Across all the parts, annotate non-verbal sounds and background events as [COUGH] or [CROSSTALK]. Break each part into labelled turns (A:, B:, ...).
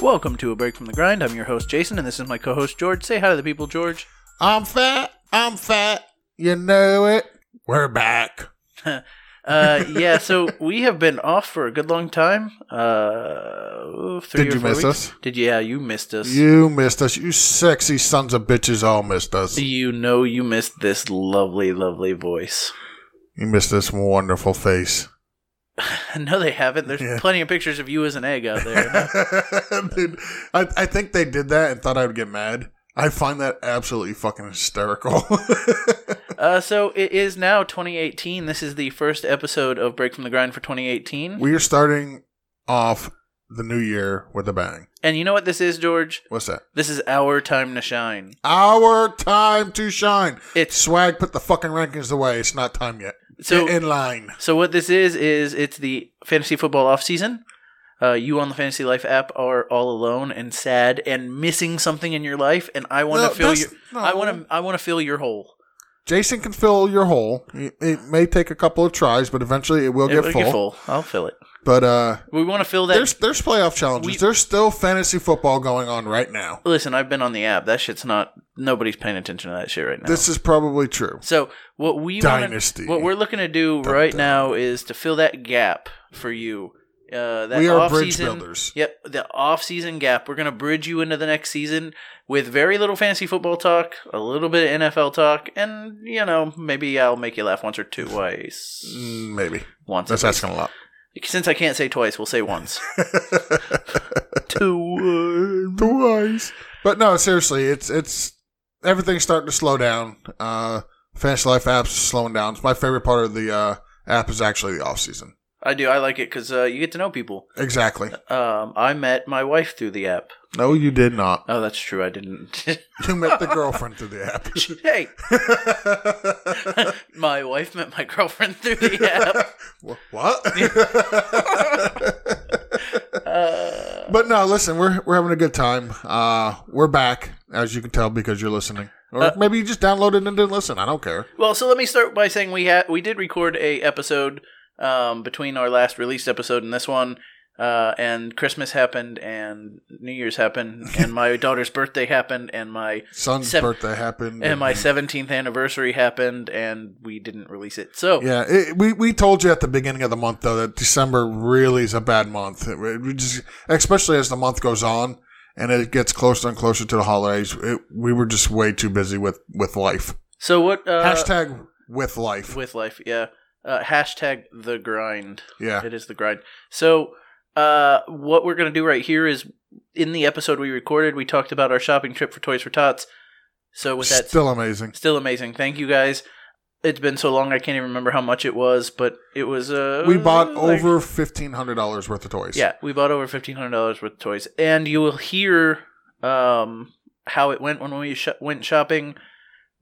A: Welcome to A Break from the Grind. I'm your host, Jason, and this is my co host, George. Say hi to the people, George.
B: I'm fat. I'm fat. You know it. We're back.
A: Uh, yeah,
B: [LAUGHS]
A: so we have been off for a good long time. Uh, three
B: Did
A: or
B: you
A: four
B: miss
A: weeks.
B: us?
A: Did you? Yeah, you missed us.
B: You missed us. You sexy sons of bitches all missed us.
A: You know you missed this lovely, lovely voice. [LAUGHS]
B: You missed this wonderful face.
A: no, they haven't. There's
B: Yeah.
A: plenty of pictures of you as an egg out
B: [LAUGHS]
A: there.
B: Dude, I, I think they did that and thought I would get mad. I find that absolutely fucking hysterical. [LAUGHS]
A: uh, so it is now 2018. This is the first episode of Break from the Grind for 2018.
B: we are starting off the new year with a bang.
A: and you know what this is, George?
B: What's that?
A: This is our time to shine.
B: Our time to shine.
A: It's
B: Swag, put the fucking rankings away. It's not time yet.
A: so
B: Get in line.
A: So what this is is it's the fantasy football off season. Uh, you on the Fantasy Life app are all alone and sad and missing something in your life, and I want to
B: No,
A: fill your.
B: that's-
A: I
B: no.
A: want to. I want to fill your hole.
B: Jason can fill your hole. It, it may take a couple of tries, but eventually it will get,
A: It'll
B: full.
A: get full. I'll fill it.
B: But uh,
A: We want to fill that.
B: there's there's playoff challenges.
A: We-
B: there's still fantasy football going on right now.
A: Listen, I've been on the app. That shit's not. Nobody's paying attention to that shit right now.
B: This is probably true.
A: so what we wanna-
B: Dynasty.
A: what we're looking to do
B: Dun,
A: right
B: dun.
A: now is to fill that gap for you. Uh, that
B: We are
A: off
B: bridge
A: season,
B: builders.
A: Yep, the off-season gap. We're gonna bridge you into the next season with very little fantasy football talk, a little bit of NFL talk, and you know maybe I'll make you laugh once or twice.
B: Mm, Maybe
A: Once.
B: that's
A: at least.
B: asking a lot.
A: Since I can't say twice, we'll say
B: [LAUGHS]
A: once. Two.
B: Twice. But no, seriously, it's it's everything's starting to slow down. Uh, fantasy life apps slowing down. It's my favorite part of the uh, app is actually the off season.
A: I do. I like it because uh, you get to know people.
B: Exactly.
A: Um, I met my wife through the app.
B: No, you did not.
A: Oh, that's true. I didn't. [LAUGHS]
B: You met [LAUGHS] the girlfriend through the app.
A: hey, [LAUGHS] my wife met my girlfriend through
B: [LAUGHS]
A: the app.
B: Wha-
A: [LAUGHS]
B: what? [LAUGHS]
A: Uh,
B: but no, listen, we're we're having a good time. Uh, we're back, as you can tell, because you're listening, or
A: Uh,
B: maybe you just downloaded and didn't listen. I don't care.
A: Well, so let me start by saying we had we did record a episode um, between our last released episode and this one, uh, and Christmas happened, and New Year's
B: [LAUGHS]
A: happened, and my daughter's birthday happened, and my
B: Son's
A: Seven-
B: birthday happened.
A: and my seventeenth anniversary happened, and we didn't release it. So
B: yeah, it, we we told you at the beginning of the month though that December really is a bad month. It- it- we just, especially as the month goes on and it gets closer and closer to the holidays, it, we were just way too busy with with life.
A: so what? Uh,
B: Hashtag with life.
A: with life, yeah. Uh, hashtag the grind.
B: yeah.
A: It is the grind. So, uh, what we're going to do right here is in the episode we recorded, we talked about our shopping trip for Toys for Tots. So, with that,
B: Still amazing.
A: still amazing. Thank you guys. It's been so long, I can't even remember how much it was, but it was. Uh,
B: We bought
A: like-
B: over fifteen hundred dollars worth of toys.
A: Yeah, we bought over $1,500 worth of toys. And you will hear um, how it went when we sh- went shopping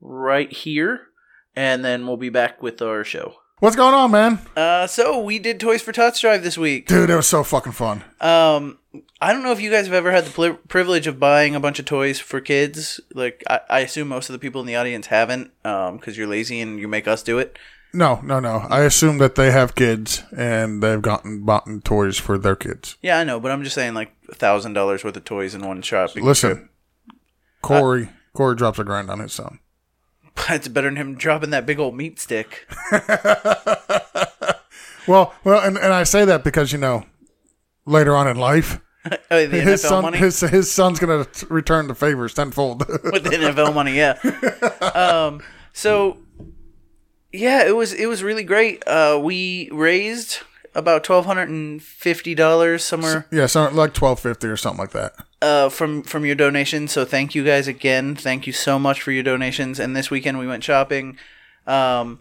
A: right here. And then we'll be back with our show.
B: What's going on, man?
A: Uh, so we did Toys for Tots Drive this week.
B: Dude, it was so fucking fun.
A: Um, I don't know if you guys have ever had the pl- privilege of buying a bunch of toys for kids. Like, I, I assume most of the people in the audience haven't, um, because you're lazy and you make us do it.
B: No, no, no. I assume that they have kids and they've gotten bought toys for their kids.
A: Yeah, I know, but I'm just saying, like, a thousand dollars worth of toys in one shop. [LAUGHS]
B: Listen, Corey, Corey drops a grind on his son.
A: it's better than him dropping that big old meat stick. [LAUGHS]
B: Well, well, and, and I say that because you know, later on in life,
A: Oh, the
B: his
A: NFL
B: son,
A: money.
B: his his son's gonna t- return the favors tenfold. [LAUGHS]
A: with the NFL money, yeah. Um, so yeah, it was it was really great. Uh, we raised about twelve hundred and fifty dollars somewhere
B: yeah, so like twelve fifty or something like that.
A: uh, from from your donations. So thank you guys again. Thank you so much for your donations. And this weekend we went shopping. Um,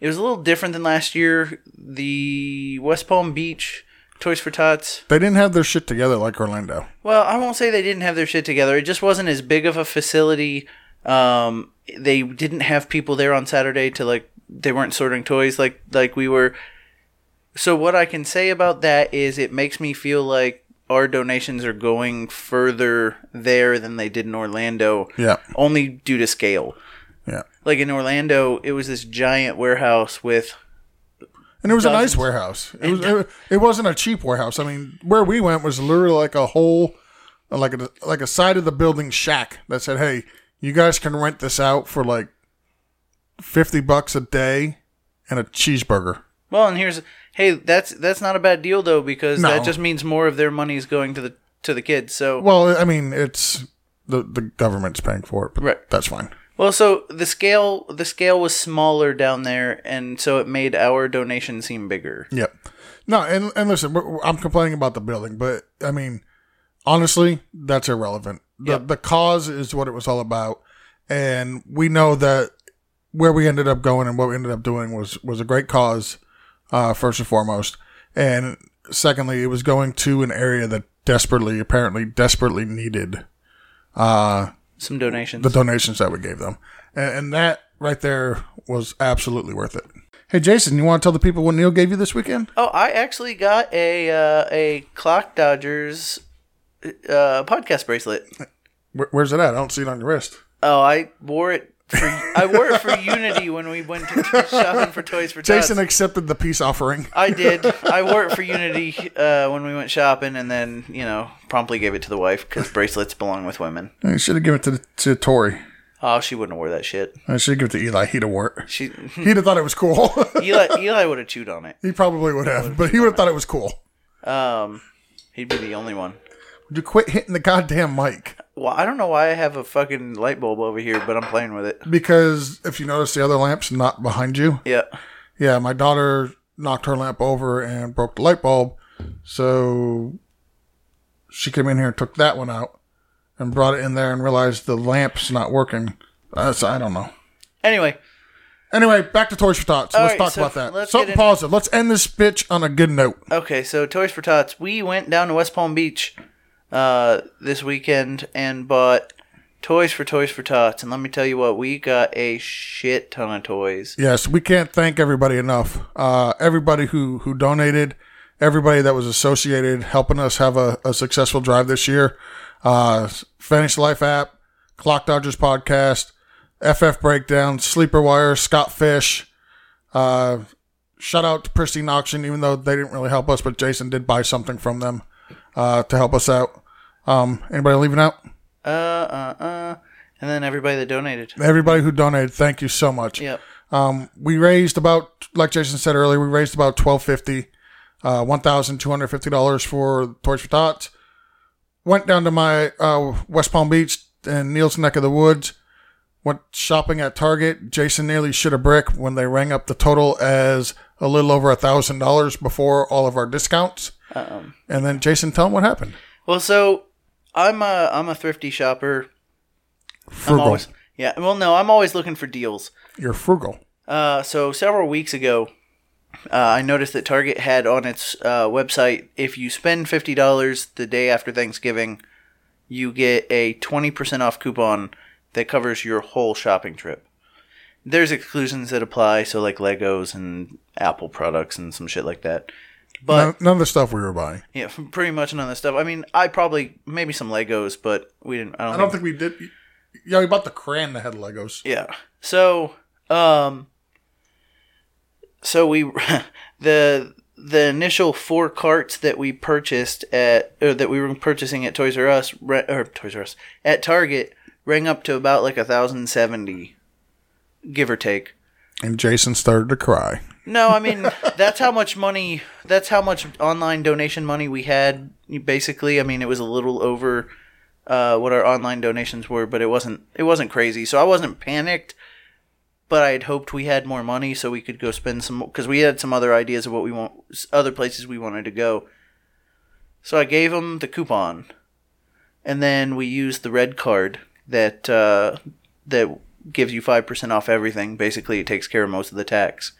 A: it was a little different than last year. The West Palm Beach Toys for Tots.
B: They didn't have their shit together like Orlando.
A: Well, I won't say they didn't have their shit together. It just wasn't as big of a facility. Um, they didn't have people there on Saturday to like. They weren't sorting toys like like we were. So what I can say about that is it makes me feel like our donations are going further there than they did in Orlando.
B: Yeah,
A: Only due to scale.
B: yeah.
A: Like in Orlando, it was this giant warehouse with
B: And it was a nice
A: Dozens.
B: warehouse. It was it, it wasn't a cheap warehouse. I mean, where we went was literally like a whole like a like a side of the building shack that said, "Hey, you guys can rent this out for like fifty bucks a day and a cheeseburger."
A: Well, and here's hey, that's that's not a bad deal though because
B: No.
A: that just means more of their money is going to the to the kids. So
B: Well, I mean, it's the the government's paying for it, but
A: Right.
B: that's fine.
A: well, so the scale the scale was smaller down there, and so it made our donation seem bigger.
B: Yep. No, and and listen, we're, we're- I'm complaining about the building, but I mean, honestly, that's irrelevant. The
A: Yep.
B: the cause is what it was all about, and we know that where we ended up going and what we ended up doing was was a great cause, uh, first and foremost, and secondly, it was going to an area that desperately, apparently, desperately needed uh,
A: Some donations.
B: the donations that we gave them, and, and that right there was absolutely worth it. Hey, Jason, you want to tell the people what Neil gave you this weekend?
A: oh, I actually got a uh, a Clock Dodgers uh, podcast bracelet.
B: Where, where's it at? I don't see it on your wrist.
A: Oh, I wore it. For, I wore it for Unity when we went to [LAUGHS] shopping for toys for Tots.
B: Jason accepted the peace offering.
A: I did. I wore it for Unity uh, when we went shopping, and then you know promptly gave it to the wife because bracelets belong with women.
B: I should have given it to the, to Tori.
A: Oh, she wouldn't have wore that shit.
B: I should give it to Eli. He'd have wore it.
A: She [LAUGHS]
B: He'd have thought it was cool. [LAUGHS]
A: Eli Eli would have chewed on it.
B: he probably would have, but he would have thought it was cool.
A: Um, he'd be the only one.
B: Would you quit hitting the goddamn mic?
A: Well, I don't know why I have a fucking light bulb over here, but I'm playing with it.
B: Because if you notice, the other lamp's not behind you.
A: Yeah.
B: Yeah, my daughter knocked her lamp over and broke the light bulb. So she came in here and took that one out and brought it in there and realized the lamp's not working. That's, I don't know.
A: Anyway,
B: Anyway, back to Toys for Tots.
A: All
B: let's
A: right,
B: talk
A: so
B: about that.
A: let's
B: Something
A: get in-
B: positive. Let's end this bitch on a good note.
A: okay. So Toys for Tots. We went down to West Palm Beach uh, this weekend and bought toys for Toys for Tots. And let me tell you what, we got a shit ton of toys.
B: Yes, we can't thank everybody enough. Uh, everybody who who donated, everybody that was associated helping us have a, a successful drive this year. Uh, Fantasy Life app, Clock Dodgers podcast, FF Breakdown, Sleeper Wire, Scott Fish. Uh, shout out to Pristine Auction, even though they didn't really help us, but Jason did buy something from them uh, to help us out. Um, anybody leaving out?
A: Uh, uh, uh. And then everybody that donated.
B: Everybody who donated, thank you so much.
A: Yep.
B: Um, we raised about, like Jason said earlier, we raised about twelve fifty, uh, one thousand two hundred fifty dollars for Torch for Tots. Went down to my uh, West Palm Beach and Neil's neck of the woods. Went shopping at Target. Jason nearly shit a brick when they rang up the total as a little over a thousand dollars before all of our discounts.
A: Um.
B: And then Jason, tell him what happened.
A: Well, so I'm a I'm a thrifty shopper. I'm
B: Frugal.
A: always yeah. Well, no, I'm always looking for deals.
B: You're frugal.
A: Uh, so several weeks ago, uh, I noticed that Target had on its uh, website if you spend fifty dollars the day after Thanksgiving, you get a twenty percent off coupon that covers your whole shopping trip. There's exclusions that apply, so like Legos and Apple products and some shit like that. But
B: none, none of the stuff we were buying.
A: Yeah, [LAUGHS] f- pretty much none of this stuff. I mean, I probably maybe some Legos, but we didn't. I don't,
B: I don't
A: think,
B: think we did. Yeah, we bought the crayon that had Legos.
A: Yeah. So, um, so we [LAUGHS] the the initial four carts that we purchased at or that we were purchasing at Toys R Us ra- or Toys R Us at Target rang up to about like a thousand seventy, give or take.
B: And Jason started to cry.
A: No, I mean that's how much money. That's how much online donation money we had. Basically, I mean it was a little over uh, what our online donations were, but it wasn't. It wasn't crazy. So I wasn't panicked, but I had hoped we had more money so we could go spend some because we had some other ideas of what we want, other places we wanted to go. So I gave them the coupon, and then we used the red card that uh, that gives you five percent off everything. Basically, it takes care of most of the tax.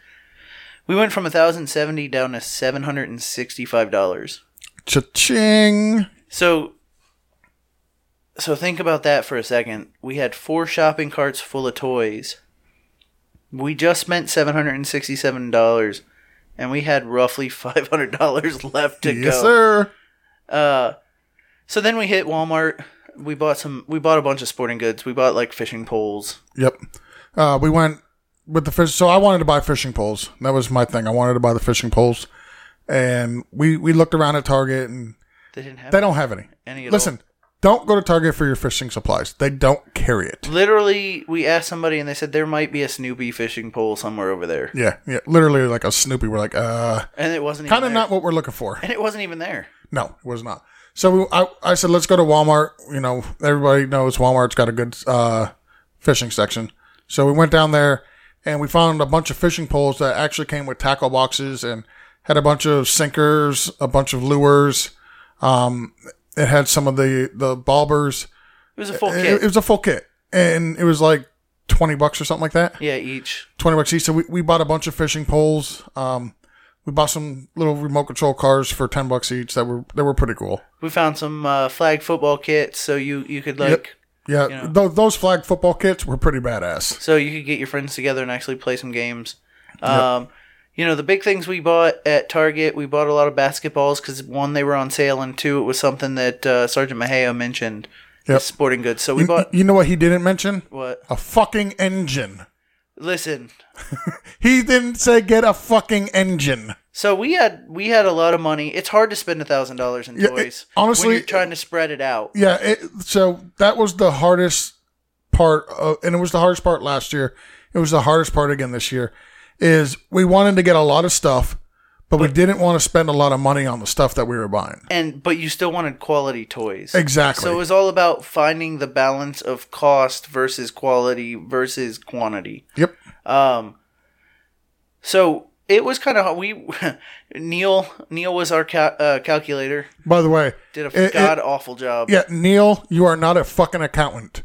A: We went from 1070 down to $765.
B: Cha-ching!
A: So so think about that for a second. We had four shopping carts full of toys. We just spent $767 and we had roughly $500 [LAUGHS] left to
B: Yes,
A: go.
B: sir.
A: Uh, so then we hit Walmart. We bought some we bought a bunch of sporting goods. We bought like fishing poles.
B: Yep. Uh, we went with the fish. So I wanted to buy fishing poles. That was my thing. I wanted to buy the fishing poles, and we we looked around at Target, and
A: They didn't have
B: they don't have any.
A: any at all.
B: Listen, Don't go to Target for your fishing supplies. They don't carry
A: Mm.
B: it.
A: Literally, we asked somebody and they said there might be a Snoopy fishing pole somewhere over there,
B: Yeah, yeah. Literally, like a Snoopy. We're like, uh,
A: and it wasn't
B: kind of
A: even
B: not
A: there.
B: what we're looking for.
A: and it wasn't even there.
B: No, it was not. So we, I, I said, let's go to Walmart. You know, everybody knows Walmart's got a good uh, fishing section. So we went down there and we found a bunch of fishing poles that actually came with tackle boxes and had a bunch of sinkers, a bunch of lures. Um, it had some of the the bobbers.
A: It was a full
B: It,
A: kit.
B: it was a full kit, and it was like twenty bucks or something like that.
A: yeah, each.
B: 20 bucks each. So we, we bought a bunch of fishing poles. Um, we bought some little remote control cars for 10 bucks each that were, that were pretty cool.
A: We found some uh, flag football kits, so you you could like
B: Yeah.
A: You know.
B: tho- those flag football kits were pretty badass.
A: so you could get your friends together and actually play some games. Um, You know, the big things we bought at Target, we bought a lot of basketballs because one, they were on sale, and two, it was something that uh, Sergeant Maheo mentioned. the
B: Yep. Mm-hmm.
A: Sporting goods. So we
B: You-
A: bought
B: you know what he didn't mention?
A: what?
B: A fucking engine.
A: Listen.
B: He didn't say get a fucking engine.
A: So we had we had a lot of money. It's hard to spend a thousand dollars in
B: Yeah, it-
A: toys.
B: honestly-
A: when you're trying to spread it out.
B: Yeah. It, so that was the hardest part. Of, and it was the hardest part last year. It was the hardest part again this year is we wanted to get a lot of stuff, but we didn't want to spend a lot of money on the stuff that we were buying.
A: and but you still wanted quality toys
B: Exactly.
A: so it was all about finding the balance of cost versus quality versus quantity
B: Yep.
A: um so it was kind of we [LAUGHS] neil neil was our cal- uh, calculator
B: By the way,
A: did a
B: It- it-
A: god awful job [LAUGHS]
B: yeah, Neil, you are not a fucking accountant.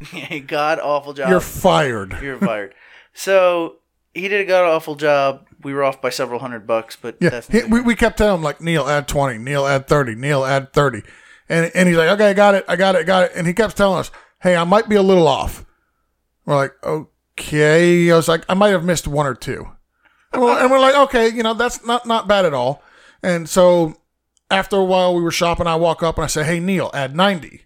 A: god awful job
B: You're fired.
A: You're fired so he did a god awful job we were off by several hundred bucks but
B: Yeah,
A: that's
B: he, we, we kept telling him like Neil add twenty, Neil add thirty, Neil add thirty, and and he's like, okay, I got it, I got it, I got it, and he kept telling us, hey, I might be a little off. We're like, okay. I was like, I might have missed one or two, and we're, and we're like, okay, you know, that's not not bad at all. And so after a while, we were shopping. I walk up and I say, hey, Neil, add ninety.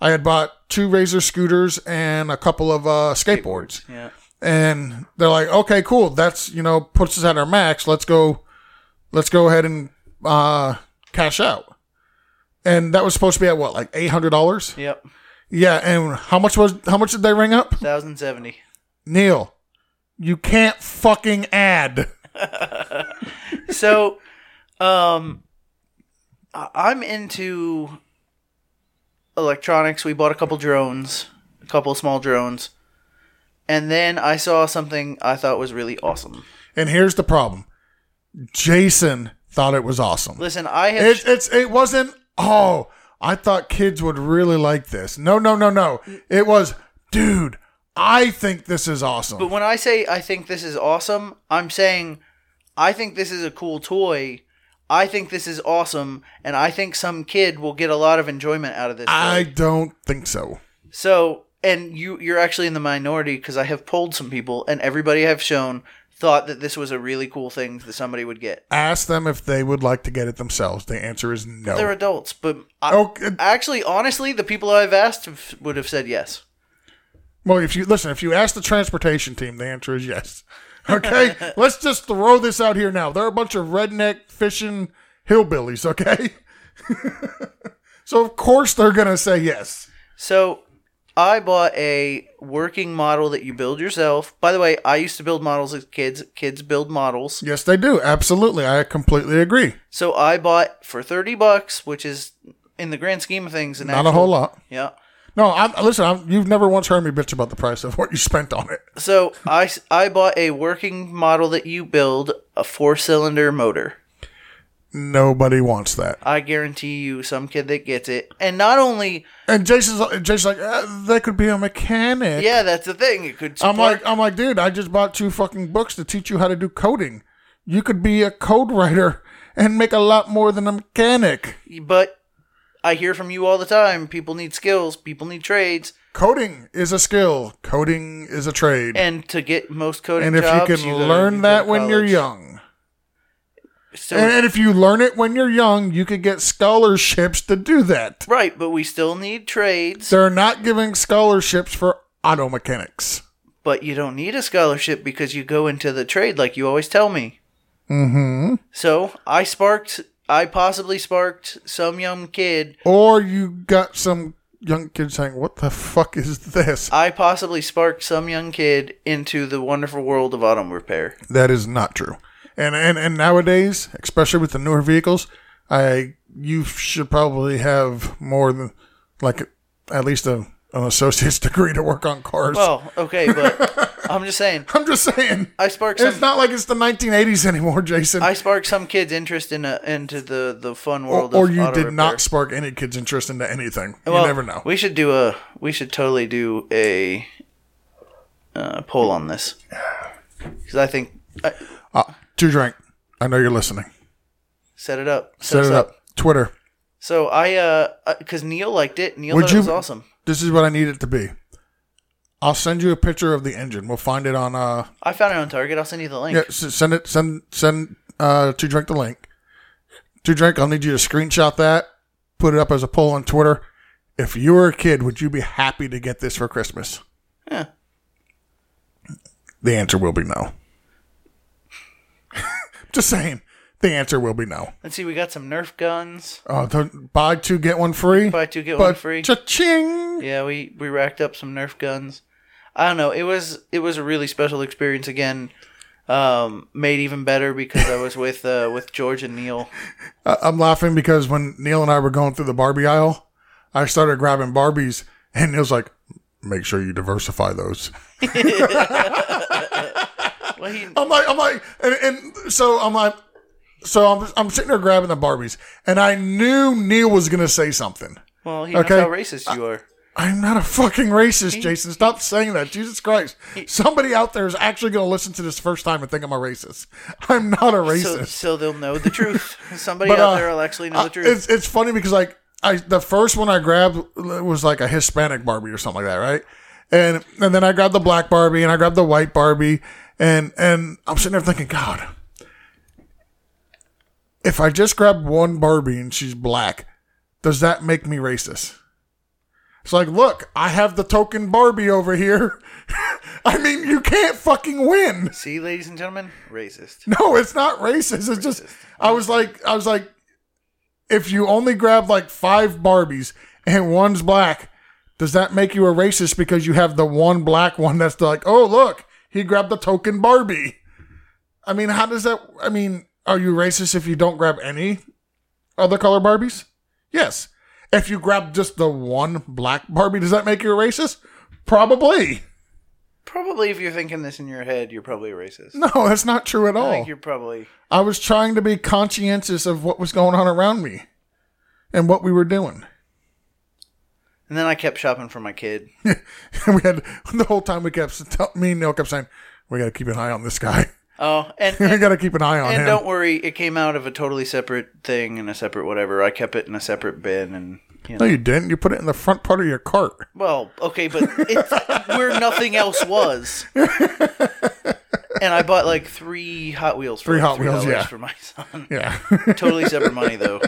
B: I had bought two Razor scooters and a couple of uh, skateboards.
A: yeah
B: and they're like, okay, cool. That's you know puts us at our max. Let's go, let's go ahead and uh, cash out. And that was supposed to be at what, like eight hundred dollars?
A: yep
B: Yeah. And how much was how much did they ring up?
A: 1070
B: Neil, you can't fucking add.
A: so um I- i'm into electronics we bought a couple drones a couple small drones and then i saw something i thought was really awesome
B: And here's the problem. Jason thought it was awesome.
A: listen i have
B: It, it's it wasn't. Oh, I thought kids would really like this. No, no, no, no. It was, dude. I think this is awesome.
A: but when i say i think this is awesome i'm saying i think this is a cool toy i think this is awesome and i think some kid will get a lot of enjoyment out of this
B: I
A: toy.
B: don't think so.
A: So, and you you're actually in the minority because I have polled some people, and everybody I've shown thought that this was a really cool thing that somebody would get.
B: Ask them if they would like to get it themselves. The answer is no. Oh, uh,
A: They're adults, but I,
B: okay.
A: actually, honestly, the people I've asked have- would have said yes.
B: Well, if you listen, if you ask the transportation team, the answer is yes. [LAUGHS] Okay, let's just throw this out here now. They're a bunch of redneck fishing hillbillies. Okay, [LAUGHS] so of course they're gonna say yes.
A: So, I bought a working model that you build yourself. By the way, I used to build models as kids. Kids build models.
B: Yes, they do. Absolutely, I completely agree.
A: So I bought for thirty bucks, which is in the grand scheme of things, an
B: Not a whole lot.
A: Yeah.
B: No, I'm, listen. I'm, you've never once heard me bitch about the price of what you spent on it.
A: So I, I bought a working model that you build a four cylinder motor.
B: Nobody wants that.
A: I guarantee you, some kid that gets it, and not only
B: And Jason's Jason's like, uh, they could be a mechanic.
A: yeah, that's the thing. It could.
B: I'm
A: spark-
B: like, I'm like, dude, I just bought two fucking books to teach you how to do coding. You could be a code writer and make a lot more than a mechanic.
A: but I hear from you all the time. People need skills. People need trades,
B: Coding is a skill. Coding is a trade. And,
A: and to get most coding
B: if
A: jobs,
B: you can
A: gotta-
B: learn
A: you go
B: that
A: to
B: when you're
A: college.
B: young,
A: So-
B: and, and if you learn it when you're young, you could get scholarships to do that.
A: right? But we still need trades.
B: They're not giving scholarships for auto mechanics.
A: but you don't need a scholarship because you go into the trade like you always tell me. Mm-hmm. So I sparked. I possibly sparked some young kid
B: Or you got some young kid saying, "What the fuck is this?"
A: I possibly sparked some young kid into the wonderful world of auto repair.
B: That is not true. And and and nowadays, especially with the newer vehicles, I you should probably have more than like at least a, an associate's [LAUGHS] degree to work on cars.
A: Well, okay,
B: [LAUGHS]
A: but I'm just saying.
B: I'm just saying.
A: I sparked
B: It's
A: some.
B: not like it's the 1980s anymore, Jason.
A: I sparked some kid's interest in a, into the, the fun world.
B: or
A: of
B: you
A: auto
B: did
A: repair.
B: not spark any kid's interest into anything. You
A: Well,
B: never know.
A: We should do a. We should totally do a uh, poll on this because I think I,
B: Uh, to drink. I know you're listening.
A: set it up. Set,
B: Set
A: us
B: it up. Twitter.
A: So I, uh, because Neil liked it. Neil
B: Would
A: thought
B: you-
A: it was awesome.
B: This is what I need it to be. I'll send you a picture of the engine. We'll find it on uh
A: I found it on Target. I'll send you the link.
B: Yeah, s- send it. Send send uh, to drink the link. To drink, I'll need you to screenshot that, put it up as a poll on Twitter. If you were a kid, would you be happy to get this for Christmas?
A: Yeah.
B: The answer will be no. [LAUGHS] Just saying, the answer will be no.
A: Let's see. We got some Nerf
B: [LAUGHS]
A: guns.
B: Uh, the buy two get one free.
A: Buy two get one
B: but
A: free.
B: Cha-ching!
A: Yeah, we we racked up some Nerf guns. I don't know. It was it was a really special experience again. Um, made even better because I was with uh, with George and Neil.
B: I- I'm laughing because when Neil and I were going through the Barbie aisle, I started grabbing Barbies, and Neil's like, "Make sure you diversify those."
A: Well, he,
B: I'm like, I'm like, and, and so I'm like, so I'm, I'm sitting there grabbing the Barbies, and I knew Neil was gonna say something.
A: well, he knows
B: Okay.
A: how racist you are.
B: I'm not a fucking racist, Jason. Stop saying that. Jesus Christ. Somebody out there is actually gonna listen to this first time and think I'm a racist. I'm not a
A: so,
B: Uh, racist.
A: so they'll know the
B: [LAUGHS]
A: truth. Somebody
B: But,
A: out
B: uh,
A: there will actually know the
B: I-
A: truth.
B: It's it's funny because like I the first one I grabbed was like a Hispanic Barbie or something like that, right? And and then I grabbed the black Barbie and I grabbed the white Barbie and and I'm sitting there thinking, God, if I just grab one Barbie and she's black, does that make me racist? It's like, look, I have the token Barbie over here. [LAUGHS] I mean, you can't fucking win.
A: See, ladies and gentlemen, racist.
B: [LAUGHS] No, it's not racist. It's just I was like I was like if you only grab like five Barbies and one's black, does that make you a racist because you have the one black one that's like, "Oh, look, he grabbed the token Barbie." I mean, how does that I mean, are you racist if you don't grab any other color Barbies? Yes. If you grab just the one black Barbie, does that make you a racist? Probably. [LAUGHS]
A: Probably, if you're thinking this in your head, you're probably a racist.
B: No, that's not true at all.
A: I think you're probably.
B: I was trying to be conscientious of what was going on around me and what we were doing. [LAUGHS]
A: And then I kept shopping for my kid.
B: And we had the whole time we kept tell, me and Neil kept saying, "We got to keep an eye on this guy. [LAUGHS]
A: Oh, and
B: we [LAUGHS]
A: and,
B: got to keep an eye on
A: and
B: him."
A: don't worry, it came out of a totally separate thing and a separate whatever. I kept it in a separate bin, and you
B: no,
A: know.
B: you didn't. You put it in the front part of your cart.
A: Well, okay, but it's [LAUGHS] where nothing else
B: [LAUGHS]
A: was. And I bought like three Hot Wheels. For
B: Three
A: like
B: Hot Wheels,
A: $3
B: yeah.
A: for my son.
B: Yeah, [LAUGHS]
A: totally separate money though.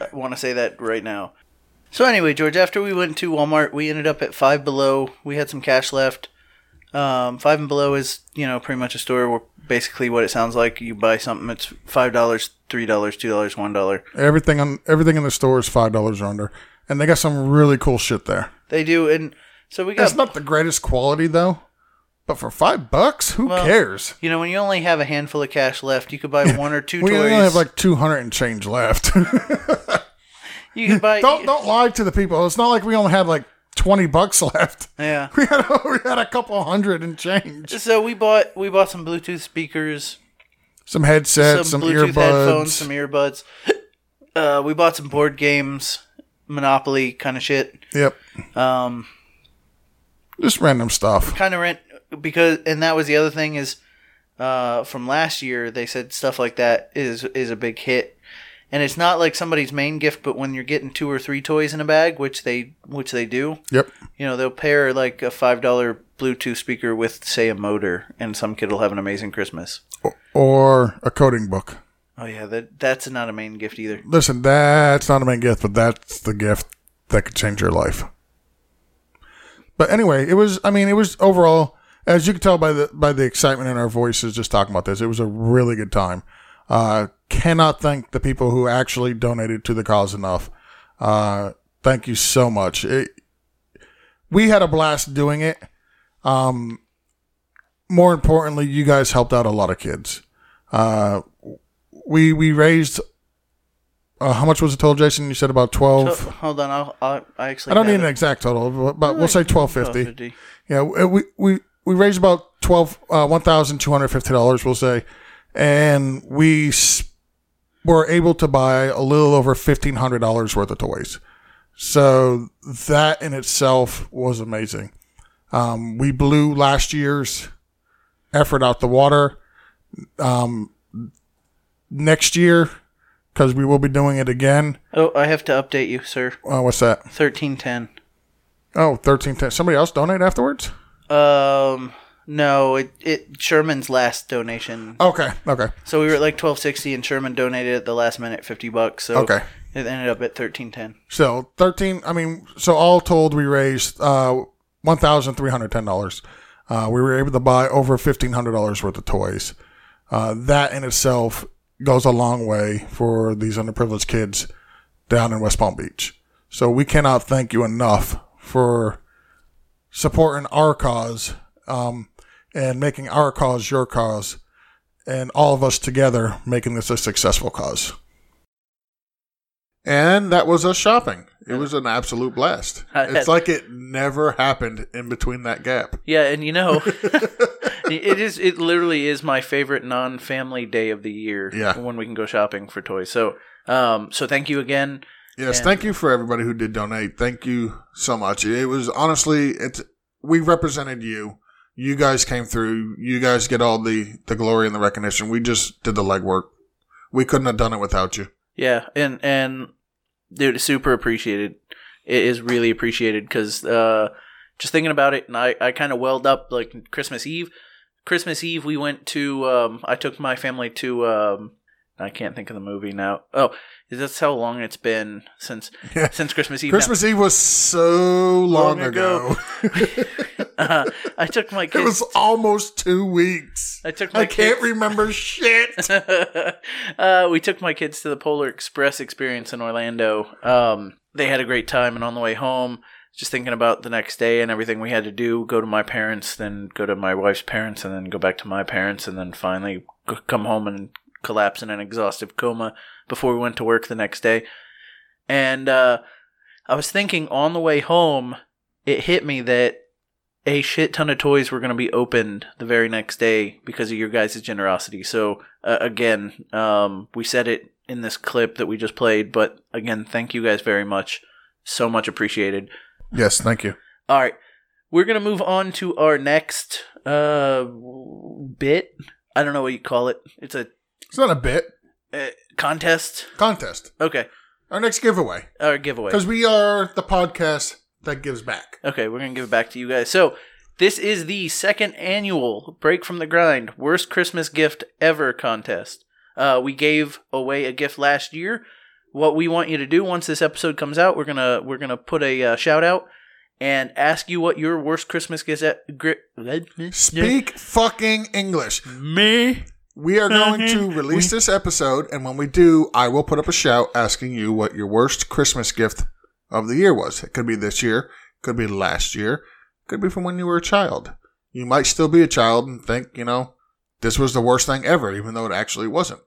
A: I want to say that right now. So anyway, George, after we went to Walmart, we ended up at Five Below. We had some cash left. Um, five and Below is you know pretty much a store where basically what it sounds like. You buy something, it's five dollars, three dollars, two dollars, one dollar.
B: everything on everything in the store is five dollars or under, and they got some really cool shit there.
A: They do, and so we got.
B: It's not the greatest quality though, but for five bucks, who
A: Well,
B: cares?
A: you know, when you only have a handful of cash left, you could buy one or two
B: [LAUGHS] We
A: toys.
B: only have like two hundred and change
A: [LAUGHS]
B: left. [LAUGHS]
A: you could buy.
B: don't don't lie to the people. It's not like we only had like twenty bucks [LAUGHS] left.
A: Yeah.
B: We had a, we had a couple hundred and change.
A: So we bought we bought some Bluetooth speakers.
B: Some headsets, some,
A: Bluetooth headphones,
B: earbuds.
A: some earbuds. Uh, we bought some board games, Monopoly kind of shit.
B: yep.
A: Um,
B: Just random stuff.
A: kind of rent because, and that was the other thing is, uh, from last year they said stuff like that is is a big hit, and it's not like somebody's main gift, but when you're getting two or three toys in a bag, which they which they do,
B: Yep.
A: you know they'll pair like a five dollar Bluetooth speaker with say a motor, and some kid will have an amazing Christmas.
B: Or a coding book.
A: Oh yeah, that that's not a main gift either.
B: Listen, that's not a main gift, but that's the gift that could change your life. But anyway, it was I mean, it was overall as you can tell by the by the excitement in our voices just talking about this, it was a really good time. Uh cannot thank the people who actually donated to the cause enough. Uh Thank you so much. It, we had a blast doing it. Um, more importantly, you guys helped out a lot of kids. Uh, we we raised. Uh, how much was the total, Jason? You said about twelve.
A: So, hold on, I'll, I'll I actually
B: I don't need
A: have
B: an
A: it.
B: exact total, but we'll say twelve fifty.
A: 1250.
B: Yeah, we we we raised about twelve uh, one thousand two hundred fifty dollars, we'll say, and we s- were able to buy a little over fifteen hundred dollars worth of toys. So that in itself was amazing. Um, we blew last year's effort out the water. Um, next year, because we will be doing it again.
A: Oh, I have to update you, sir.
B: Uh, what's that?
A: Thirteen ten.
B: Oh, 13 Somebody else donate afterwards?
A: Um, no, it it Sherman's last donation.
B: Okay. Okay.
A: So we were at like twelve sixty, and Sherman donated at the last minute fifty bucks. So
B: Okay.
A: it ended up at thirteen ten.
B: So thirteen. I mean, so all told, we raised uh, one thousand three hundred ten dollars. Uh, we were able to buy over fifteen hundred dollars worth of toys. Uh, that in itself goes a long way for these underprivileged kids down in West Palm Beach. So we cannot thank you enough for supporting our cause um, and making our cause your cause, and all of us together making this a successful cause. And that was us shopping. It was an absolute blast. It's like it never happened in between that gap.
A: Yeah, and you
B: [LAUGHS]
A: know, [LAUGHS] it is. It literally is my favorite non-family day of the year.
B: Yeah.
A: when we can go shopping for toys. So, um, so thank you again.
B: Yes,
A: And-
B: thank you for everybody who did donate. Thank you so much. It was honestly, it's we represented you. You guys came through. You guys get all the the glory and the recognition. We just did the legwork. We couldn't have done it without you.
A: Yeah, and and dude, super appreciated. It is really appreciated because uh, just thinking about it, and I I kind of welled up like Christmas Eve. Christmas Eve, we went to. Um, I took my family to. Um, I can't think of the movie now. Oh, that's how long it's been since
B: [LAUGHS] Yeah.
A: since Christmas Eve. now. [LAUGHS]
B: Christmas Eve was so long,
A: Long
B: ago. [LAUGHS]
A: ago. [LAUGHS] Uh, I took my
B: it
A: kids.
B: was almost two weeks.
A: I took my
B: I can't
A: kids. [LAUGHS]
B: remember shit.
A: uh, we took my kids to the Polar Express experience in Orlando. Um, they had a great time, and on the way home, just thinking about the next day and everything we had to do go to my parents, then go to my wife's parents, and then go back to my parents, and then finally c- come home and collapse in an exhaustive coma before we went to work the next day. And uh, I was thinking on the way home, it hit me that a shit ton of toys were going to be opened the very next day because of your guys' generosity. So, uh, again, um, we said it in this clip that we just played, but again, thank you guys very much. So much appreciated.
B: Yes, thank you.
A: All right. We're going to move on to our next uh, bit. I don't know what you call it. It's a
B: It's not a bit
A: uh, contest.
B: contest.
A: Okay.
B: Our next giveaway
A: Or giveaway.
B: because we are the podcast that gives back.
A: Okay, we're going to give it back to you guys. So, this is the second annual Break from the Grind Worst Christmas Gift Ever contest. Uh, we gave away a gift last year. What we want you to do once this episode comes out, we're going to we're going to put a uh, shout out and ask you what your worst Christmas gift gri-
B: Speak fucking English.
A: me.
B: We are going to release this episode, and when we do, I will put up a shout asking you what your worst Christmas gift of the year was. It could be this year, could be last year, could be from when you were a child. You might still be a child and think, you know, this was the worst thing ever, even though it actually wasn't.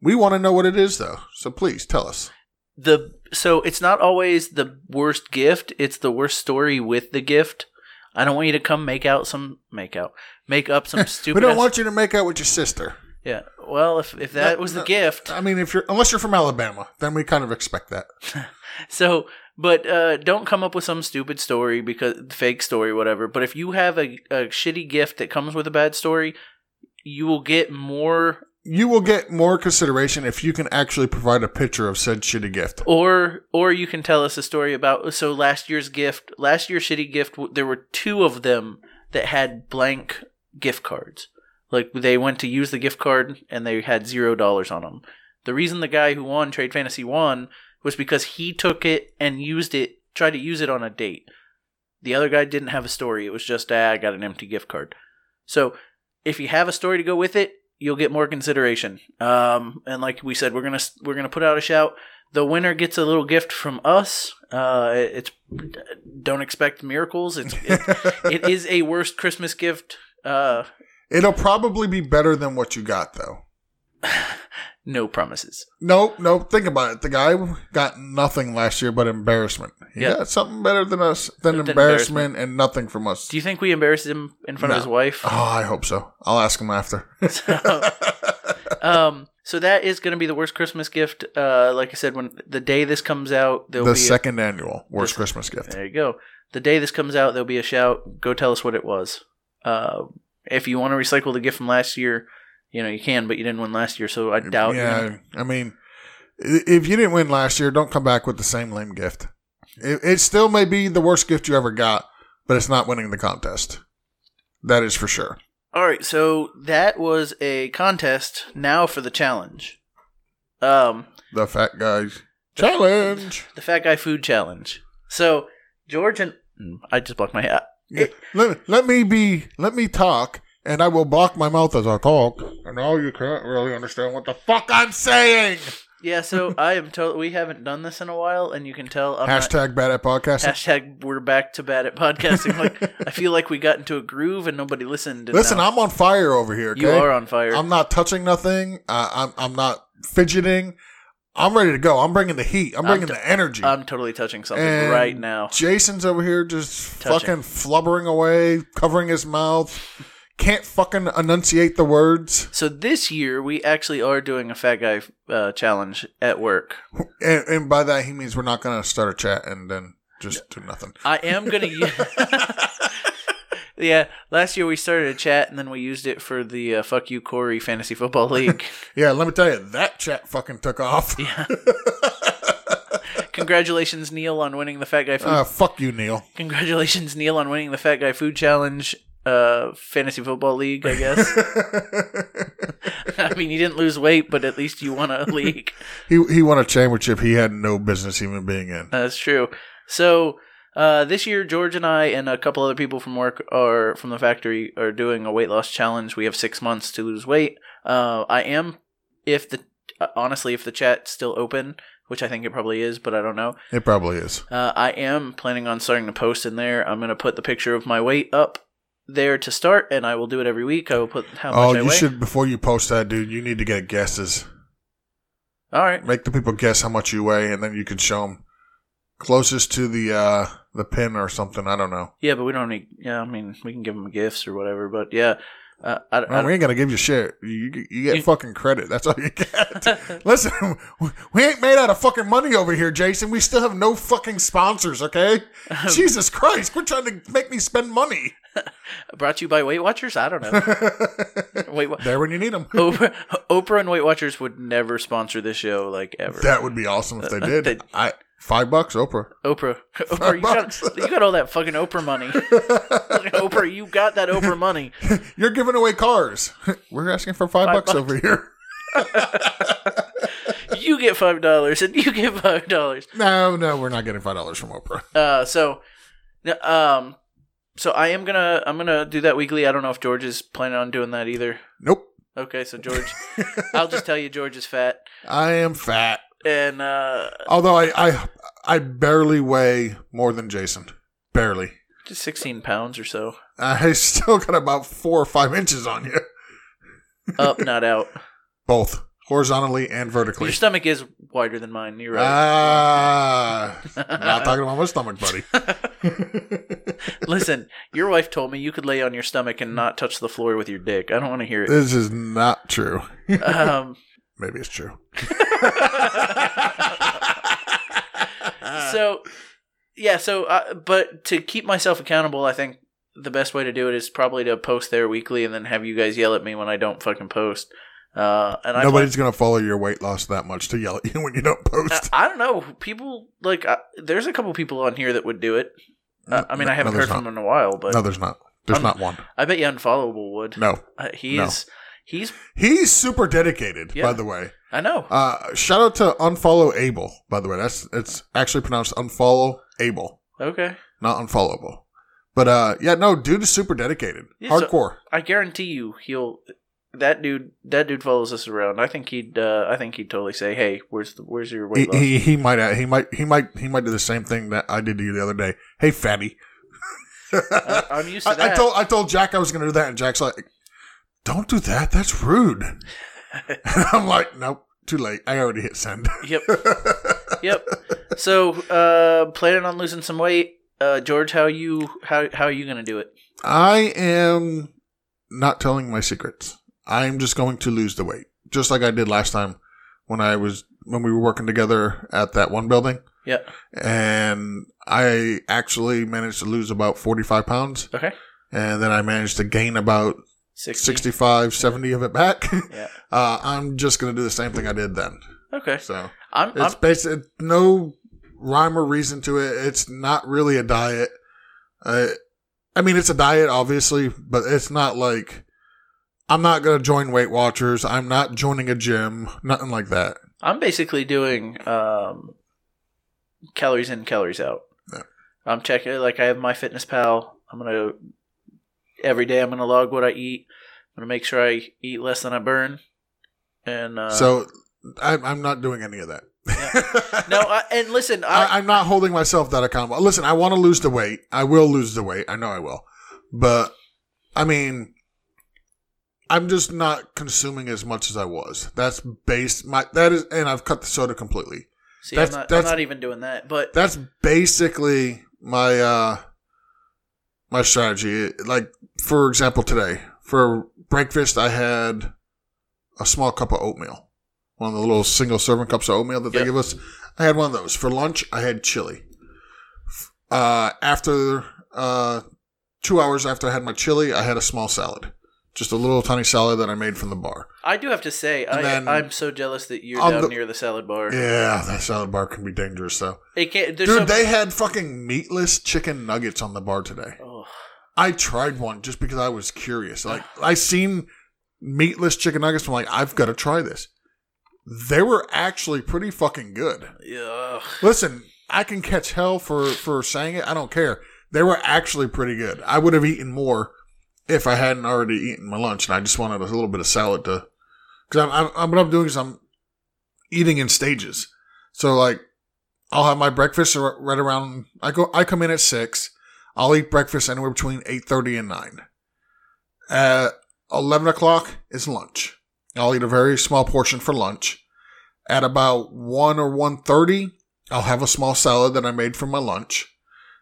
B: We want to know what it is, though, so please tell us.
A: the so it's not always the worst gift it's the worst story with the gift i don't want you to come make out some make out make up some stupid
B: [LAUGHS] We don't
A: ass-
B: want you to make out with your sister.
A: yeah well if, if that
B: No,
A: was the
B: no,
A: gift
B: I mean, if you're unless you're from Alabama, then we kind of expect that.
A: so but uh, don't come up with some stupid story because fake story whatever but if you have a, a shitty gift that comes with a bad story you will get more
B: You will get more consideration if you can actually provide a picture of said shitty gift.
A: or or you can tell us a story about so last year's gift last year's shitty gift w- there were two of them that had blank gift cards like they went to use the gift card and they had zero dollars on them the reason the guy who won trade fantasy won was because he took it and used it tried to use it on a date the other guy didn't have a story it was just ah, i got an empty gift card so if you have a story to go with it you'll get more consideration um, and like we said we're gonna s- we're gonna put out a shout The winner gets a little gift from us. Uh, it's don't expect miracles. It's
B: [LAUGHS]
A: it, it is a worst Christmas gift. Uh,
B: It'll probably be better than what you got, though.
A: no promises.
B: Nope, nope. Think about it. The guy got nothing last year but embarrassment. He
A: Yeah.
B: got something better than us, than,
A: Than
B: embarrassment, and nothing from us.
A: Do you think we embarrassed him in front of
B: No.
A: his wife?
B: [LAUGHS]
A: [LAUGHS]
B: Oh, I hope so. I'll ask him after. [LAUGHS]
A: Oh. um, so that is going to be the worst Christmas gift. Uh, like I said, when the day this comes out, there'll
B: the
A: be
B: second annual worst Christmas gift.
A: A, there you go. The day this comes out, there'll be a shout. Go tell us what it was. Uh, if you want to recycle the gift from last year, you know you can, but you didn't win last year, so I doubt. you're
B: yeah,
A: gonna-
B: I mean, i- if you didn't win last year, don't come back with the same lame gift. It, it still may be the worst gift you ever got, but it's not winning the contest. That is for sure.
A: All right, so that was a contest. Now for the challenge. Um,
B: The fat guys challenge.
A: the fat guy food challenge. So George and hmm, I just blocked my hat.
B: Yeah, let, let me be. Let me talk, and I will block my mouth as I talk. And now you can't really understand what the fuck I'm saying.
A: Yeah,
B: [LAUGHS]
A: so I am totally. We haven't done this in a while, and you can tell. I'm not-
B: Hashtag bad at podcasting.
A: hashtag we're back to bad at
B: [LAUGHS]
A: podcasting. like I feel like we got into a groove and nobody listened. and
B: Listen,
A: now
B: I'm on fire over here. Okay?
A: you are on fire.
B: I'm not touching nothing. Uh, I'm I'm not fidgeting. I'm ready to go. I'm bringing the heat. I'm bringing
A: t-
B: the energy.
A: I'm totally touching something
B: And
A: right now.
B: Jason's over here just
A: Touching.
B: fucking flubbering away, covering his mouth. Can't fucking enunciate the words.
A: So this year we actually are doing a fat guy uh, challenge at work.
B: And, and by that he means we're not gonna start a chat and then just do nothing.
A: I am gonna. u- [LAUGHS] yeah, last year we started a chat and then we used it for the uh, "fuck you, Corey" fantasy football league.
B: Yeah, let me tell you, that chat fucking took off.
A: Congratulations, Neil, on winning the fat guy food
B: [LAUGHS] Uh, fuck you, Neil. [LAUGHS]
A: Congratulations, Neil, on winning the Fat Guy Food Challenge uh, Fantasy Football League, I guess. [LAUGHS] I mean, you didn't lose weight, but at least you won a league.
B: He he won a championship he had no business even being in.
A: That's true. So uh, this year, George and I and a couple other people from work are from the factory are doing a weight loss challenge. We have six months to lose weight. Uh, I am, if the uh, honestly, if the chat's still open, which I think it probably is, but I don't know.
B: It probably is.
A: Uh, I am planning on starting to post in there. I'm going to put the picture of my weight up there to start, and I will do it every week. I will put how much
B: Oh,
A: I
B: you
A: weigh.
B: should before you post that, dude. You need to get guesses.
A: All right.
B: make the people guess how much you weigh, and then you can show them closest to the uh, the pin or something. I don't know.
A: Yeah, but we don't need. Yeah, I mean, we can give them gifts or whatever. But yeah, uh, I, I,
B: Man, we ain't gonna give you shit. You you get
A: You-
B: fucking credit. That's all
A: [LAUGHS]
B: you [LAUGHS] get. Listen, we- we ain't made out of fucking money over here, Jason. We still have no fucking sponsors. [LAUGHS] Okay, Jesus Christ, quit trying to make me spend money. [LAUGHS]
A: brought to you by Weight Watchers. I don't know. Wait, Wa-
B: There when you need them.
A: Oprah, Oprah and Weight Watchers would never sponsor this show, like ever.
B: That would be awesome if [LAUGHS] they did.
A: They-
B: I five bucks, Oprah.
A: Oprah, [LAUGHS] Oprah, you got,
B: bucks.
A: you got all that fucking Oprah money. Oprah, you got that Oprah money.
B: You're giving away cars. [LAUGHS] We're asking for five, bucks over here. [LAUGHS]
A: You get five dollars, and you get five dollars.
B: No, no, we're not getting five dollars from Oprah.
A: Uh, so, n- um, so I am gonna I'm gonna do that weekly. I don't know if George is planning on doing that either.
B: Nope.
A: Okay, so George, I'll just tell you George is fat,
B: I am fat.
A: and uh,
B: Although I, I I barely weigh more than Jason. Barely.
A: just 16 pounds or so.
B: I [LAUGHS] still got about four or five inches on you.
A: Up, not out.
B: Both. Horizontally and
A: Your
B: vertically.
A: stomach is wider than mine. You're right. [LAUGHS]
B: Ah, [LAUGHS] not talking about my stomach, buddy.
A: Listen, your wife told me you could lay on your stomach and not touch the floor with your dick. I don't want to hear it.
B: This is not true. [LAUGHS]
A: Um,
B: Maybe
A: [LAUGHS]
B: it's true.
A: so yeah so uh, but to keep myself accountable i think the best way to do it is probably to post there weekly and then have you guys yell at me when i don't fucking post uh, and I,
B: Nobody's gonna follow your weight loss that much to yell at you [LAUGHS] when you don't post.
A: I don't know people like I, there's a couple people on here that would do it uh, i mean
B: No,
A: i haven't
B: no,
A: heard
B: there's
A: from them in a while [LAUGHS] but
B: No, there's not. There's
A: I'm-
B: not one.
A: i bet you unfollowable would
B: No,
A: uh, he
B: no.
A: is he's
B: he's super dedicated.
A: Yeah.
B: By the way,
A: i know
B: Uh, shout out to unfollow Abel. By the way, that's it's actually pronounced unfollow Abel,
A: okay
B: not unfollowable. But uh, yeah, no, dude is super dedicated,
A: Yeah, so-
B: hardcore.
A: i guarantee you he'll that dude that dude follows us around. I think he'd uh, I think he'd totally say, "Hey, where's the where's your
B: He,
A: weight loss?"
B: he he might uh, he might he might he might do the same thing that I did to you the other day. Hey, fatty.
A: I, I'm used to
B: [LAUGHS] I,
A: that.
B: I told I told Jack I was going to do that, and Jack's like, "Don't do that. That's rude." [LAUGHS] and I'm like, "Nope, too late. I already hit send." [LAUGHS]
A: Yep. yep. So, uh, planning on losing some weight, uh, George. How you how how are you gonna do it?
B: I am not telling my secrets. I'm just going to lose the weight, just like I did last time when I was when we were working together at that one building,
A: Yeah.
B: and I actually managed to lose about 45 pounds,
A: Okay.
B: and then I managed to gain about
A: 60.
B: 65, 70 of it back.
A: Yeah.
B: [LAUGHS] Uh, I'm just going to do the same thing I did then.
A: Okay.
B: So
A: I'm, I'm
B: it's basically no rhyme or reason to it. It's not really a diet. Uh, I mean, it's a diet, obviously, but it's not like I'm not going to join Weight Watchers. I'm not joining a gym. Nothing like that.
A: I'm basically doing um, calories in, calories out.
B: Yeah.
A: I'm checking like I have my Fitness Pal. I'm gonna every day. I'm gonna log what I eat. I'm gonna make sure I eat less than I burn. And uh,
B: so I'm, I'm not doing any of that.
A: no, I, and listen, I,
B: I, I'm not holding myself that accountable. Listen, I want to lose the weight. I will lose the weight. I know I will. But I mean, I'm just not consuming as much as I was. That's based my that is, and I've cut the soda completely.
A: see, I'm
B: that's-
A: not, I'm
B: that's-
A: not even doing that. But
B: that's basically my uh my strategy like for example today for breakfast i had a small cup of oatmeal one of the little single serving cups of oatmeal that they
A: Yeah.
B: give us i had one of those for lunch i had chili uh after uh two hours after i had my chili i had a small salad just a little tiny salad that i made from the bar
A: I do have to say, I,
B: then-
A: I'm so jealous that you're
B: On
A: down
B: the-
A: near the salad bar.
B: yeah that salad bar can be dangerous though
A: It can't. There's
B: dude
A: so,
B: they had fucking meatless chicken nuggets on the bar today
A: oh,
B: I tried one just because I was curious. Like I seen meatless chicken nuggets. I'm like, I've got to try this. They were actually pretty fucking good.
A: yeah.
B: Listen, I can catch hell for for saying it. I don't care. They were actually pretty good. I would have eaten more if I hadn't already eaten my lunch, and I just wanted a little bit of salad to. Because I'm, I'm what I'm doing is I'm eating in stages. So like, I'll have my breakfast ar- right around. I go. I come in at six. I'll eat breakfast anywhere between eight thirty and nine. At eleven o'clock is lunch. I'll eat a very small portion for lunch. At about one or one thirty, I'll have a small salad that I made for my lunch.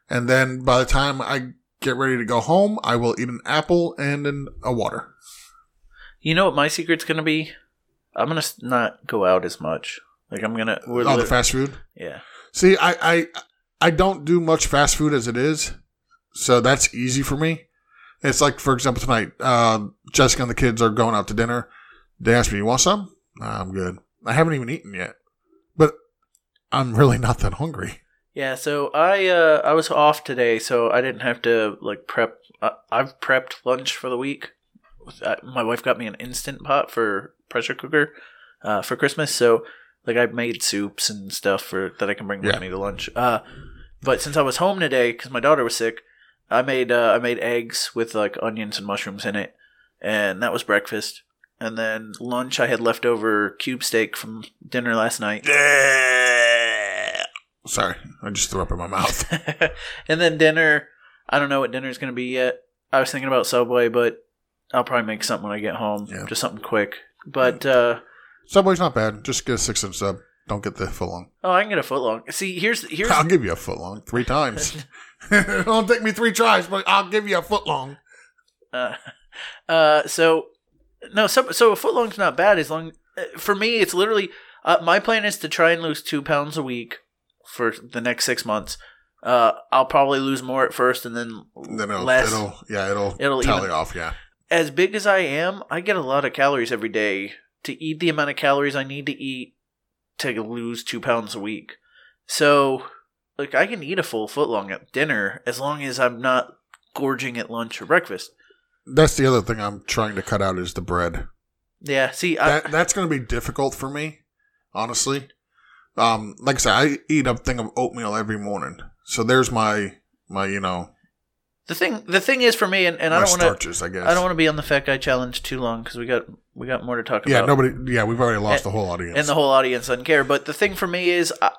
B: And then by the time I get ready to go home, I will eat an apple and an, a water.
A: You know what my secret's gonna be? I'm gonna s- not go out as much. Like I'm gonna. We're
B: All Oh, the
A: lit-
B: fast food.
A: yeah.
B: See, I, I I don't do much fast food as it is, so that's easy for me. It's like, for example, tonight, uh, Jessica and the kids are going out to dinner. They asked me, "You want some?" Nah, I'm good. I haven't even eaten yet, but I'm really not that hungry.
A: Yeah. So I uh I was off today, so I didn't have to like prep. Uh, I've prepped lunch for the week. Uh, My wife got me an instant pot for pressure cooker, uh, for Christmas. So like I made soups and stuff for that I can bring
B: Yeah.
A: with me to lunch. Uh, but since I was home today because my daughter was sick, I made uh, I made eggs with like onions and mushrooms in it, and that was breakfast. And then lunch, I had leftover cube steak from dinner last night.
B: Sorry, I just threw up in my mouth.
A: [LAUGHS] and then dinner, I don't know what dinner's going to be yet. I was thinking about Subway, but I'll probably make something when I get home.
B: Yeah.
A: Just something quick. But, uh,
B: Subway's not bad. Just get a six inch sub. Don't get the foot long.
A: oh, I can get a foot long. See, here's, here's,
B: I'll give you a foot long
A: [LAUGHS]
B: three times. [LAUGHS] it won't take me three tries, but I'll give you a foot long.
A: uh, [LAUGHS] uh, so, no, so, so a foot long's not bad as long, uh, for me, it's literally, uh, my plan is to try and lose two pounds a week for the next six months. Uh, I'll probably lose more at first and then
B: Then it'll,
A: less.
B: it'll yeah, it'll,
A: It'll
B: tally
A: even-
B: off. Yeah.
A: as big as I am, I get a lot of calories every day to eat the amount of calories I need to eat to lose two pounds a week. So, like, I can eat a full foot long at dinner as long as I'm not gorging at lunch or breakfast.
B: That's the other thing I'm trying to cut out is the bread.
A: Yeah, see, I,
B: That that's going to be difficult for me, honestly. Um, like I said, I eat a thing of oatmeal every morning, so there's my my you know
A: The thing, the thing is for me, and, and I
B: Less
A: don't want to,
B: starches, I guess.
A: I don't want to be on the fat guy challenge too long because we got we got more to talk
B: yeah,
A: about.
B: nobody. Yeah, we've already lost the whole audience.
A: and the whole audience doesn't care. But the thing for me is, I,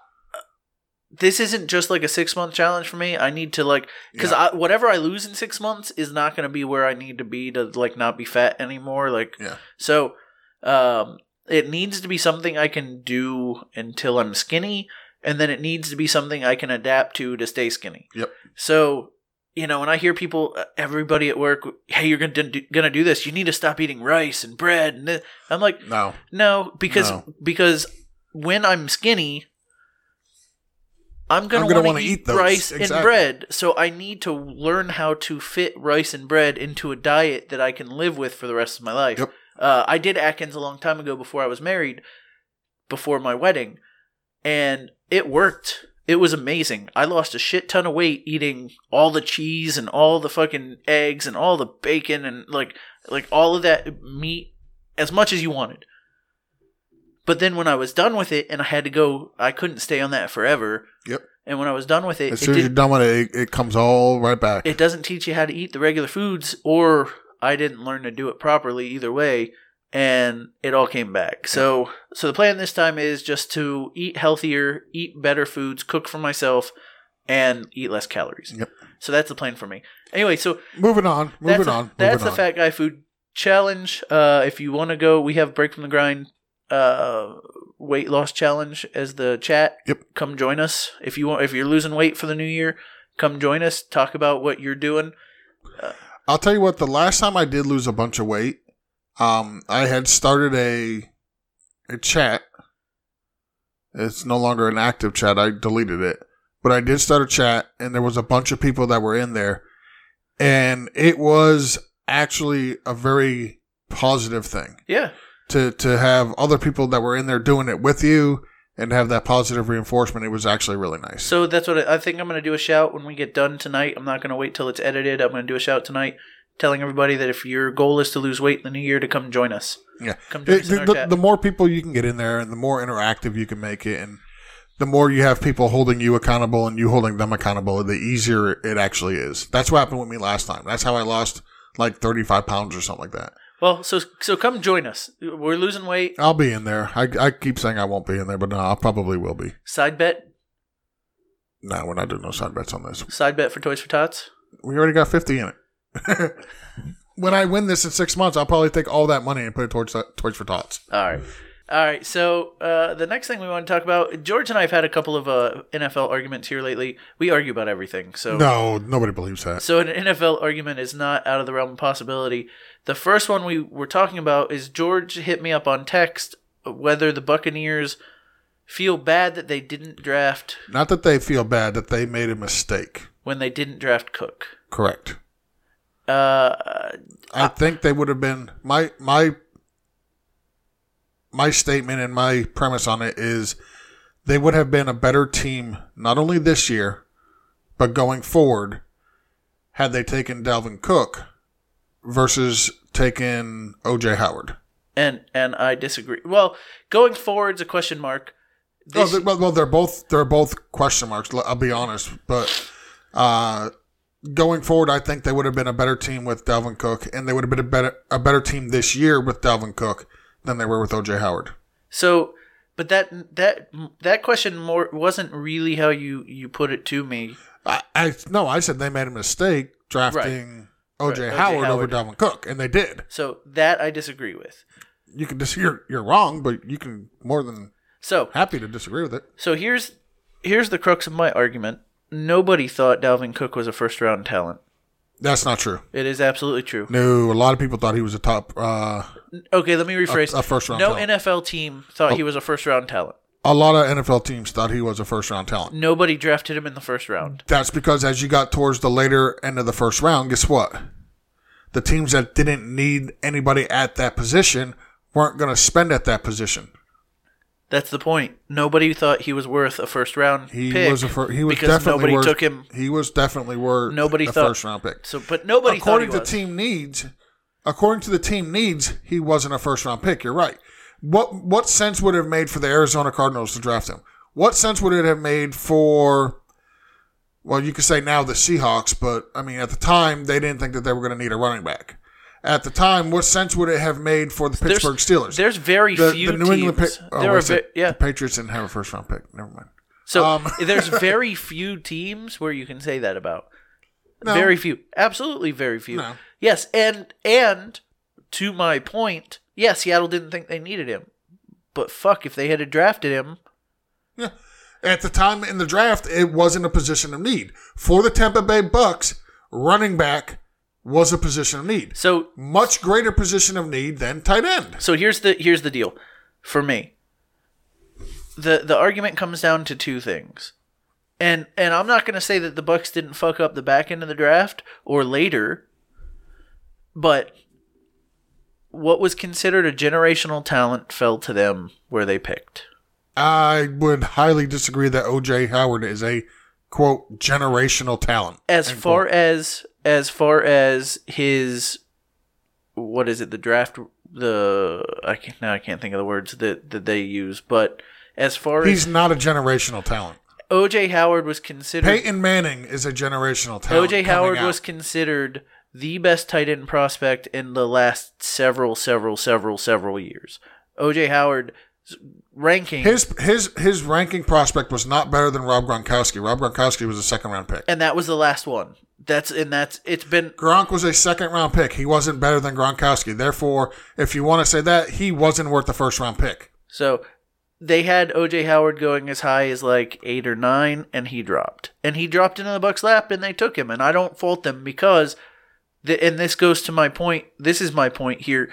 A: this isn't just like a six month challenge for me. I need to like because I whatever I lose in six months is not going to be where I need to be to like not be fat anymore. Like
B: Yeah.
A: so, um, it needs to be something I can do until I'm skinny, and then it needs to be something I can adapt to to stay skinny.
B: Yep.
A: So. You know, when I hear people, uh, everybody at work, hey, you're gonna do, gonna do this. You need to stop eating rice and bread. And this. I'm like,
B: no,
A: no, because
B: No.
A: because when I'm skinny, I'm gonna,
B: I'm gonna
A: want
B: wanna
A: to
B: eat
A: eat,
B: those.
A: rice
B: Exactly.
A: and bread. So I need to learn how to fit rice and bread into a diet that I can live with for the rest of my life.
B: Yep.
A: Uh, I did Atkins a long time ago before I was married, before my wedding, and it worked. It was amazing. I lost a shit ton of weight eating all the cheese and all the fucking eggs and all the bacon and like like all of that meat as much as you wanted. But then when I was done with it and I had to go, I couldn't stay on that forever.
B: Yep.
A: And when I was done with it,
B: as
A: it,
B: soon as you're
A: did,
B: done with it, it, it comes all right back.
A: it doesn't teach you how to eat the regular foods, or I didn't learn to do it properly either way, and it all came back. So, so the plan this time is just to eat healthier, eat better foods, cook for myself, and eat less calories.
B: Yep.
A: So that's the plan for me. Anyway, so
B: moving on, moving
A: that's a-
B: on,
A: that's
B: moving
A: the fat guy food challenge. Uh, if you want to go, we have break from the grind uh, weight loss challenge as the chat.
B: Yep.
A: Come join us if you want. If you're losing weight for the new year, come join us. Talk about what you're doing.
B: I'll tell you what. The last time I did lose a bunch of weight, um, I had started a a chat. It's no longer an active chat. I deleted it, but I did start a chat, and there was a bunch of people that were in there, and it was actually a very positive thing
A: Yeah.
B: to to have other people that were in there doing it with you and have that positive reinforcement. It was actually really nice.
A: So that's what I, I think. I'm gonna do a shout when we get done tonight. I'm not gonna wait till it's edited. I'm gonna do a shout tonight, telling everybody that if your goal is to lose weight in the new year, to come join us.
B: Yeah.
A: Come join
B: It-
A: us in
B: the,
A: our
B: the,
A: chat.
B: the more people you can get in there and the more interactive you can make it and the more you have people holding you accountable and you holding them accountable the easier it actually is that's what happened with me last time that's how i lost like 35 pounds or something like that
A: well, so so come join us. We're losing weight.
B: i'll be in there i, I keep saying i won't be in there but no i probably will be
A: Side bet.
B: no we're not doing no side bets on this
A: Side bet for Toys for Tots.
B: we already got 50 in it [LAUGHS] when i win this in six months i'll probably take all that money and put it towards uh, towards for tots
A: All right. All right. So uh, the next thing we want to talk about, George and I have had a couple of uh, NFL arguments here lately. We argue about everything. So
B: no nobody believes that
A: so an NFL argument is not out of the realm of possibility. The first one we were talking about is George hit me up on text whether the Buccaneers feel bad that they didn't draft
B: not that they feel bad that they made a mistake
A: when they didn't draft Cook.
B: correct
A: Uh,
B: I think they would have been my my my statement and my premise on it is they would have been a better team not only this year but going forward had they taken Dalvin Cook versus taken OJ Howard.
A: and and I disagree. Well, going forward's a question mark.
B: Oh,
A: This,
B: they, well, well, they're both they're both question marks. l- I'll be honest, but uh, going forward, I think they would have been a better team with Dalvin Cook, and they would have been a better a better team this year with Dalvin Cook than they were with OJ Howard.
A: So, but that that that question more wasn't really how you you put it to me.
B: I, I no, I said they made a mistake
A: Right,
B: drafting OJ
A: O.J.
B: Howard, over
A: Howard.
B: Dalvin Cook, and they did.
A: So that I disagree with.
B: You can dis- you're you're wrong, but you can more than
A: So
B: happy to disagree with it.
A: so here's here's the crux of my argument. Nobody thought Dalvin Cook was a first round talent.
B: That's not true.
A: It is absolutely true.
B: No, a lot of people thought he was a top. Uh,
A: Okay, let me rephrase.
B: A- a first-round
A: No
B: talent. Oh.
A: NFL team thought he was a first round talent.
B: a lot of NFL teams thought he was a first round talent.
A: Nobody drafted him in the first round.
B: That's because as you got towards the later end of the first round, guess what? The teams that didn't need anybody at that position weren't going to spend at that position.
A: That's the point. Nobody thought he was worth a first round
B: He
A: pick.
B: was a fir- he was
A: because nobody
B: definitely worth-
A: took him.
B: He was definitely worth
A: Nobody
B: a
A: thought-
B: first round pick.
A: So, but nobody
B: according
A: thought he
B: to
A: was.
B: team needs, according to the team needs, he wasn't a first round pick. You're right. What what sense would it have made for the Arizona Cardinals to draft him? What sense would it have made for well, you could say now the Seahawks, but I mean, at the time, they didn't think that they were going to need a running back. At the time, what sense would it have made for the
A: There's-
B: Pittsburgh Steelers?
A: There's very
B: the,
A: few
B: the New England,
A: teams.
B: pa- oh,
A: there
B: wait
A: are
B: a sec.
A: ve- yeah.
B: the Patriots didn't have a first round pick. Never mind.
A: So
B: Um,
A: there's very few teams where you can say that about.
B: No.
A: Very few. Absolutely very few.
B: No.
A: Yes, and and to my point, yeah, Seattle didn't think they needed him. But fuck, if they had drafted him,
B: Yeah. At the time in the draft, it wasn't a position of need. For the Tampa Bay Bucks, running back was a position of need.
A: so
B: Much greater position of need than tight end.
A: so here's the here's the deal for me the the argument comes down to two things and and i'm not going to say that the bucks didn't fuck up the back end of the draft or later but what was considered a generational talent fell to them where they picked
B: I would highly disagree that OJ Howard is a quote generational talent.
A: as far as as far as his what is it the draft the i can't now i can't think of the words that that they use but as far
B: He's
A: as
B: not a generational talent.
A: oj howard was considered
B: Peyton Manning is a generational talent.
A: OJ
B: coming
A: Howard
B: out.
A: was considered the best tight end prospect in the last several, several, several, several years. OJ Howard's ranking,
B: his his his ranking prospect was not better than Rob Gronkowski. Rob Gronkowski was a second round pick.
A: and that was the last one. That's and that's it's been
B: Gronk was a second round pick. He wasn't better than Gronkowski. Therefore, if you want to say that, he wasn't worth the first round pick.
A: so. They had OJ Howard going as high as like eight or nine, and he dropped, and he dropped into the Bucks' lap, and they took him. And I don't fault them because, th- and this goes to my point. This is my point here.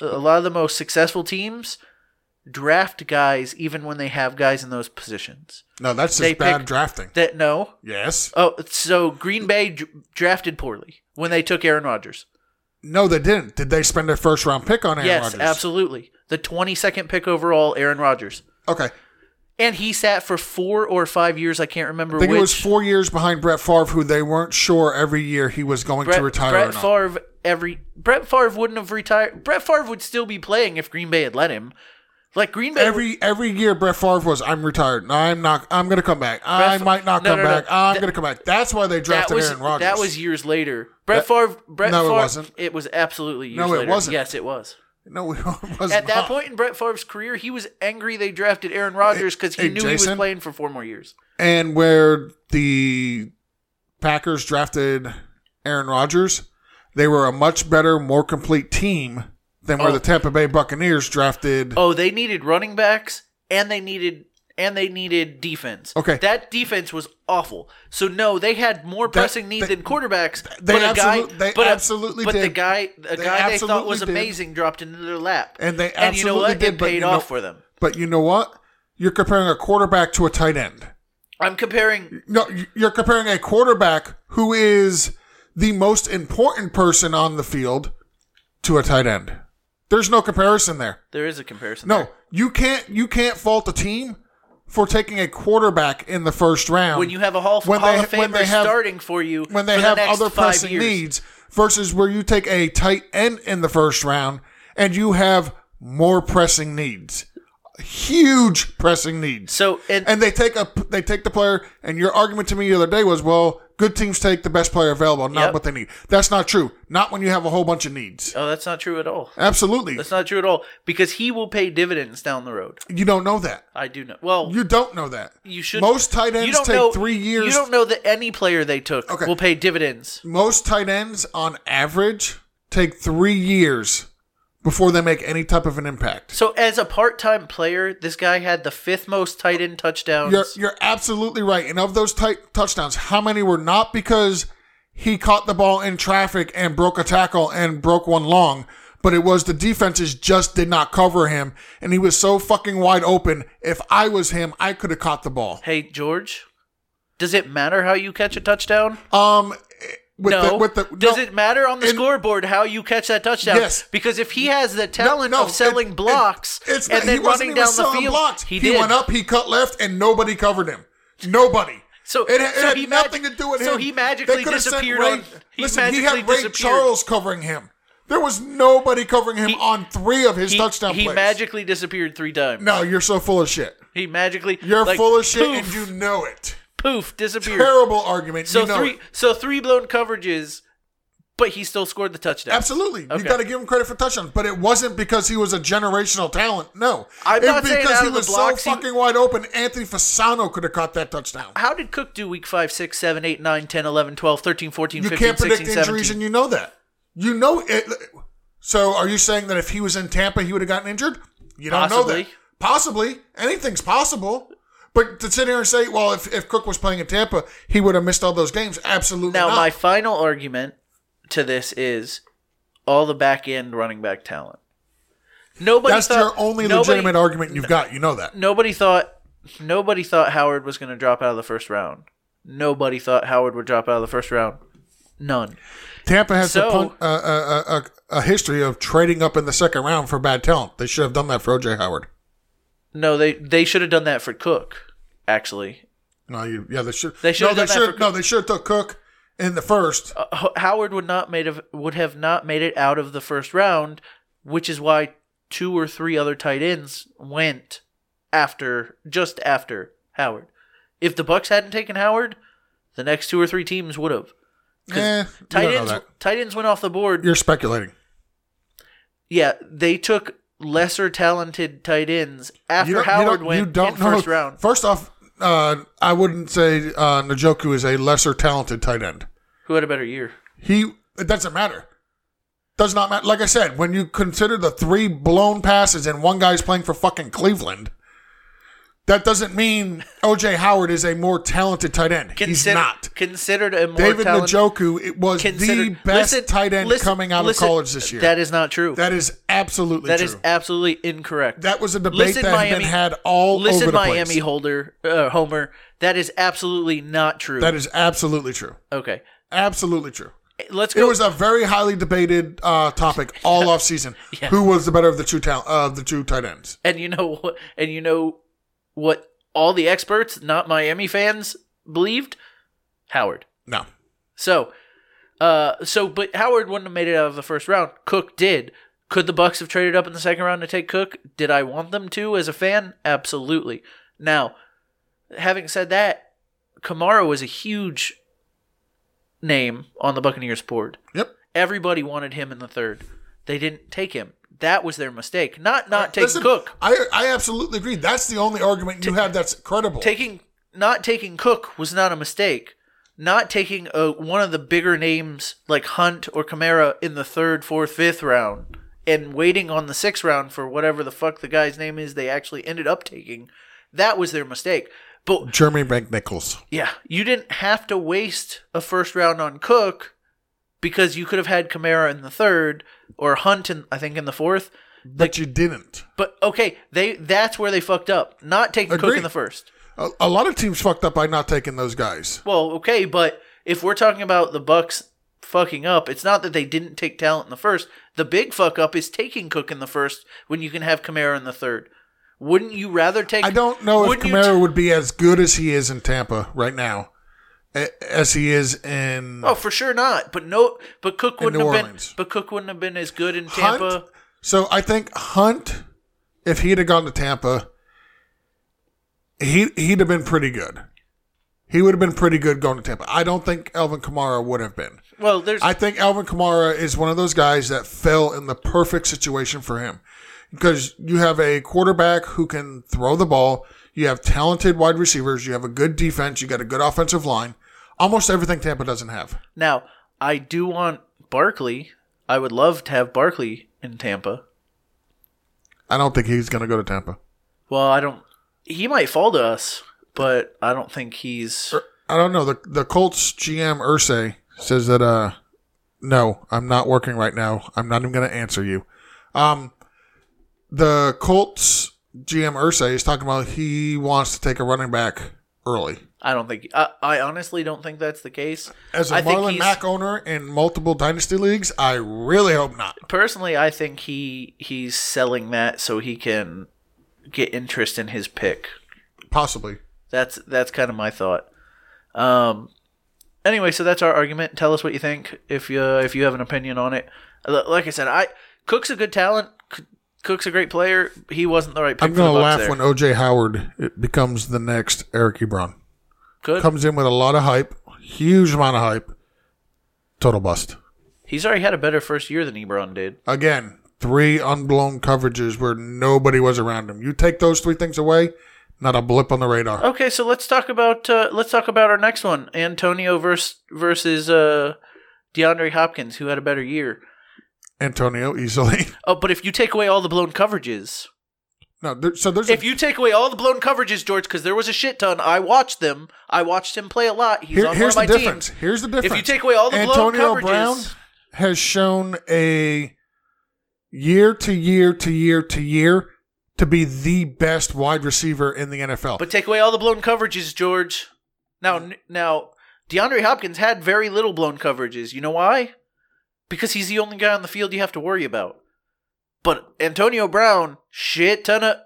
A: A lot of the most successful teams draft guys even when they have guys in those positions.
B: No, that's just
A: They
B: bad
A: pick-
B: drafting.
A: That no.
B: Yes.
A: Oh, so Green Bay d- drafted poorly when they took Aaron Rodgers.
B: No, they didn't. Did they spend their first round pick on Aaron
A: yes,
B: Rodgers?
A: absolutely. The 22nd pick overall, Aaron Rodgers,
B: Okay.
A: and he sat for four or five years. I can't remember
B: I think
A: which.
B: it was four years behind Brett Favre, who they weren't sure every year he was going
A: Brett,
B: to retire or
A: Brett
B: not.
A: Favre. Every Brett Favre wouldn't have retired. Brett Favre would still be playing if Green Bay had let him. Like Green Bay.
B: Every every year Brett Favre was, I'm retired. No, I'm not. I'm going to come back. I
A: Fa-
B: might not
A: No,
B: come
A: no, no.
B: back. I'm
A: That-
B: going to come back. That's why they
A: that
B: drafted
A: was
B: Aaron Rodgers.
A: that was years later. Brett Favre. Brett
B: no, it
A: Favre,
B: wasn't.
A: It was absolutely years
B: No, it
A: later.
B: wasn't.
A: Yes, it was.
B: no, [LAUGHS] it was
A: At that
B: not.
A: point in Brett Favre's career, he was angry they drafted Aaron Rodgers because he
B: hey,
A: knew he was
B: Jason?
A: playing for four more years.
B: and where the Packers drafted Aaron Rodgers, they were a much better, more complete team than where
A: Oh.
B: the Tampa Bay Buccaneers drafted.
A: Oh, they needed running backs and they needed and they needed defense.
B: Okay.
A: That defense was awful. So no, they had more pressing need
B: they-
A: than quarterbacks.
B: they
A: but a guy,
B: absolute- they
A: but a-
B: absolutely
A: but the
B: did.
A: guy a
B: They
A: guy they thought was
B: absolutely did.
A: amazing dropped into their lap.
B: And they
A: and you know what?
B: absolutely did,
A: it
B: but
A: paid
B: you know-
A: off for them.
B: But you know what? You're comparing a quarterback to a tight end.
A: I'm comparing
B: No, y- you're comparing a quarterback who is the most important person on the field to a tight end. There's no comparison there.
A: there is a comparison.
B: No,
A: there.
B: you can't you can't fault a team for taking a quarterback in the first round
A: When you have a Hall,
B: um, When
A: Hall
B: they-
A: of Famer
B: when they have-
A: starting for you
B: when they
A: for
B: have
A: the next
B: other
A: five
B: pressing
A: years.
B: needs versus where you take a tight end in the first round and you have more pressing needs huge pressing needs
A: So and,
B: and they take a they take the player and your argument to me the other day was well good teams take the best player available not
A: Yep.
B: what they need that's not true not when you have a whole bunch of needs
A: oh, that's not true at all.
B: absolutely
A: That's not true at all because he will pay dividends down the road.
B: you don't know that
A: I do know. Well,
B: you don't know that
A: you should.
B: most tight
A: you
B: ends
A: don't
B: take
A: know-
B: three years
A: You don't know that any player they took
B: Okay.
A: will pay dividends.
B: most tight ends on average take three years before they make any type of an impact.
A: So, as a part-time player, this guy had the fifth most tight end touchdowns.
B: You're you're absolutely right. And of those tight touchdowns, how many were not because he caught the ball in traffic and broke a tackle and broke one long, but it was the defenses just did not cover him and he was so fucking wide open. If I was him, I could have caught the ball.
A: hey, George, does it matter how you catch a touchdown?
B: Um with
A: no.
B: the with the
A: does
B: no,
A: it matter on the
B: And-
A: scoreboard how you catch that touchdown?
B: Yes.
A: Because if he has the talent
B: no,
A: of selling
B: it- it-
A: blocks
B: It's
A: and
B: not,
A: then
B: he wasn't
A: running
B: even
A: down the
B: selling
A: field,
B: blocks.
A: he
B: He,
A: did.
B: went up, he cut left, and nobody covered him. Nobody.
A: So-
B: it, ha- it
A: so
B: had
A: he mag-
B: nothing to do with
A: so
B: him.
A: he magically
B: They coulda sent
A: disappeared
B: Ray,
A: on- he
B: listen, he had
A: magically
B: Ray
A: disappeared.
B: Charles covering him. There was nobody covering him
A: He-
B: on three of his
A: He-
B: touchdown
A: he
B: plays.
A: magically disappeared three times.
B: no, you're so full of shit.
A: He magically
B: You're
A: like,
B: full of shit,
A: poof.
B: and you know it.
A: poof, disappeared.
B: Terrible argument.
A: So
B: you know
A: three,
B: it.
A: so three blown coverages, but he still scored the touchdown.
B: Absolutely.
A: Okay.
B: You got to give him credit for touchdowns, but it wasn't because he was a generational talent. No.
A: I'm
B: it
A: not saying
B: because
A: out
B: he
A: of the
B: was
A: blocks, he-
B: so fucking wide open. Anthony Fasano could have caught that touchdown.
A: How did Cook do week 5, 6, 7, 8, 9, 10, 11, 12, 13, 14,
B: You
A: 15,
B: can't predict
A: 16,
B: injuries
A: 17?
B: and you know that. You know it. So are you saying that if he was in Tampa, he would have gotten injured? You don't know
A: Possibly.
B: that. Possibly. Anything's possible. But to sit here and say, well, if, if Cook was playing in Tampa, he would have missed all those games. Absolutely
A: Now,
B: not.
A: my final argument to this is all the back end running back talent. Nobody
B: That's
A: thought,
B: your only
A: nobody-
B: legitimate argument you've got. You know that.
A: Nobody thought nobody thought Howard was going to drop out of the first round. Nobody thought Howard would drop out of the first round. None.
B: Tampa has
A: So-
B: a, pun- uh, uh, uh, a, a history of trading up in the second round for bad talent. They should have done that for OJ Howard.
A: No, they they should have done that for Cook. Actually,
B: No, you, yeah, they should.
A: They should
B: no,
A: have
B: they
A: done that
B: should.
A: for-
B: No, they should have took Cook in the first.
A: uh, Ho- Howard would not made of, would have not made it out of the first round, which is why two or three other tight ends went after just after Howard. If the Bucks hadn't taken Howard, the next two or three teams would have. 'Cause
B: Eh, you
A: tight
B: don't know
A: ends
B: that.
A: tight ends went off the board.
B: You're speculating.
A: Yeah, they took lesser talented tight ends after
B: you don't, you
A: Howard
B: don't,
A: went
B: you don't
A: in
B: know.
A: first round.
B: First off, uh, I wouldn't say uh, Njoku is a lesser talented tight end.
A: Who had a better year?
B: He it doesn't matter. Does not matter. Like I said, when you consider the three blown passes and one guy's playing for fucking Cleveland, that doesn't mean OJ Howard is a more talented tight end. He's
A: Consider-
B: not.
A: considered a more
B: David
A: talented.
B: Njoku it was the
A: considered-
B: best
A: Listen-
B: tight end
A: listen-
B: coming out
A: listen,
B: of college this year.
A: That is not true.
B: that is absolutely
A: That
B: true.
A: is absolutely incorrect.
B: that was a debate
A: Listen,
B: that had
A: Miami-
B: been had all
A: Listen,
B: over the
A: Miami
B: place.
A: Holder uh, Homer. That is absolutely not true.
B: That is absolutely true.
A: okay.
B: Absolutely true.
A: Let's
B: It
A: go.
B: was a very highly debated
A: [LAUGHS]
B: uh, topic all off season. Who was the better of the two talent of the two tight ends?
A: and you know what? And you know what? All the experts, not Miami fans, believed Howard.
B: No.
A: So, uh, so but Howard wouldn't have made it out of the first round. Cook did. Could the Bucks have traded up in the second round to take Cook? Did I want them to as a fan? Absolutely. Now, having said that, Kamara was a huge name on the Buccaneers board.
B: Yep.
A: Everybody wanted him in the third. They didn't take him. That was their mistake. Not not taking
B: Uh, Listen,
A: Uh, Cook.
B: I I absolutely agree. That's the only argument you have that's credible.
A: Taking not taking Cook was not a mistake. Not taking uh one of the bigger names like Hunt or Kamara in the third, fourth, fifth round, and waiting on the sixth round for whatever the fuck the guy's name is they actually ended up taking, that was their mistake. But
B: Jeremy Bank Nichols.
A: yeah, you didn't have to waste a first round on Cook because you could have had Kamara in the third or Hunt in I think in the fourth.
B: But you didn't.
A: But okay, they that's where they fucked up. Not taking Cook
B: Agreed.
A: in the first.
B: A, a lot of teams fucked up by not taking those guys.
A: Well, okay, but if we're talking about the Bucks fucking up, it's not that they didn't take talent in the first. The big fuck up is taking Cook in the first when you can have Kamara in the third. Wouldn't you rather take?
B: I don't know if
A: wouldn't you
B: Kamara
A: t-
B: would be as good as he is in Tampa right now, a- as he is in
A: oh, for sure not. But no, but Cook
B: In
A: wouldn't
B: New
A: have
B: Orleans.
A: been. But Cook wouldn't have been as good in
B: Hunt-
A: Tampa.
B: So I think Hunt, if he'd have gone to Tampa, he he'd have been pretty good. He would have been pretty good going to Tampa. I don't think Elvin Kamara would have been.
A: Well, there's
B: I think Alvin Kamara is one of those guys that fell in the perfect situation for him because you have a quarterback who can throw the ball. You have talented wide receivers. You have a good defense. You got a good offensive line. Almost everything Tampa doesn't have.
A: now I do want Barkley. I would love to have Barkley in Tampa.
B: I don't think he's going to go to Tampa.
A: Well, I don't. He might fall to us, but I don't think he's.
B: I don't know. The the Colts GM Ursay says that uh no, I'm not working right now. I'm not even gonna answer you. Um the Colts GM Ursay is talking about he wants to take a running back early.
A: I don't think. I, I honestly don't think that's the case.
B: As a
A: I think
B: Marlon
A: he's-
B: Mack owner in multiple dynasty leagues, I really hope not.
A: Personally, I think he he's selling that so he can get interest in his pick.
B: Possibly.
A: That's that's kind of my thought. Um. Anyway, so that's our argument. Tell us what you think if you if you have an opinion on it. L- Like I said, I Cook's a good talent. C- Cook's a great player. He wasn't the right pick.
B: I'm gonna
A: for the Bucs
B: laugh
A: there.
B: when OJ Howard becomes the next Eric Ebron.
A: Good.
B: Comes in with a lot of hype, huge amount of hype. Total bust.
A: He's already had a better first year than Ebron did.
B: Again, three unblown coverages where nobody was around him. You take those three things away, not a blip on the radar.
A: Okay, so let's talk about uh, let's talk about our next one: Antonio versus versus uh, DeAndre Hopkins, who had a better year.
B: Antonio easily. [LAUGHS]
A: Oh, but if you take away all the blown coverages,
B: no, there, so there's
A: if
B: a,
A: you take away all the blown coverages, George, because there was a shit ton. I watched them. I watched him play a lot. He's
B: here-
A: on
B: here's
A: one
B: the
A: of my
B: difference.
A: teams.
B: Here's the difference.
A: If you take away all the blown
B: Antonio
A: coverages,
B: Brown has shown a year to year to year to year to be the best wide receiver in the NFL.
A: but take away all the blown coverages, George.
B: Mm.
A: Now, now DeAndre Hopkins had very little blown coverages. You know why? Because he's the only guy on the field you have to worry about. But Antonio Brown, shit ton of,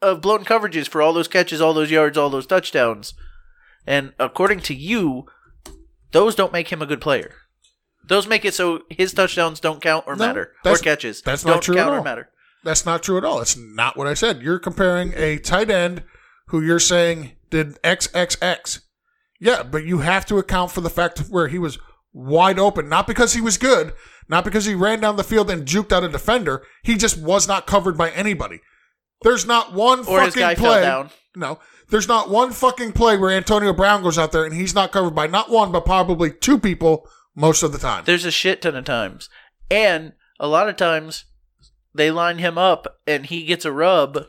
A: of blown coverages for all those catches, all those yards, all those touchdowns. And according to you, those don't make him a good player. Those make it so his touchdowns don't count or
B: No,
A: matter, or
B: that's-
A: catches
B: that's
A: don't
B: not true at
A: count or
B: all.
A: matter.
B: That's not true at all. It's not what I said. You're comparing a tight end who you're saying did XXX. Yeah, but you have to account for the fact where he was wide open, not because he was good, not because he ran down the field and juked out a defender. He just was not covered by anybody. There's not one
A: Or
B: fucking
A: his guy fell
B: play.
A: down.
B: No, there's not one fucking play where Antonio Brown goes out there and he's not covered by not one, but probably two people most of the time.
A: There's a shit ton of times. And a lot of times they line him up and he gets a rub.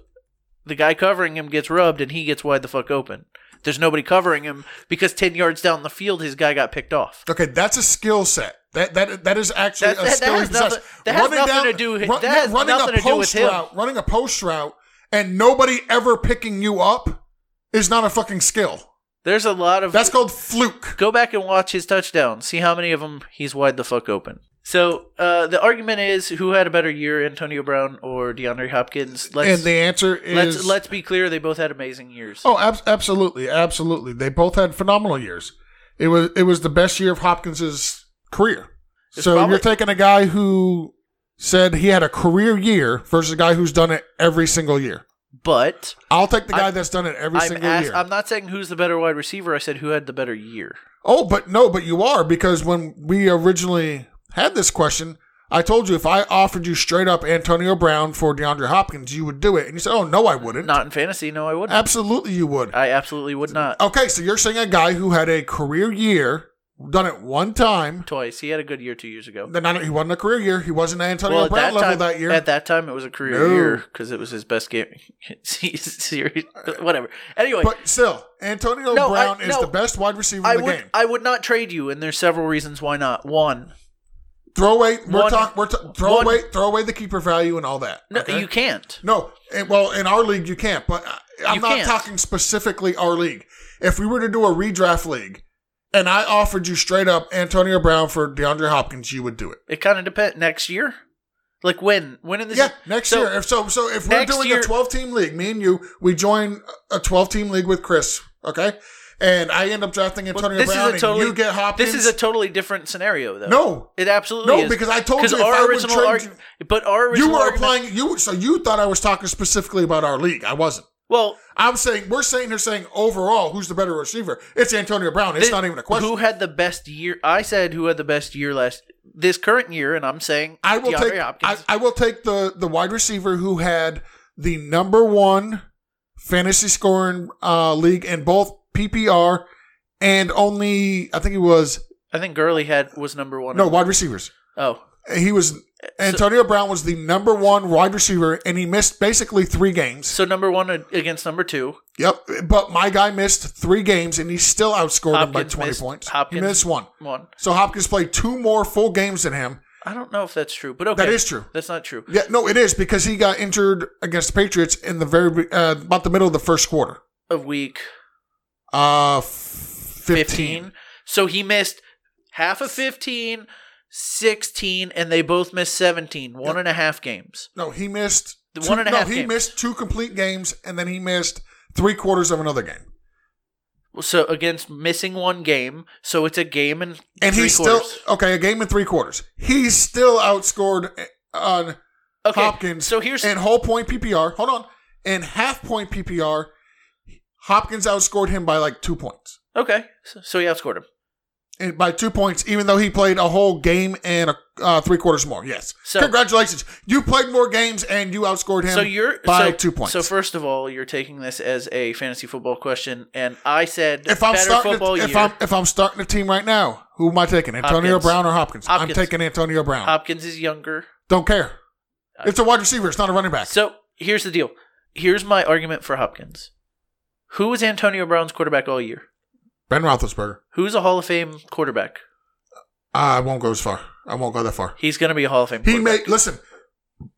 A: The guy covering him gets rubbed and he gets wide the fuck open. There's nobody covering him because 10 yards down the field his guy got picked off.
B: Okay, that's a skill set. That that that is
A: That-
B: actually a
A: that- that
B: skill
A: has
B: he possesses.
A: nothing- that has nothing to do- that has
B: running
A: nothing
B: a
A: to do with
B: post
A: him.
B: route, running a post route, and nobody ever picking you up is not a fucking skill.
A: There's a lot of
B: That's called fluke.
A: Go back and watch his touchdowns. See how many of them he's wide the fuck open. So uh, the argument is who had a better year, Antonio Brown or DeAndre Hopkins? Let's
B: and the answer is
A: let's let's be clear. They both had amazing years.
B: oh, ab- absolutely, absolutely. They both had phenomenal years. It was it was the best year of Hopkins's career.
A: It's
B: so
A: probably-
B: you're taking a guy who said he had a career year versus a guy who's done it every single year.
A: But
B: I'll take the guy
A: I'm-
B: that's done it every
A: I'm,
B: single
A: ask-
B: year.
A: I'm not saying who's the better wide receiver. I said who had the better year.
B: Oh, but no, but you are because when we originally had this question, I told you if I offered you straight up Antonio Brown for DeAndre Hopkins, you would do it. And you said, "Oh, no, I wouldn't."
A: Not in fantasy. No, I wouldn't.
B: Absolutely you would.
A: I absolutely would not.
B: Okay, so you're saying a guy who had a career year, done it one time,
A: Twice. He had a good year two years ago.
B: then I don't- he wasn't a career year. He wasn't an Antonio
A: Well, at
B: Brown
A: that,
B: level
A: time,
B: that year.
A: at that time, it was a career
B: No.
A: year because it was his best game [LAUGHS] series. Whatever. Anyway,
B: but still, Antonio
A: No, I-
B: Brown is
A: no.
B: the best wide receiver
A: I
B: in the
A: would
B: game.
A: I would not trade you, and there's several reasons why not. One,
B: Throw away, we're
A: One-
B: talking, we're ta- throw
A: one-
B: away, throw away the keeper value and all that.
A: no,
B: okay?
A: you can't.
B: No, and, well, in our league you can't. But I, I'm
A: You
B: not
A: can't.
B: talking specifically our league. If we were to do a redraft league, and I offered you straight up Antonio Brown for DeAndre Hopkins, you would do it.
A: It kind of depends. Next year, like when when in the
B: yeah, next
A: so-
B: year. If so, so if we're
A: Next
B: doing
A: year-
B: a 12 team league, me and you, we join a 12 team league with Chris. Okay, and I end up drafting
A: Well,
B: Antonio
A: this
B: Brown,
A: is a totally
B: and you get Hopkins.
A: this is a totally different scenario though.
B: No.
A: it absolutely
B: No,
A: is.
B: because I told
A: 'Cause
B: you if
A: our
B: I would
A: original
B: trade
A: argument, but our original
B: you were
A: argument-
B: applying you. So you thought I was talking specifically about our league. I wasn't.
A: Well,
B: I'm saying we're saying they're saying overall who's the better receiver. It's Antonio Brown. It's
A: thi-
B: not even a question.
A: Who had the best year? I said who had the best year last this current year, and I'm saying
B: I will
A: DeAndre
B: take. I,
A: Hopkins.
B: I will take the the wide receiver who had the number one fantasy scoring uh, league in both PPR and only I think it was
A: I, think Gurley had was number one.
B: no wide receivers.
A: Oh,
B: He was Antonio Brown was the number one wide receiver, and he missed basically three games.
A: so number one a- against number two.
B: Yep, but my guy missed three games, and he still outscored him by
A: Hopkins
B: twenty
A: missed-
B: points.
A: Hopkins-
B: He missed one,
A: One.
B: so Hopkins played two more full games than him.
A: I don't know if that's true, but okay,
B: That is true.
A: That's not true.
B: Yeah, no, it is because he got injured against the Patriots in the very uh, about the middle of the first quarter.
A: A week
B: Uh, f- 15.
A: fifteen. So he missed half of 15, 16, and they both missed 17. One and a half games.
B: No, he missed
A: The one and a
B: no,
A: half
B: he
A: games.
B: missed two complete games, and then he missed three quarters of another game.
A: So against missing one game, so it's a game and
B: And
A: three
B: he's still
A: quarters.
B: okay. A game in three quarters. He's still outscored uh, on
A: okay.
B: Hopkins.
A: So here's
B: and whole point PPR. Hold on, and half point PPR. Hopkins outscored him by like two points.
A: Okay, so, so he outscored him.
B: And by two points, even though he played a whole game and a, uh, three quarters more. Yes.
A: So-
B: Congratulations. You played more games and you outscored him
A: So you're
B: by
A: so,
B: two points.
A: So first of all, you're taking this as a fantasy football question, and I said
B: if I'm
A: better
B: starting,
A: football
B: a, if
A: year.
B: I'm if I'm starting a team right now, who am I taking? Antonio
A: Hopkins.
B: Brown or Hopkins?
A: Hopkins.
B: I'm taking Antonio Brown.
A: Hopkins is younger.
B: Don't care. It's a wide receiver. It's not a running back.
A: So here's the deal. Here's my argument for Hopkins. Who was Antonio Brown's quarterback all year?
B: ben Roethlisberger.
A: Who's a Hall of Fame quarterback?
B: I won't go as far. I won't go that far.
A: He's going to be a Hall of Fame.
B: He may
A: quarterback.
B: listen.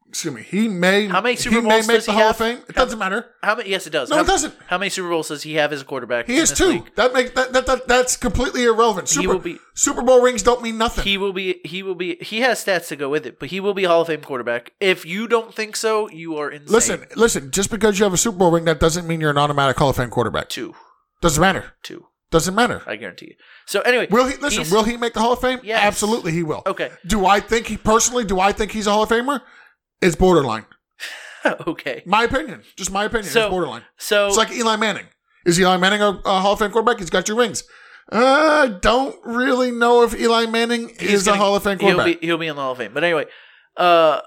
B: Excuse me. He may.
A: How many Super
B: he
A: Bowls
B: may make
A: does
B: the
A: he
B: Hall
A: have?
B: of Fame. It
A: How-
B: doesn't matter.
A: How many? Yes, it does.
B: No,
A: how,
B: it doesn't.
A: How many Super Bowls does he have as a quarterback?
B: He
A: in
B: has
A: this
B: two.
A: league?
B: That make that, that, that that's completely irrelevant. Super,
A: will be-
B: Super Bowl rings don't mean nothing.
A: He will be. He will be. He has stats to go with it, but he will be a Hall of Fame quarterback. If you don't think so, you are insane.
B: listen, listen. Just because you have a Super Bowl ring, that doesn't mean you're an automatic Hall of Fame quarterback.
A: two,
B: Doesn't matter.
A: two.
B: Doesn't matter.
A: I guarantee you. So anyway,
B: Will he listen?
A: he's-
B: Will he make the Hall of Fame?
A: Yes.
B: Absolutely, he will.
A: Okay. [LAUGHS]
B: Do I think he personally? Do I think he's a Hall of Famer? It's borderline.
A: okay.
B: My opinion. Just my opinion.
A: So- oh.
B: it's borderline.
A: So
B: It's like Eli Manning. Is Eli Manning a, a Hall of Fame quarterback? He's got two rings. Uh, I don't really know if Eli Manning
A: he's
B: is
A: gonna-
B: a Hall of Fame quarterback.
A: He'll be, he'll be in the Hall of Fame. But anyway, uh,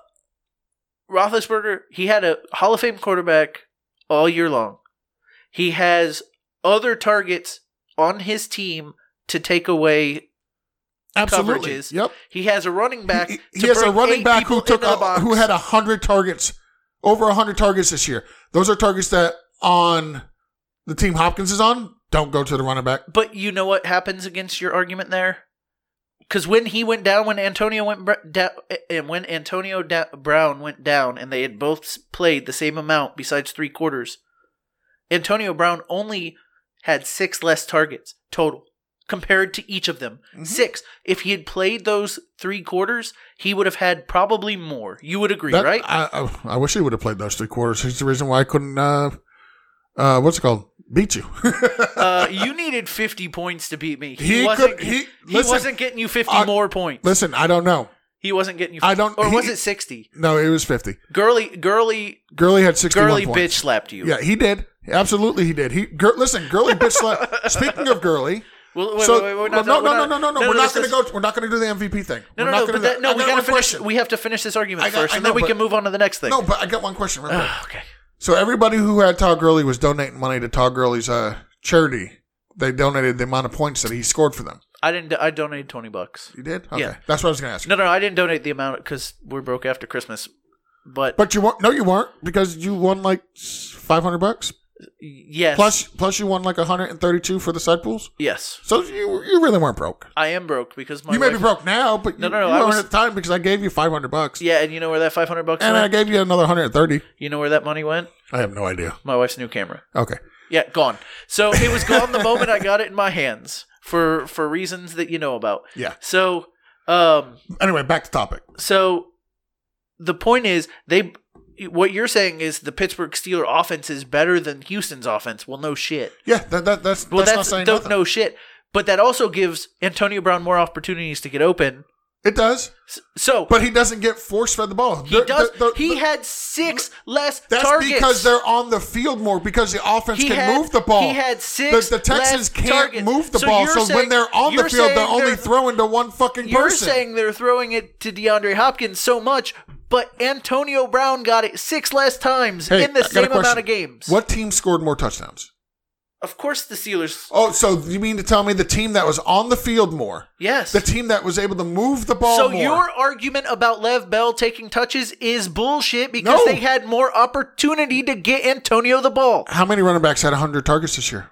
A: Roethlisberger, he had a Hall of Fame quarterback all year long. He has other targets on his team to take away
B: Absolutely.
A: coverages.
B: Yep.
A: He has a running back.
B: He,
A: to
B: he has a
A: bring
B: running
A: eight
B: back who
A: people
B: took
A: into the
B: a,
A: box.
B: who had a hundred targets, over a hundred targets this year. Those are targets that on the team Hopkins is on don't go to the running back.
A: But you know what happens against your argument there? Because when he went down, when Antonio went br- down, and when Antonio da- Brown went down, and they had both s- played the same amount besides three quarters, Antonio Brown only had six less targets total compared to each of them.
B: Mm-hmm.
A: Six. If he had played those three quarters, he would have had probably more. You would agree,
B: That- [LAUGHS]
A: right?
B: I, I, I wish he would have played those three quarters. He's the reason why I couldn't. Uh, uh, what's it called? Beat you. [LAUGHS]
A: uh, you needed fifty points to beat me.
B: He
A: wasn't.
B: could- he-
A: he
B: listen,
A: wasn't getting you fifty
B: I-
A: more points.
B: Listen, I don't know.
A: He wasn't getting you.
B: I don't-
A: Or was
B: he-
A: it sixty?
B: No, it was fifty.
A: Girly, girly,
B: Gurley had sixty-one
A: girly
B: points.
A: bitch slapped you.
B: Yeah, he did. Absolutely, he did. He Gur- listen,
A: [LAUGHS]
B: Gurley bitch slap. Speaking of Gurley,
A: Well, wait,
B: so
A: wait, wait, we're not,
B: no,
A: we're
B: no,
A: not-
B: no, no, no, no, we're not
A: this
B: going to
A: is-
B: go. We're not going to do the MVP thing.
A: No, no,
B: we're not
A: no.
B: gonna
A: But
B: do-
A: that, no,
B: I
A: we
B: got
A: gotta
B: one
A: finish.
B: question.
A: We have to finish this argument
B: I got-
A: first,
B: I
A: and
B: know,
A: then we
B: but-
A: can move on to the next thing.
B: No, but I got one question. Real quick.
A: [SIGHS] okay.
B: So everybody who had Todd Gurley was donating money to Todd Gurley's uh, charity. They donated the amount of points that he scored for them.
A: I didn't. I donated twenty bucks.
B: You did? Okay.
A: Yeah.
B: That's what I was going to ask.
A: No, no, I didn't donate the amount because we're broke after Christmas. But,
B: But you won. No, you weren't because you won like five hundred bucks
A: yes,
B: plus. Plus, you won like hundred and thirty-two for the side pools.
A: yes,
B: So you you really weren't broke.
A: I am broke because my
B: you may be
A: wife-
B: broke now, but
A: No,
B: you,
A: no, no,
B: you
A: I
B: weren't
A: was-
B: at the time because I gave you five hundred bucks.
A: Yeah, and you know where that five hundred bucks
B: And I
A: went?
B: gave you another hundred and thirty.
A: You know where that money went?
B: I have no idea.
A: My wife's new camera.
B: Okay.
A: Yeah, gone. So it was gone the moment I got it in my hands for for reasons that you know about.
B: Yeah.
A: So, um,
B: Anyway, back to topic.
A: so the point is they. What you're saying is the Pittsburgh Steeler offense is better than Houston's offense. Well, no shit.
B: Yeah, that, that that's
A: Well,
B: that's,
A: that's,
B: not saying
A: don't
B: nothing.
A: no shit. But that also gives Antonio Brown more opportunities to get open.
B: It does,
A: S- So
B: but he doesn't get force fed the ball.
A: he does. he had six less
B: that's
A: targets.
B: because they're on the field more because the offense
A: He
B: can
A: had-
B: move the ball.
A: He had six.
B: The, the Texans
A: less
B: can't
A: targets.
B: move the
A: So
B: ball,
A: you're
B: so
A: saying-
B: when they're on
A: you're
B: the field, they're
A: saying
B: only throwing to one fucking
A: You're
B: person.
A: saying they're throwing it to DeAndre Hopkins so much, but Antonio Brown got it six less times
B: Hey,
A: in the
B: I got a
A: same amount
B: question.
A: of games.
B: What team scored more touchdowns?
A: Of course, the Steelers.
B: Oh, so you mean to tell me the team that was on the field more,
A: Yes.
B: the team that was able to move the ball
A: so
B: more?
A: your argument about Lev Bell taking touches is bullshit because
B: No.
A: they had more opportunity to get Antonio the ball.
B: How many running backs had 100 targets this year?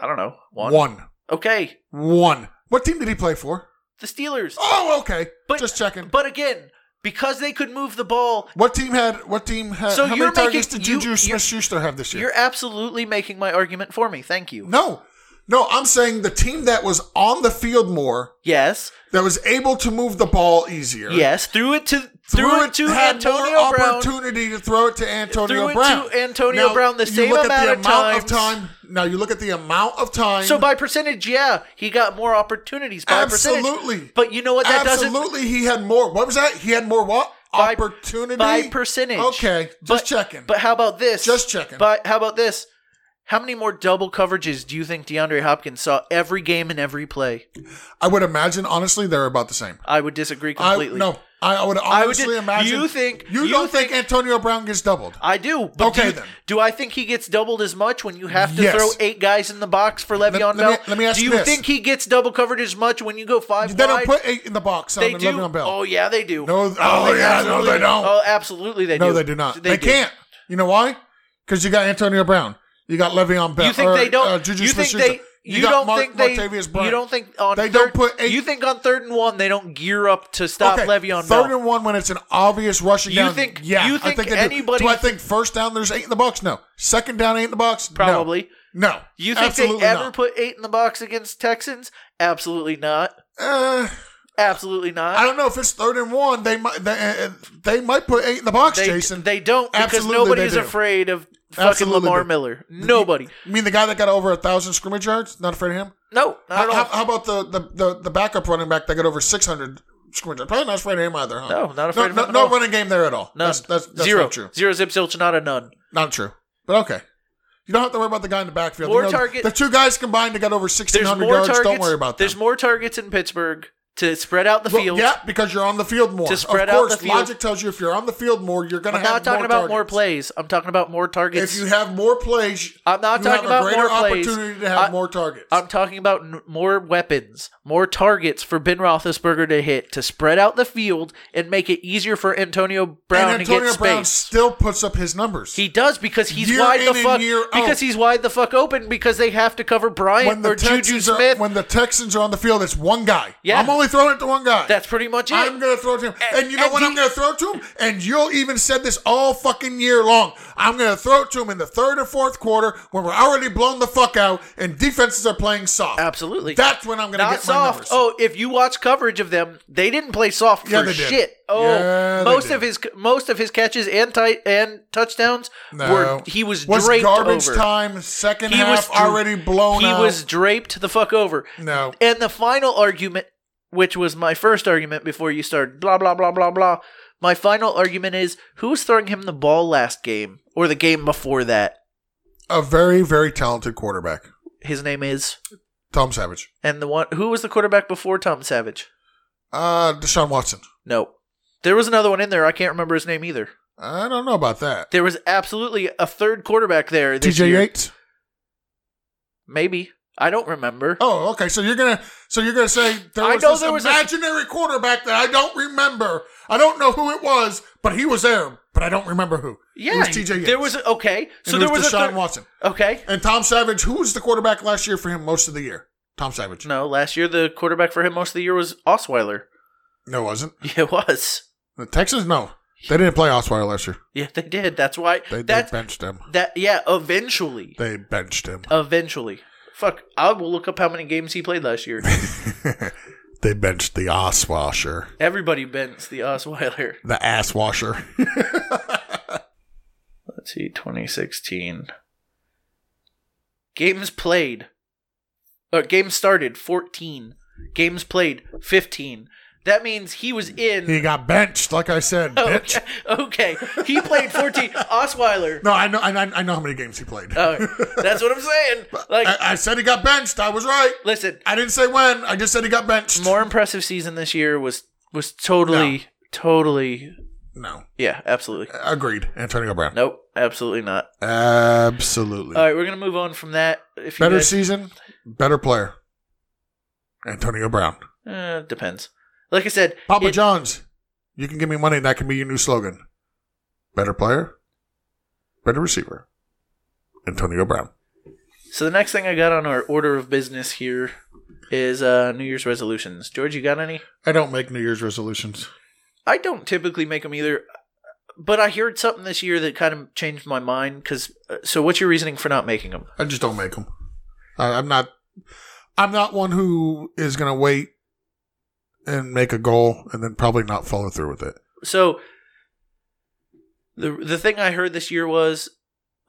A: I don't know. One.
B: One.
A: Okay.
B: One. What team did he play for?
A: The Steelers.
B: Oh, okay.
A: But-
B: Just checking.
A: But again, because they could move the ball,
B: what team had? What team had?
A: So
B: how
A: you're
B: many targets
A: making-
B: did
A: you-
B: Juju
A: you're-
B: Smith-Schuster have this year?
A: you're absolutely making my argument for me. Thank you.
B: No, no. I'm saying the team that was on the field more,
A: Yes.
B: that was able to move the ball easier.
A: Yes. Threw it to threw, it to
B: had
A: Antonio
B: more
A: Brown.
B: opportunity to throw it to Antonio
A: Threw it
B: Brown.
A: to Antonio Brown the same amount of
B: of
A: times.
B: time. Now you look at the amount of time.
A: So by percentage, yeah, he got more opportunities by
B: Absolutely.
A: percentage. But you know what that doesn't
B: absolutely he had more. What was that? He had more what?
A: By-
B: opportunity
A: by percentage.
B: Okay, just
A: But-
B: checking.
A: But how about this?
B: Just checking.
A: But how about this? How many more double coverages do you think DeAndre Hopkins saw every game and every play?
B: I would imagine, honestly, they're about the same.
A: I would disagree
B: I
A: completely.
B: no, I would
A: I would
B: honestly
A: di-
B: imagine.
A: you think-
B: you,
A: you
B: don't think,
A: think-
B: Antonio Brown gets doubled?
A: I do. But
B: Okay,
A: do, you-
B: then.
A: do I think he gets doubled as much when you have to
B: Yes.
A: throw eight guys in the box for Le'Veon
B: let me-
A: Bell?
B: let me ask
A: do
B: you
A: you
B: this.
A: think he gets double covered as much when you go five
B: They
A: wide?
B: don't put eight in the box on
A: they
B: the
A: do.
B: Le'Veon Bell.
A: Oh yeah, they do.
B: No, oh, yeah, no,
A: absolutely
B: they
A: do.
B: don't.
A: Oh, absolutely they do.
B: no, they do not. They,
A: do.
B: can't. You know why? Because you got Antonio Brown. You got Le'Veon Bell.
A: You think
B: or,
A: they don't?
B: Uh, Juju
A: you think
B: Smith-Schuster.
A: they?
B: You
A: You,
B: got
A: don't
B: Mark,
A: think they?
B: Martavious Bryant.
A: You don't think on?
B: They
A: third,
B: don't put eight-
A: You think on third and one they don't gear up to stop Le'Veon
B: third
A: Bell?
B: and one when it's an obvious rushing
A: You
B: down.
A: think-
B: yeah,
A: you
B: I
A: think
B: think they
A: anybody-
B: Do. do I think first down there's eight in the box? No. Second down eight in the box? No.
A: Probably.
B: No.
A: You think
B: Absolutely
A: they ever
B: not.
A: put eight in the box against Texans? Absolutely not.
B: Uh,
A: Absolutely not.
B: I don't know if it's third and one. They might they, uh, they might put eight in the box,
A: they,
B: Jason.
A: they don't because
B: Absolutely
A: nobody
B: they
A: is
B: do.
A: afraid of fucking
B: Absolutely
A: Lamar
B: do.
A: Miller. Nobody.
B: I mean, the guy that got over a thousand scrimmage yards. Not afraid of him.
A: No, not at
B: How,
A: all.
B: how, how about the, the, the, the backup running back that got over 600 scrimmage? Probably not afraid of him either, huh?
A: No, not afraid
B: no,
A: of
B: no,
A: him at
B: No
A: all.
B: running game there at all.
A: None.
B: That's, that's, that's
A: Zero.
B: not true.
A: Zero zip zilch, not a none.
B: Not true. But okay. You don't have to worry about the guy in the backfield.
A: More
B: You know,
A: target-
B: The two guys combined to get over
A: There's
B: 1,600
A: more
B: yards.
A: targets.
B: don't worry about that.
A: There's more targets in Pittsburgh to spread out the field.
B: yeah, because you're on the field more.
A: To spread
B: of
A: out
B: course,
A: the field.
B: logic tells you if you're on the field more, you're going to
A: I'm
B: have
A: not talking
B: more
A: about more
B: targets.
A: plays. I'm talking about more targets.
B: If you have more plays,
A: I'm not
B: you
A: talking
B: have
A: about
B: a greater
A: more plays.
B: opportunity to have
A: I-
B: more targets.
A: I'm talking about n- more weapons, more targets for Ben Roethlisberger to hit to spread out the field and make it easier for Antonio Brown
B: and Antonio
A: to get space.
B: Brown still puts up his numbers.
A: He does because he's
B: Year
A: wide
B: in
A: the
B: and
A: fuck
B: year out.
A: because he's wide the fuck open because they have to cover
B: when
A: Bryant
B: the
A: or Juju
B: Texans
A: Smith.
B: are when the Texans are on the field, it's one guy.
A: Yeah.
B: I'm only throwing it to one guy.
A: That's pretty much it.
B: I'm gonna throw it to him, and, you know
A: and
B: what?
A: he-
B: I'm gonna throw it to him, and you'll even said this all fucking year long. I'm gonna throw it to him in the third or fourth quarter when we're already blown the fuck out and defenses are playing soft.
A: Absolutely.
B: That's when I'm gonna
A: not
B: get my
A: soft.
B: numbers.
A: Oh, if you watch coverage of them, they didn't play soft for
B: Yeah, they did.
A: shit. Oh,
B: Yeah, they
A: most
B: did.
A: of his most of his catches and tight and touchdowns
B: No.
A: were he was,
B: was
A: draped
B: garbage
A: over.
B: time. Second
A: He was
B: half
A: dra-
B: already blown
A: He
B: out.
A: was draped the fuck over.
B: no.
A: And the final argument, which was my first argument before you started, blah, blah, blah, blah, blah. My final argument is who was throwing him the ball last game or the game before that?
B: A very very talented quarterback,
A: His name is.
B: Tom Savage,
A: And the one who was the quarterback before Tom Savage?
B: uh, Deshaun Watson.
A: No. There was another one in there. I can't remember his name either.
B: I don't know about that.
A: There was absolutely a third quarterback there. This
B: TJ
A: year.
B: Yates.
A: Maybe. I don't remember.
B: Oh, okay. So you're gonna so you're gonna say there
A: I
B: was
A: know
B: this
A: there was a-
B: imaginary quarterback that I don't remember. I don't know who it was, but he was there, but I don't remember who.
A: yeah.
B: it was TJ Yates.
A: There was okay.
B: And
A: So
B: it
A: there was, a
B: Deshaun
A: third,
B: Watson
A: Okay.
B: and Tom Savage. Who was the quarterback last year for him most of the year? Tom Savage.
A: No, last year the quarterback for him most of the year was Osweiler. [LAUGHS]
B: No, it wasn't
A: Yeah, it was.
B: the Texans? No, they didn't play Osweiler last year.
A: Yeah, they did. That's why.
B: They, they
A: that's
B: benched him.
A: that. Yeah, eventually,
B: They benched him.
A: eventually. Fuck, I will look up how many games he played last
B: [LAUGHS]
A: year.
B: they benched the ass washer.
A: Everybody bends the Osweiler.
B: The ass washer.
A: Let's see, 2016 games played. Uh, games started 14. Games played 15. That means he was in. [LAUGHS]
B: he got benched, like I said, bitch.
A: Oh, okay, okay, he played
B: [LAUGHS]
A: 14. Osweiler.
B: No, I know. I, I know how many games he played. [LAUGHS]
A: Uh, that's what I'm saying. Like,
B: I, I said he got benched. I was right.
A: listen,
B: I didn't say when. I just said he got benched.
A: more impressive season this year was was totally totally
B: No.
A: yeah absolutely
B: Agreed. Antonio Brown.
A: nope absolutely not
B: Absolutely.
A: all right we're gonna move on from that if you
B: better
A: guys,
B: season, better player. Antonio Brown.
A: uh, depends like i said
B: Papa
A: it-
B: John's. You can give me money. That can be your new slogan. Better player, better receiver. Antonio Brown.
A: so the next thing i got on our order of business here is uh new year's resolutions george you got any
B: I don't make New Year's resolutions.
A: i don't typically make them either but i heard something this year that kind of changed my mind because so what's your reasoning for not making them
B: I just don't make them. I, I'm not. I'm not one who is going to wait and make a goal and then probably not follow through with it.
A: So the the thing I heard this year was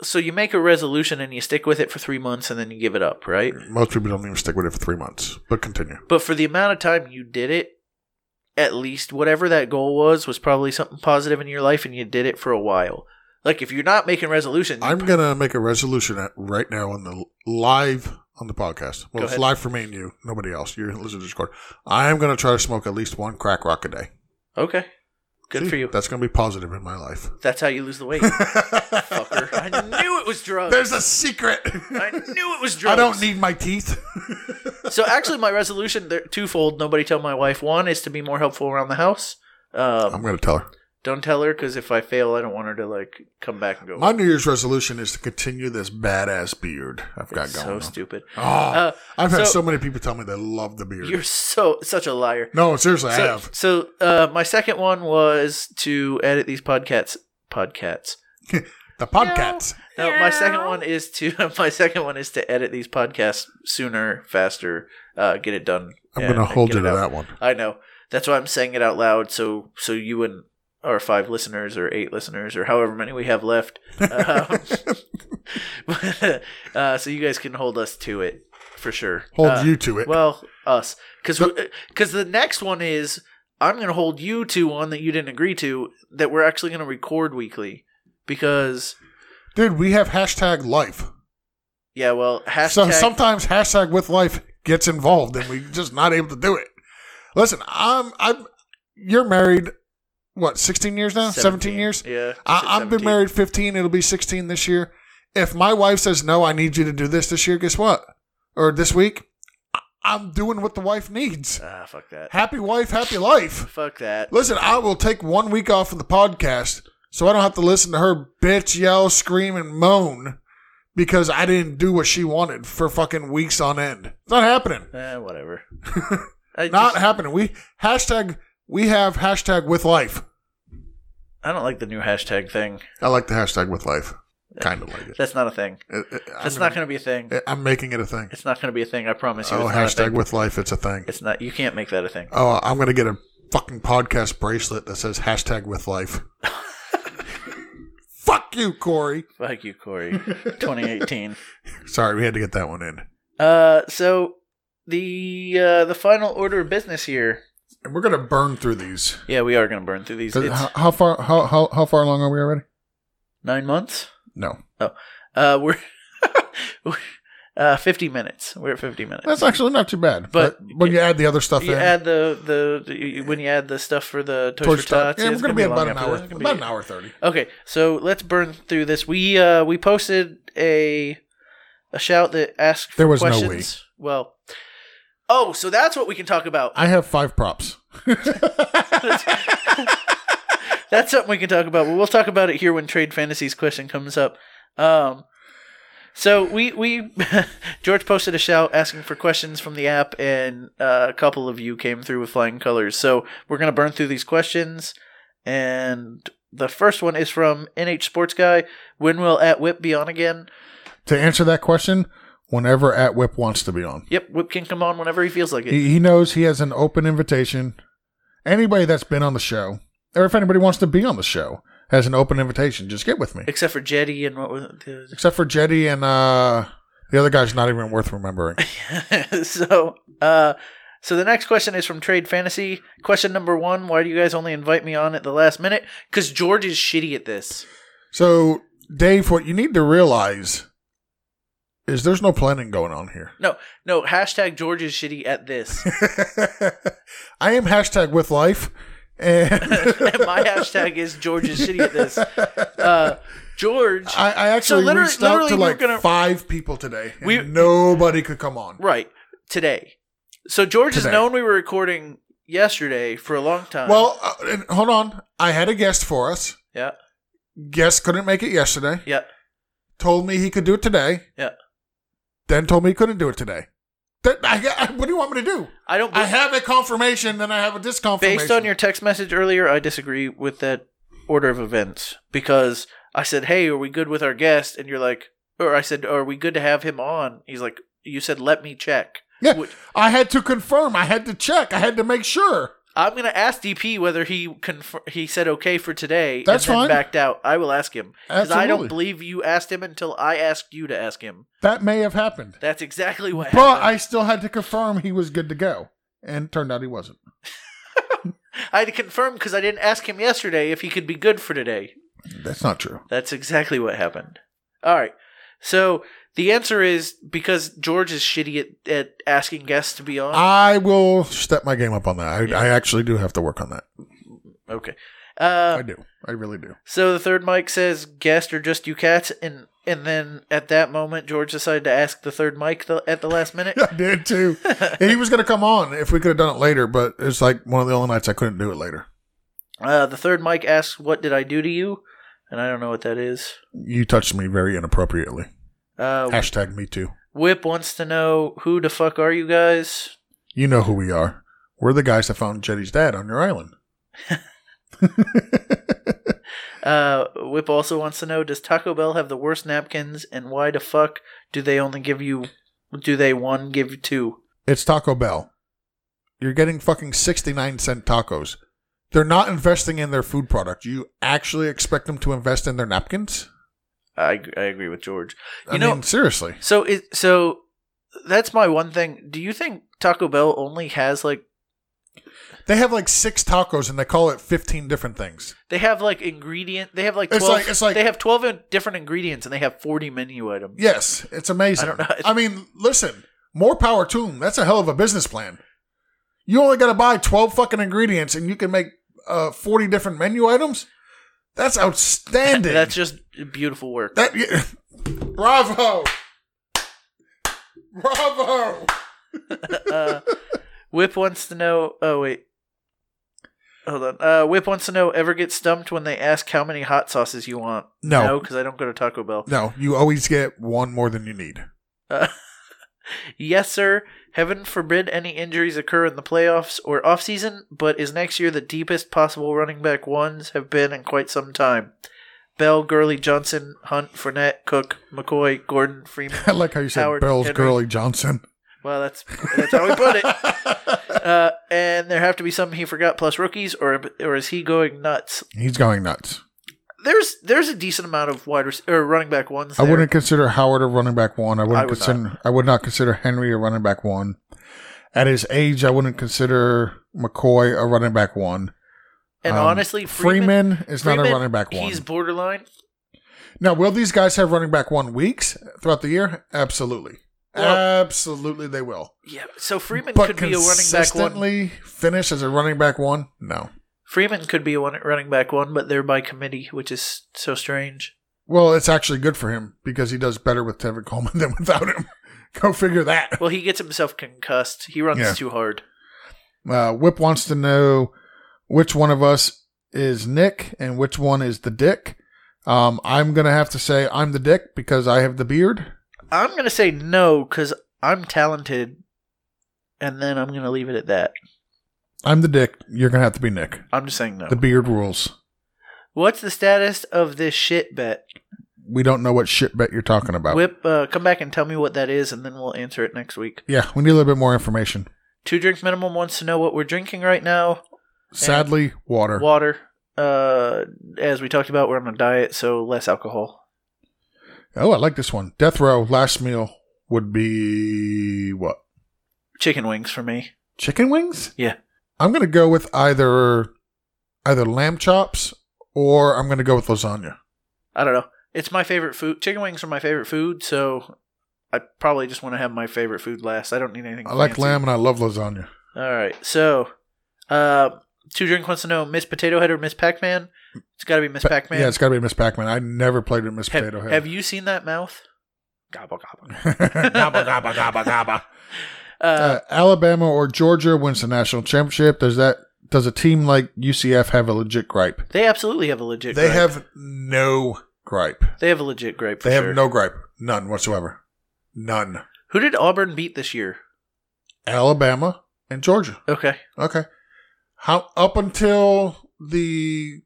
A: so you make a resolution and you stick with it for 3 months and then you give it up, right?
B: Most people don't even stick with it for three months. But continue.
A: But for the amount of time you did it, at least whatever that goal was was probably something positive in your life and you did it for a while. Like if you're not making resolutions,
B: I'm gonna make a resolution at, right now on the live on the podcast. Well,
A: Go
B: it's
A: ahead.
B: live for me and you, nobody else. You're listening to Discord. I am gonna try to smoke at least one crack rock a day.
A: okay. Good
B: See,
A: for you.
B: That's gonna be positive in my life.
A: That's how you lose the
B: [LAUGHS]
A: weight, fucker. I knew it was drugs.
B: There's a secret.
A: I knew it was drugs.
B: [LAUGHS] I don't need my teeth. [LAUGHS]
A: so actually, my resolution they're twofold. Nobody tell my wife. One is to be more helpful around the house. Um,
B: I'm gonna tell her.
A: don't tell her because if I fail, I don't want her to like come back and go.
B: My New Year's resolution is to continue this badass beard I've got going.
A: so
B: on.
A: stupid.
B: Oh,
A: Uh,
B: I've had
A: so-
B: so, many people tell me they love the beard.
A: You're so such a liar.
B: no, seriously, I
A: So,
B: have.
A: so uh, my second one was to edit these podcasts. Podcasts.
B: The podcasts.
A: No, my second one is to [LAUGHS] my second one is to edit these podcasts sooner, faster, uh, get it done.
B: I'm
A: and-
B: going
A: and
B: to hold
A: get
B: you
A: it
B: to
A: out.
B: that one.
A: I know. That's why I'm saying it out loud, so so you and our five listeners or eight listeners or however many we have
B: [LAUGHS]
A: left, um, [LAUGHS] uh, so you guys can hold us to it for sure.
B: Hold
A: Uh,
B: you to it.
A: Well, us, because because the next one is I'm going to hold you to one that you didn't agree to that we're actually going to record weekly because
B: Dude, we have hashtag life.
A: yeah, well, hashtag
B: So sometimes hashtag with life gets involved and we're just not able to do it. Listen, I'm, I'm, you're married, what, 16 years now? 17, years?
A: Yeah,
B: I, I've been
A: 17.
B: married 15. It'll be 16 this year. If my wife says, no, I need you to do this this year, guess what? Or this week, I- I'm doing what the wife needs.
A: Ah, fuck that.
B: Happy wife, happy life.
A: Fuck that.
B: Listen, I will take one week off of the podcast so I don't have to listen to her bitch yell, scream, and moan because I didn't do what she wanted for fucking weeks on end. It's not happening.
A: Eh,
B: [LAUGHS]
A: whatever. I
B: Not
A: just-
B: happening. We hashtag we have hashtag with life.
A: I don't like the new hashtag thing.
B: I like the hashtag with life. Kind of like it.
A: That's not a thing.
B: It- it-
A: That's
B: I'm,
A: not going to be a thing.
B: it- I'm making it a thing.
A: It's not going to be a thing. I promise you.
B: Oh,
A: it's not a
B: hashtag
A: thing.
B: with life. It's a thing.
A: It's not. You can't make that a thing.
B: Oh, I'm gonna get a fucking podcast bracelet that says hashtag
A: [LAUGHS]
B: with life. Fuck you, Corey.
A: Fuck you,
B: [LAUGHS]
A: Corey. 2018.
B: Sorry, we had to get that one in.
A: Uh, so the uh, the final order of business here.
B: And we're gonna burn through these.
A: Yeah, we are going to burn through these. It's
B: How, how far? How, how how far along are we already?
A: nine months.
B: No,
A: Uh, we're [LAUGHS] uh 50 minutes. We're at 50 minutes.
B: that's actually not too bad. But,
A: But-
B: when you add the other stuff
A: you
B: in,
A: add the, the the- when you add the stuff for the Toys
B: towards
A: for Tots,
B: yeah, we're
A: it's
B: gonna be at
A: long
B: about an
A: after
B: hour,
A: that. It's gonna
B: about
A: be-
B: an hour thirty.
A: Okay, so let's burn through this. We uh we posted a a shout that asked for
B: There was no
A: questions. Well, oh, so that's what we can talk about.
B: I have five props.
A: [LAUGHS] That's something we can talk about. But we'll talk about it here when trade fantasies question comes up. Um, so we we [LAUGHS] George posted a shout asking for questions from the app, and uh, a couple of you came through with flying colors. So we're gonna burn through these questions, and the first one is from NH Sports Guy. When will at Whip be on again?
B: to answer that question, whenever at Whip wants to be on,
A: Yep, Whip can come on whenever he feels like it.
B: he, he knows he has an open invitation. Anybody that's been on the show, or if anybody wants to be on the show, has an open invitation. Just get with me.
A: Except for Jetty and what was it?
B: Except for Jetty and uh, the other guy's not even
A: [LAUGHS]
B: worth remembering.
A: so uh so the next question is from Trade Fantasy. Question number one: Why do you guys only invite me on at the last minute? Because George is shitty at this.
B: So, Dave, what you need to realize is there's no planning going on here. [LAUGHS]
A: No, no. Hashtag George is shitty at this. [LAUGHS]
B: I am hashtag with life,
A: [LAUGHS]
B: and
A: and my hashtag is George is shitty at this. Uh, George,
B: I, I actually
A: literally-
B: reached out
A: literally
B: to
A: we're
B: like
A: gonna-
B: five people today. And
A: We-
B: nobody could come on.
A: right today. So George has
B: Today.
A: known we were recording yesterday for a long time.
B: Well, uh, and hold on. I had a guest for us.
A: yeah,
B: Guest couldn't make it yesterday.
A: yeah,
B: Told me he could do it today.
A: yeah.
B: Then told me he couldn't do it today. That, I, I- what do you want me to do?
A: I don't.
B: I have a confirmation, then I have a disconfirmation.
A: Based on your text message earlier, I disagree with that order of events because I said, "Hey, are we good with our guest?" And you're like, or I said, "Are we good to have him on?" He's like, "You said let me check."
B: Yeah,
A: Which-
B: I had to confirm. I had to check. I had to make sure.
A: I'm gonna ask DP whether he confir- he said okay for today.
B: That's
A: and then
B: fine.
A: Backed out. I will ask him because I
B: Absolutely.
A: don't believe you asked him until I asked you to ask him.
B: That may have happened.
A: That's exactly what
B: But
A: happened.
B: I still had to confirm he was good to go. And turned out he wasn't.
A: I had to confirm because I didn't ask him yesterday if he could be good for today.
B: That's not true.
A: That's exactly what happened. All right. So the answer is because George is shitty at, at asking guests to be on.
B: I will step my game up on that. I, I actually do have to work on that.
A: okay. Uh,
B: I do. I really do. [LAUGHS]
A: so the third mic says guest or just you cats, and and then at that moment George decided to ask the third mic the, at the last
B: [LAUGHS]
A: minute. [LAUGHS]
B: I did too. and he was going to come on if we could have done it later, but it's like one of the only nights I couldn't do it later.
A: Uh, the third mic asks, "What did I do to you?" And I don't know what that is.
B: You touched me very inappropriately.
A: Uh,
B: Hashtag me too.
A: Whip wants to know who the fuck are you guys?
B: You know who we are. We're the guys that found Jetty's dad on your island.
A: Uh, Whip also wants to know: Does Taco Bell have the worst napkins, and why the fuck do they only give you? Do they one give you two?
B: It's Taco Bell. You're getting fucking 69 cent tacos. They're not investing in their food product. You actually expect them to invest in their napkins?
A: I I agree with George. You
B: I
A: know,
B: mean, seriously.
A: so it so that's my one thing. Do you think Taco Bell only has like
B: They have like six tacos and they call it 15 different things.
A: they have like ingredient? They have like
B: It's
A: twelve.
B: like- it's like-
A: they have twelve in- different ingredients, and they have forty menu items.
B: Yes, it's amazing.
A: I don't know.
B: I mean, listen, more power to them. That's a hell of a business plan. You only got to buy 12 fucking ingredients and you can make uh, 40 different menu items? That's outstanding.
A: That's just beautiful work.
B: [LAUGHS] That yeah. Bravo. Bravo.
A: uh, Whip wants to know. Oh wait, hold on. Uh, Whip wants to know. Ever get stumped when they ask how many hot sauces you want?
B: No.
A: because I don't go to Taco Bell.
B: No, you always get one more than you need. [LAUGHS]
A: Uh, yes, sir. Heaven forbid any injuries occur in the playoffs or off season, but is next year the deepest possible running back ones have been in quite some time. Bell, Gurley, Johnson, Hunt, Fournette, Cook, McCoy, Gordon, Freeman.
B: I like how you said
A: Howard
B: Bell's
A: Henry.
B: Gurley Johnson.
A: Well, that's that's how we put
B: [LAUGHS]
A: it. Uh, and there have to be some he forgot plus rookies, or or is he going nuts?
B: He's going nuts.
A: There's there's a decent amount of wide rec- or running back ones.
B: I
A: there.
B: wouldn't consider Howard a running back one. I wouldn't
A: I would
B: consider I would not consider Henry a running back one. At his age, I wouldn't consider McCoy a running back one.
A: And
B: Um,
A: honestly, Freeman,
B: Freeman, is not a
A: Freeman,
B: running back one.
A: He's borderline.
B: Now, will these guys have running back one weeks throughout the year? Absolutely.
A: Well-
B: Absolutely, they will.
A: Yeah. So Freeman
B: But
A: could be a running back one.
B: consistently finish as a running back one? No.
A: Freeman could be a one, running back one, but they're by committee, which is so strange.
B: Well, it's actually good for him because he does better with Tevin Coleman [LAUGHS] than without him. Go figure that.
A: Well, he gets himself concussed. He runs
B: Yeah.
A: too hard.
B: Uh, Whip wants to know which one of us is Nick and which one is the dick. Um, I'm going to have to say I'm the dick because I have the beard.
A: I'm gonna say no because I'm talented, and then I'm gonna leave it at that.
B: I'm the dick. You're going to have to be Nick.
A: I'm just saying no.
B: The beard rules.
A: What's the status of this shit bet?
B: We don't know what shit bet you're talking about.
A: Whip, uh, come back and tell me what that is, and then we'll answer it next week.
B: Yeah, we need a little bit more information.
A: Two Drink Minimum wants to know what we're drinking right now.
B: Sadly, water.
A: Water. Uh, as we talked about, we're on a diet, so less alcohol.
B: oh, I like this one. Death row last meal would be what?
A: Chicken wings for me.
B: Chicken wings?
A: Yeah.
B: I'm gonna go with either either lamb chops or I'm gonna go with lasagna.
A: I don't know. It's my favorite food. Chicken wings are my favorite food, so I probably just want to have my favorite food last. I don't need anything.
B: I like
A: fancy.
B: lamb and I love lasagna.
A: All right. So, uh, Two Drink wants to know Miss Potato Head or Miss Pac Man. It's got to be Miss
B: Pa-
A: Pac Man.
B: Yeah, it's gotta be Miss Pac-Man. I never played with Miss
A: have,
B: Potato Head.
A: have
B: [LAUGHS]
A: you seen that mouth? Gobble gobble.
B: Gabba, gabba, gabba, gabba.
A: Uh,
B: Uh, Alabama or Georgia wins the national championship. Does that does a team like UCF have a legit gripe?
A: they absolutely have a legit.
B: They
A: gripe.
B: have no gripe.
A: They have a legit gripe. For
B: They have
A: sure.
B: no gripe. None whatsoever. None.
A: Who did Auburn beat this year?
B: Alabama and Georgia.
A: Okay.
B: Okay. How up until the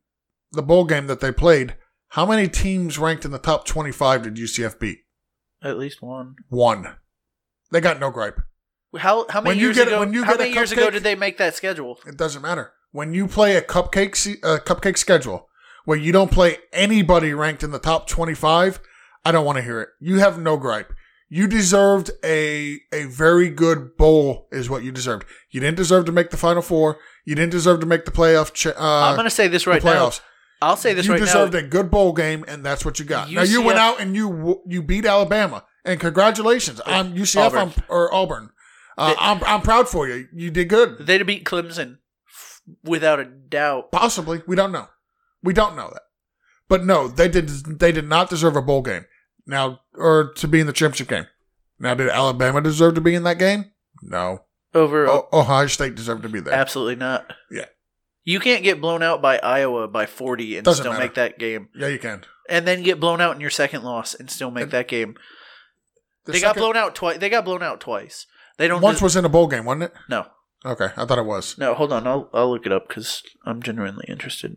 B: the bowl game that they played, how many teams ranked in the top 25 did UCF beat?
A: At least one.
B: One. They got no gripe.
A: How how many
B: When you
A: years
B: get-
A: ago?
B: when you
A: how
B: get a
A: many years ago
B: cupcake-
A: did they make that schedule?
B: It doesn't matter. When you play a cupcake se- uh, cupcake schedule where you don't play anybody ranked in the top 25, I don't want to hear it. You have no gripe. You deserved a a very good bowl is what you deserved. You didn't deserve to make the final four. You didn't deserve to make the playoff. Ch- uh,
A: I'm gonna say this right
B: the
A: now.
B: playoffs.
A: I'll say this
B: you
A: right now.
B: deserved a good bowl game, and that's what you got. now you
A: UCF
B: went out and you w- you beat Alabama, and congratulations, I'm UCF
A: Auburn.
B: I'm, or Auburn. Uh, I'm I'm proud for you. You did good.
A: They'd have beat Clemson f- without a doubt.
B: Possibly, we don't know. We don't know that. But no, they did they did not deserve a bowl game now, or to be in the championship game. Now, did Alabama deserve to be in that game? No.
A: Over
B: O- Ohio State deserved to be there.
A: absolutely not.
B: Oh, Yeah.
A: You can't get blown out by Iowa by 40 and
B: Doesn't
A: still
B: matter.
A: make that game.
B: yeah, you can.
A: And then get blown out in your second loss and still make that game.
B: The
A: they got
B: second-
A: blown out twice. They got blown out twice. They don't
B: Once
A: des-
B: was in a bowl game, wasn't it?
A: No.
B: Okay, I thought it was
A: No, hold on. I'll I'll look it up cuz I'm genuinely interested.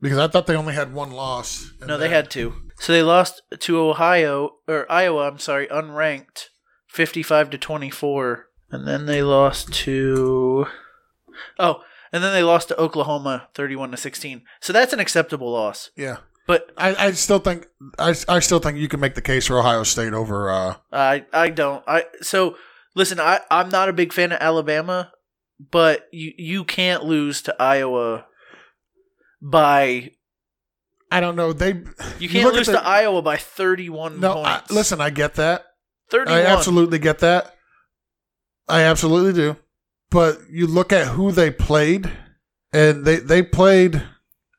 B: because I thought they only had one loss. and
A: No, they
B: then-
A: had two. So they lost to Ohio or Iowa, I'm sorry, unranked, fifty-five to twenty-four, and then they lost to oh, and then they lost to Oklahoma, thirty-one to sixteen. So that's an acceptable loss.
B: Yeah,
A: But
B: I, I still think I, I still think you can make the case for Ohio State over. Uh,
A: I I don't I so listen. I I'm not a big fan of Alabama, but you you can't lose to Iowa by
B: I don't know. They
A: you can't
B: look at
A: lose
B: the-
A: to Iowa by 31
B: No, I,
A: points.
B: listen, I get that.
A: 31.
B: I absolutely get that. I absolutely do. But you look at who they played, and they they played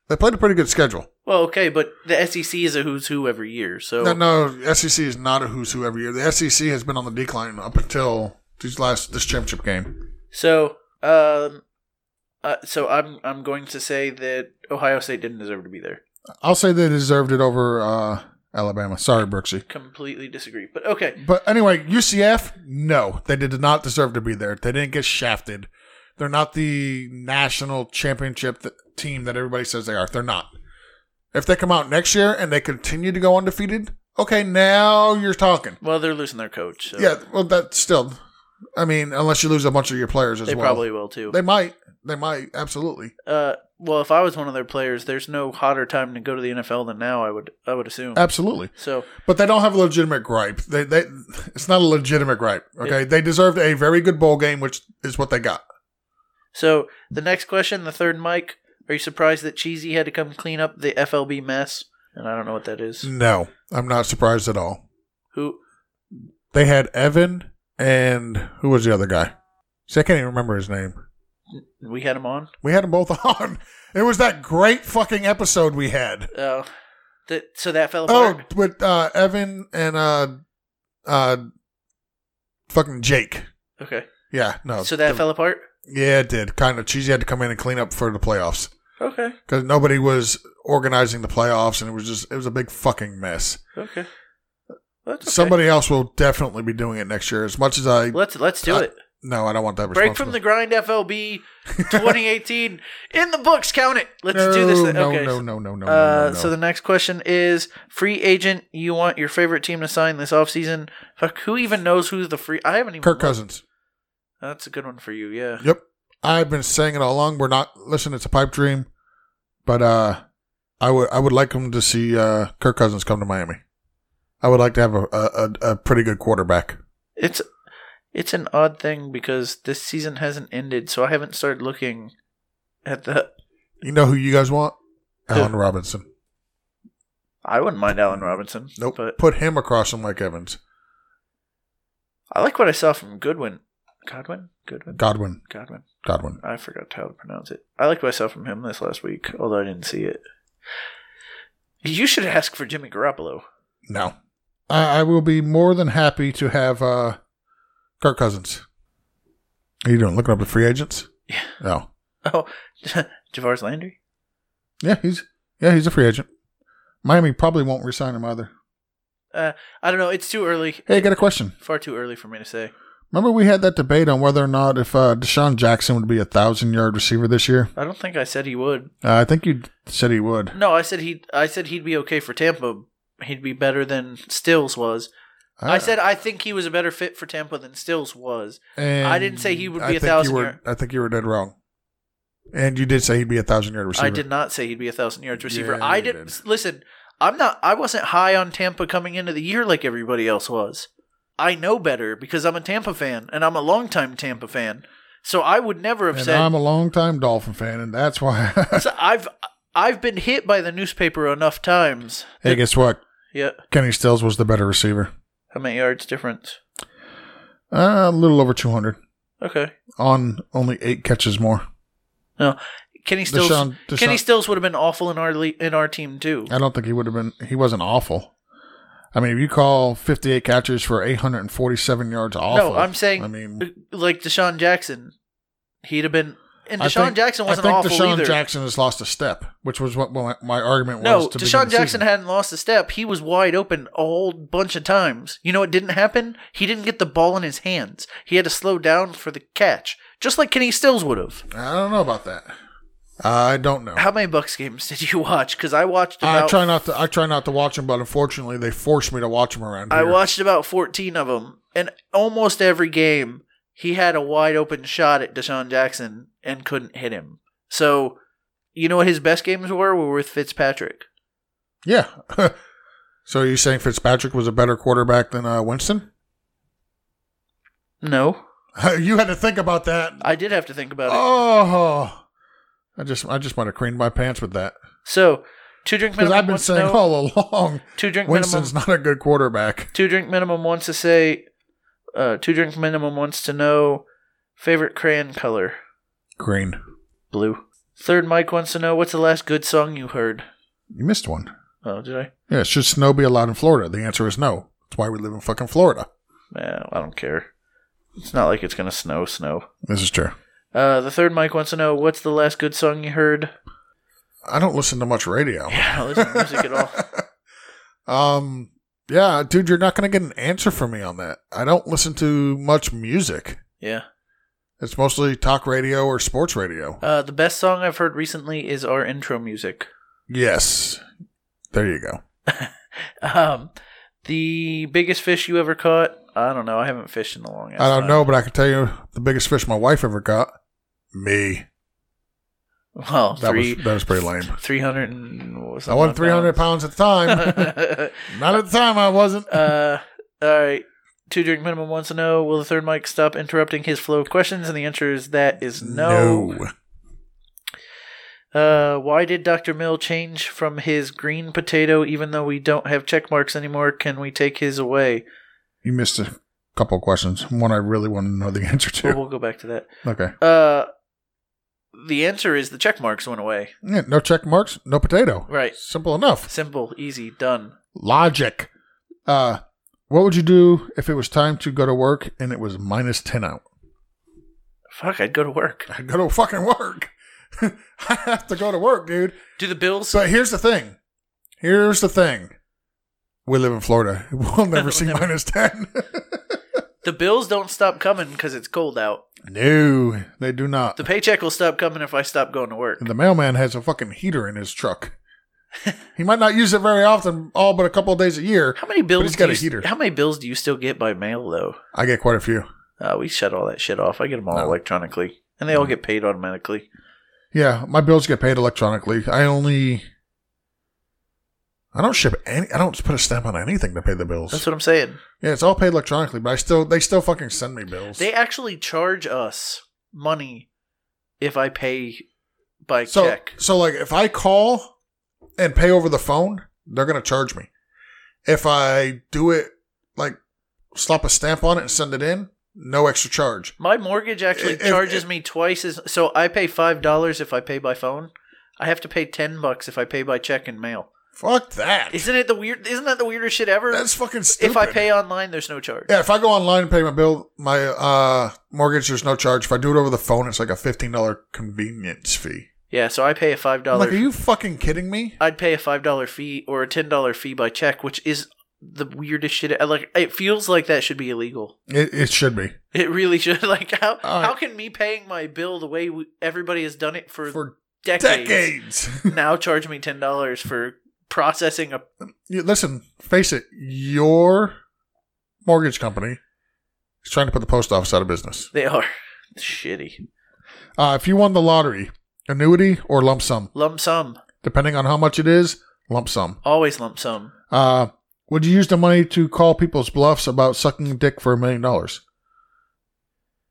B: they played a pretty good schedule.
A: Well, okay, but the SEC is a who's who every year, so
B: No, no, SEC is not a who's who every year. The SEC has been on the decline up until these last this championship game.
A: so um, uh, so I'm I'm going to say that Ohio State didn't deserve to be there.
B: I'll say they deserved it over uh, Alabama. Sorry, Brooksy.
A: Completely disagree, but okay,
B: But anyway, UCF, no, they did not deserve to be there. They didn't get shafted. They're not the national championship th- team that everybody says they are. They're not. If they come out next year and they continue to go undefeated, okay, now you're talking.
A: well they're losing their coach, so
B: Yeah, well, that's still. I mean, unless you lose a bunch of your players as
A: they
B: well,
A: probably will too.
B: they might. They might absolutely,
A: uh, well, if I was one of their players, there's no hotter time to go to the NFL than now. I would I would assume.
B: absolutely.
A: so
B: But they don't have a legitimate gripe. They they it's not a legitimate gripe. Okay, they deserved a very good bowl game, which is what they got.
A: so the next question, the third mic. Are you surprised that Cheesy had to come clean up the FLB mess? And I don't know what that is.
B: No, I'm not surprised at all.
A: Who?
B: They had Evan and who was the other guy? See, I can't even remember his name.
A: We had him on.
B: We had them both [LAUGHS] on. It was that great fucking episode we had.
A: Oh, that so that fell apart.
B: Oh, with uh, Evan and uh, uh, fucking Jake.
A: Okay.
B: Yeah, no.
A: so that
B: Oh, the-
A: fell apart?
B: yeah, it did. Kind of. Cheesy had to come in and clean up for the playoffs
A: Okay.
B: because nobody was organizing the playoffs, and it was just it was a big fucking mess.
A: Okay. That's okay.
B: Somebody else will definitely be doing it next year. As much as I
A: Let's let's do
B: I-
A: it.
B: no, I don't want that.
A: Break from the grind FLB
B: [LAUGHS]
A: 2018 in the books. Count it. Let's do this. Thing.
B: No,
A: okay.
B: no, no, no, no,
A: uh,
B: no, no.
A: So the next question is free agent. You want your favorite team to sign this offseason. Fuck, who even knows who's the free? I haven't even.
B: Kirk
A: looked.
B: Cousins.
A: That's a good one for you. Yeah.
B: Yep. I've been saying it all along. We're not listen, it's a pipe dream. But uh I would I would like him to see uh Kirk Cousins come to Miami. I would like to have a a, a a pretty good quarterback.
A: It's it's an odd thing because this season hasn't ended, so I haven't started looking at the.
B: You know who you guys want?
A: Who?
B: Allen Robinson.
A: I wouldn't mind Allen Robinson.
B: Nope.
A: But
B: Put him across from Mike Evans.
A: I like what I saw from Goodwin. Godwin? Goodwin?
B: Godwin.
A: Godwin.
B: Godwin.
A: I forgot how to pronounce it. I liked what I saw from him this last week, although I didn't see it. You should ask for Jimmy Garoppolo. [LAUGHS]
B: No. I, I will be more than happy to have uh Kirk Cousins. What Are you doing? Looking up the free agents?
A: Yeah.
B: No.
A: Oh, Javar's Landry?
B: Yeah, he's yeah, he's a free agent. Miami probably won't resign him either.
A: Uh, I don't know. It's too early.
B: Hey, I got a question.
A: Far too early for me to say.
B: Remember we had that debate on whether or not if uh, Deshaun Jackson would be a thousand yard receiver this year?
A: I don't think I said he would.
B: Uh, I think you said he would.
A: No, I said he. I said he'd be okay for Tampa. He'd be better than Stills was.
B: Uh, Ah.
A: I said I think he was a better fit for Tampa than Stills was.
B: and
A: I didn't say he would
B: I
A: be a
B: think you
A: 1,000
B: were-
A: yard.
B: I think you were dead wrong. And you did say he'd be a thousand yard receiver.
A: I did not say he'd be a thousand yards receiver.
B: Yeah,
A: I
B: you
A: didn't
B: did.
A: listen. I'm not. I wasn't high on Tampa coming into the year like everybody else was. I know better because I'm a Tampa fan and I'm a longtime Tampa fan. So I would never have
B: And
A: said.
B: I'm a long time Dolphin fan, and that's why.
A: [LAUGHS]
B: [LAUGHS]
A: So I've I've been hit by the newspaper enough times.
B: Hey, guess what?
A: Yeah.
B: Kenny Stills was the better receiver.
A: How many yards difference?
B: Uh, a little over 200
A: Okay.
B: on only eight catches more.
A: No. Kenny Stills.
B: Deshaun- Deshaun-
A: Kenny Stills would have been awful in our le- in our team too.
B: I don't think he would have been. He wasn't awful. I mean, if you call 58 catches for 847 yards awful.
A: No, I'm saying uh,
B: I mean,
A: like Deshaun Jackson, he'd have been. And
B: I
A: Deshaun
B: think-
A: Jackson wasn't
B: I think
A: awful
B: Deshaun
A: either.
B: Jackson has lost a step, which was what my, my argument
A: no,
B: was. to begin
A: Deshaun
B: the
A: Jackson
B: season.
A: hadn't lost a step. He was wide open a whole bunch of times. You know what didn't happen? He didn't get the ball in his hands. He had to slow down for the catch, just like Kenny Stills would have.
B: I don't know about that. I don't know.
A: How many Bucks games [LAUGHS] did you watch? Because I watched about
B: I try not to. I try not to watch him, but unfortunately, they forced me to watch him around
A: I
B: here.
A: watched about 14 of them, and almost every game he had a wide open shot at Deshaun Jackson and couldn't hit him. So, you know what his best games were? Were with Fitzpatrick.
B: yeah. [LAUGHS] so you saying Fitzpatrick was a better quarterback than uh, Winston? [LAUGHS]
A: No,
B: you had to think about that.
A: I did have to think about it.
B: Oh, I just I just might have creamed my pants with that
A: So, two drink
B: because
A: minimum.
B: I've been
A: once
B: saying
A: no,
B: all
A: [LAUGHS]
B: along
A: two drink
B: Winston's
A: minimum.
B: not a good quarterback.
A: Two drink minimum wants to say. Uh, two drink minimum wants to know favorite crayon color.
B: Green,
A: Blue. Third Mike wants to know what's the last good song you heard.
B: you missed one.
A: Oh, did I?
B: Yeah, should snow be allowed in Florida? The answer is no. That's why we live in fucking Florida.
A: Well, I don't care. It's not like it's gonna snow. Snow.
B: This is true.
A: Uh, the third Mike wants to know what's the last good song you heard.
B: [LAUGHS] I don't listen to much radio.
A: Yeah, I don't listen to music at all.
B: [LAUGHS] Um, yeah, dude, you're not going to get an answer from me on that. I don't listen to much music.
A: Yeah.
B: It's mostly talk radio or sports radio.
A: Uh, the best song I've heard recently is our intro music.
B: Yes. There you go.
A: Um, the biggest fish you ever caught? I don't know. I haven't fished in a long. ass
B: I don't
A: time.
B: know, but I can tell you the biggest fish my wife ever got. Me.
A: Well,
B: That
A: three,
B: was that was pretty lame.
A: three hundred and what was
B: I wasn't 300 pounds at the time. [LAUGHS]
A: pounds.
B: not at the time, I wasn't.
A: [LAUGHS] uh, all right. Two drink minimum wants to know: Will the third Mike stop interrupting his flow of questions? And the answer is that is
B: no.
A: Uh, why did Dr. Mill change from his green potato even though we don't have check marks anymore? Can we take his away?
B: You missed a couple of questions. One I really want to know the answer
A: Well,
B: [LAUGHS] to.
A: we'll go back to that.
B: Okay.
A: Uh, the answer is the check marks went away.
B: Yeah, no check marks, no potato.
A: Right.
B: Simple enough.
A: Simple, easy, done.
B: logic. Uh, what would you do if it was time to go to work and it was minus 10 out?
A: Fuck, I'd go to work.
B: I go to fucking work. [LAUGHS] I have to go to work, dude.
A: Do the Bills?
B: So here's the thing. Here's the thing. We live in Florida. [LAUGHS] We'll never see minus 10. [LAUGHS]
A: The Bills don't stop coming because it's cold out.
B: no, they do not.
A: The paycheck will stop coming if I stop going to work.
B: And the mailman has a fucking heater in his truck. he might not use it very often, all but a couple of days a year.
A: How many bills?
B: he's got
A: do
B: a
A: you,
B: heater.
A: How many bills do you still get by mail though?
B: I get quite a few.
A: Uh, we shut all that shit off. I get them all
B: No.
A: electronically, and they all get paid automatically.
B: Yeah, my bills get paid electronically. I only I don't ship any I don't put a stamp on anything to pay the bills.
A: That's what I'm saying.
B: yeah, it's all paid electronically, but I still they still fucking send me bills.
A: They actually charge us money if I pay by
B: so
A: check.
B: so like if I call and pay over the phone, they're going to charge me. If I do it like slap a stamp on it and send it in, no extra charge.
A: My mortgage actually
B: If- if-
A: charges me twice as so I pay five dollars if I pay by phone. I have to pay ten bucks if I pay by check and mail.
B: Fuck that.
A: Isn't it the weird isn't that the weirdest shit ever?
B: That's fucking stupid.
A: if I pay online there's no charge.
B: Yeah, if I go online and pay my bill, my uh, mortgage, there's no charge. If I do it over the phone, it's like a fifteen dollar convenience fee.
A: Yeah, so I pay a five
B: I'm
A: dollar
B: like, are you fucking kidding me?
A: I'd pay a five dollar fee or a ten dollar fee by check, which is the weirdest shit. I- Like it feels like that should be illegal. [LAUGHS]
B: It, it should be
A: It really should. [LAUGHS] Like how
B: Uh,
A: how can me paying my bill the way we, everybody has done it for,
B: for
A: decades,
B: decades. [LAUGHS]
A: now charge me ten dollars for processing a
B: You- Listen, face it, your mortgage company is trying to put the post office out of business.
A: they are [LAUGHS] shitty
B: Uh, if you won the lottery, annuity or lump sum,
A: lump sum
B: depending on how much it is, lump sum.
A: always lump sum
B: Uh, would you use the money to call people's bluffs about sucking dick for a million dollars?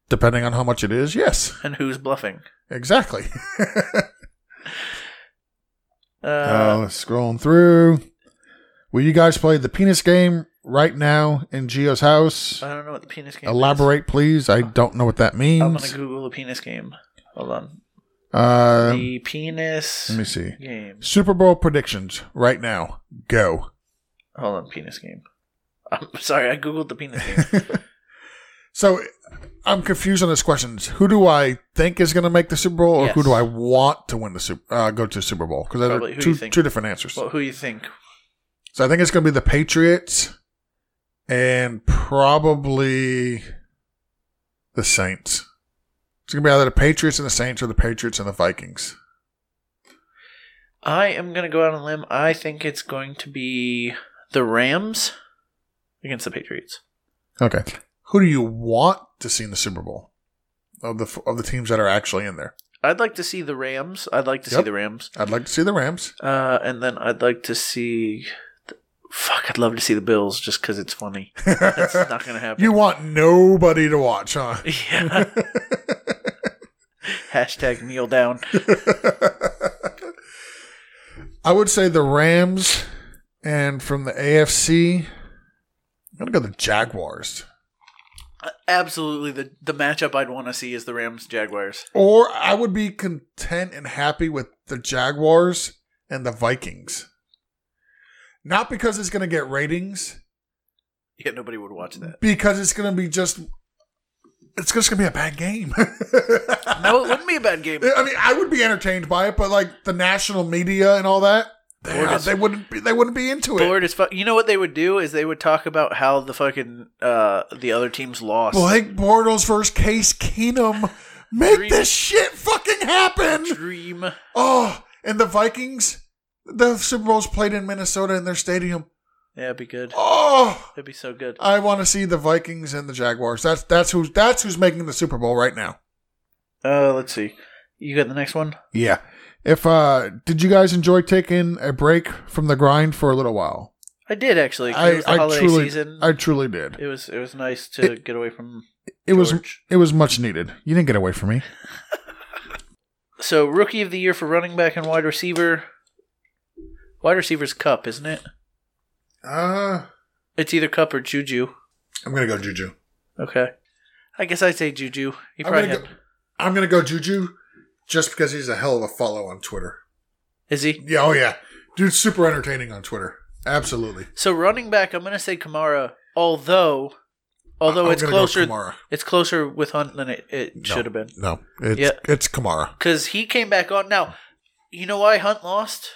B: Depending on how much it is, yes.
A: [LAUGHS] and who's bluffing
B: Exactly.
A: Uh,
B: Uh, scrolling through. Will you guys play the penis game right now in Geo's house?
A: I don't know what the penis game. is.
B: Elaborate, please. I don't know what that
A: Uh, I'm gonna
B: means.
A: Google the penis game. Hold on.
B: Uh,
A: the penis
B: let me see.
A: game.
B: Super Bowl predictions right now. Go.
A: Hold on, penis game. I'm [LAUGHS] sorry, I googled the penis
B: [LAUGHS]
A: game.
B: So I'm confused on this question. Who do I think is going to make the Super Bowl, or who
A: Yes.
B: do I want to win the Super, uh, go to the Super Bowl? Because
A: Probably
B: there
A: who
B: are
A: you
B: two,
A: think.
B: two different answers.
A: well, who you think?
B: So I think it's going to be the Patriots and probably the Saints. It's going to be either the Patriots and the Saints or the Patriots and the Vikings.
A: I am gonna go out on a limb. I think it's going to be the Rams against the Patriots.
B: Okay. Who do you want to see in the Super Bowl of the of the teams that are actually in there?
A: I'd like to see the Rams. I'd like to see
B: Yep.
A: the Rams.
B: I'd like to see the Rams.
A: Uh, and then I'd like to see. Fuck, I'd love to see the Bills just because it's
B: [LAUGHS]
A: funny. That's not gonna happen.
B: You want nobody to watch, huh?
A: [LAUGHS] yeah. [LAUGHS] Hashtag kneel down.
B: [LAUGHS] I would say the Rams, and from the AFC, I'm gonna go the Jaguars.
A: Uh, Absolutely, the the matchup I'd want to see is the Rams Jaguars.
B: Or I would be content and happy with the Jaguars and the Vikings. Not because it's going to get ratings,
A: Yeah, nobody would watch that.
B: because it's going to be just, it's just going to be a bad game. [LAUGHS]
A: No, it wouldn't be a bad game.
B: I mean, I would be entertained by it, but like the national media and all that, they,
A: Bored as-
B: they wouldn't be, they wouldn't be into it.
A: Bored as fuck. You know what they would do is they would talk about how the fucking uh, the other teams lost.
B: Blake Bortles versus Case Keenum. Make
A: Dream-
B: this shit fucking happen.
A: Dream.
B: Oh, and the Vikings, the Super Bowl's played in Minnesota in their stadium.
A: Yeah, it'd be good.
B: Oh,
A: That'd be so good.
B: I want to see the Vikings and the Jaguars. That's that's who's that's who's making the Super Bowl right now.
A: Uh, let's see. You got the next one?
B: Yeah. If uh, did you guys enjoy taking a break from the grind for a little while?
A: I did actually. 'cause it was the holiday
B: truly,
A: season.
B: I truly did.
A: it was it was nice to get away from.
B: It was
A: George.
B: it was much needed. You didn't get away from me.
A: So rookie of the year for running back and wide receiver. Wide receiver's cup, isn't it?
B: Uh,
A: It's either cup or Juju.
B: I'm gonna go Juju.
A: Okay. I guess I'd say Juju. He
B: I'm
A: probably
B: gonna
A: had-
B: go- I'm gonna go Juju just because he's a hell of a follow on Twitter.
A: is he?
B: Yeah, oh yeah. Dude's super entertaining on Twitter. Absolutely.
A: So running back, I'm gonna say Kamara. Although, although
B: I'm
A: it's
B: gonna go
A: closer,
B: Kamara.
A: it's closer with Hunt than it, it
B: No.
A: should have been
B: No. It's
A: Yeah.
B: it's Kamara.
A: because he came back on. Now, you know why Hunt lost?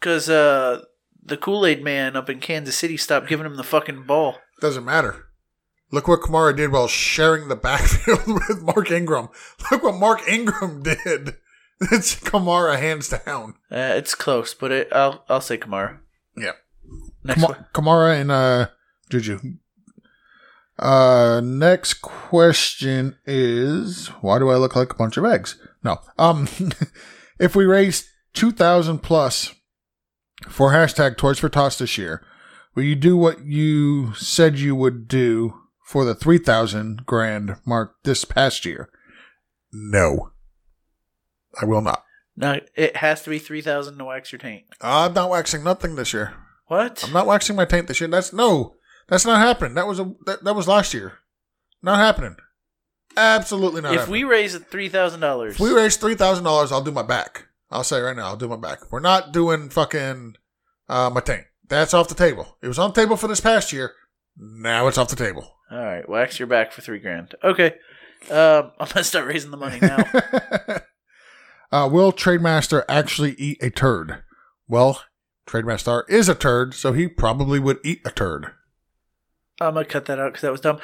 A: Because uh, the Kool Aid Man up in Kansas City stopped giving him the fucking ball.
B: Doesn't matter. Look what Kamara did while sharing the backfield [LAUGHS] with Mark Ingram. Look what Mark Ingram [LAUGHS] did. It's Kamara hands down.
A: Uh, it's close, but it, I'll I'll say Kamara.
B: Yeah.
A: Next one.
B: Kamara and uh Juju. Uh next question is why do I look like a bunch of eggs? No. Um [LAUGHS] if we raise two thousand plus for hashtag Toys for Tots this year, will you do what you said you would do for the three thousand grand mark this past year? No. I will not.
A: Now it has to be three thousand to wax your taint.
B: I'm not waxing nothing this year.
A: What?
B: I'm not waxing my taint this year. That's no, that's not happening. That was a that, that was last year. Not happening. Absolutely not.
A: if we raise it three thousand dollars,
B: if we raise three thousand dollars, I'll do my back. I'll say right now, I'll do my back. We're not doing fucking uh, my taint. That's off the table. It was on the table for this past year. Now it's off
A: [LAUGHS]
B: the table.
A: All right, wax your back for three grand. Okay, um, [LAUGHS] I'm gonna start raising the money
B: [LAUGHS]
A: now.
B: uh, will Trademaster actually eat a turd? Well, Trademaster is a turd, so he probably would eat a turd.
A: I'm gonna cut that out because that was dumb.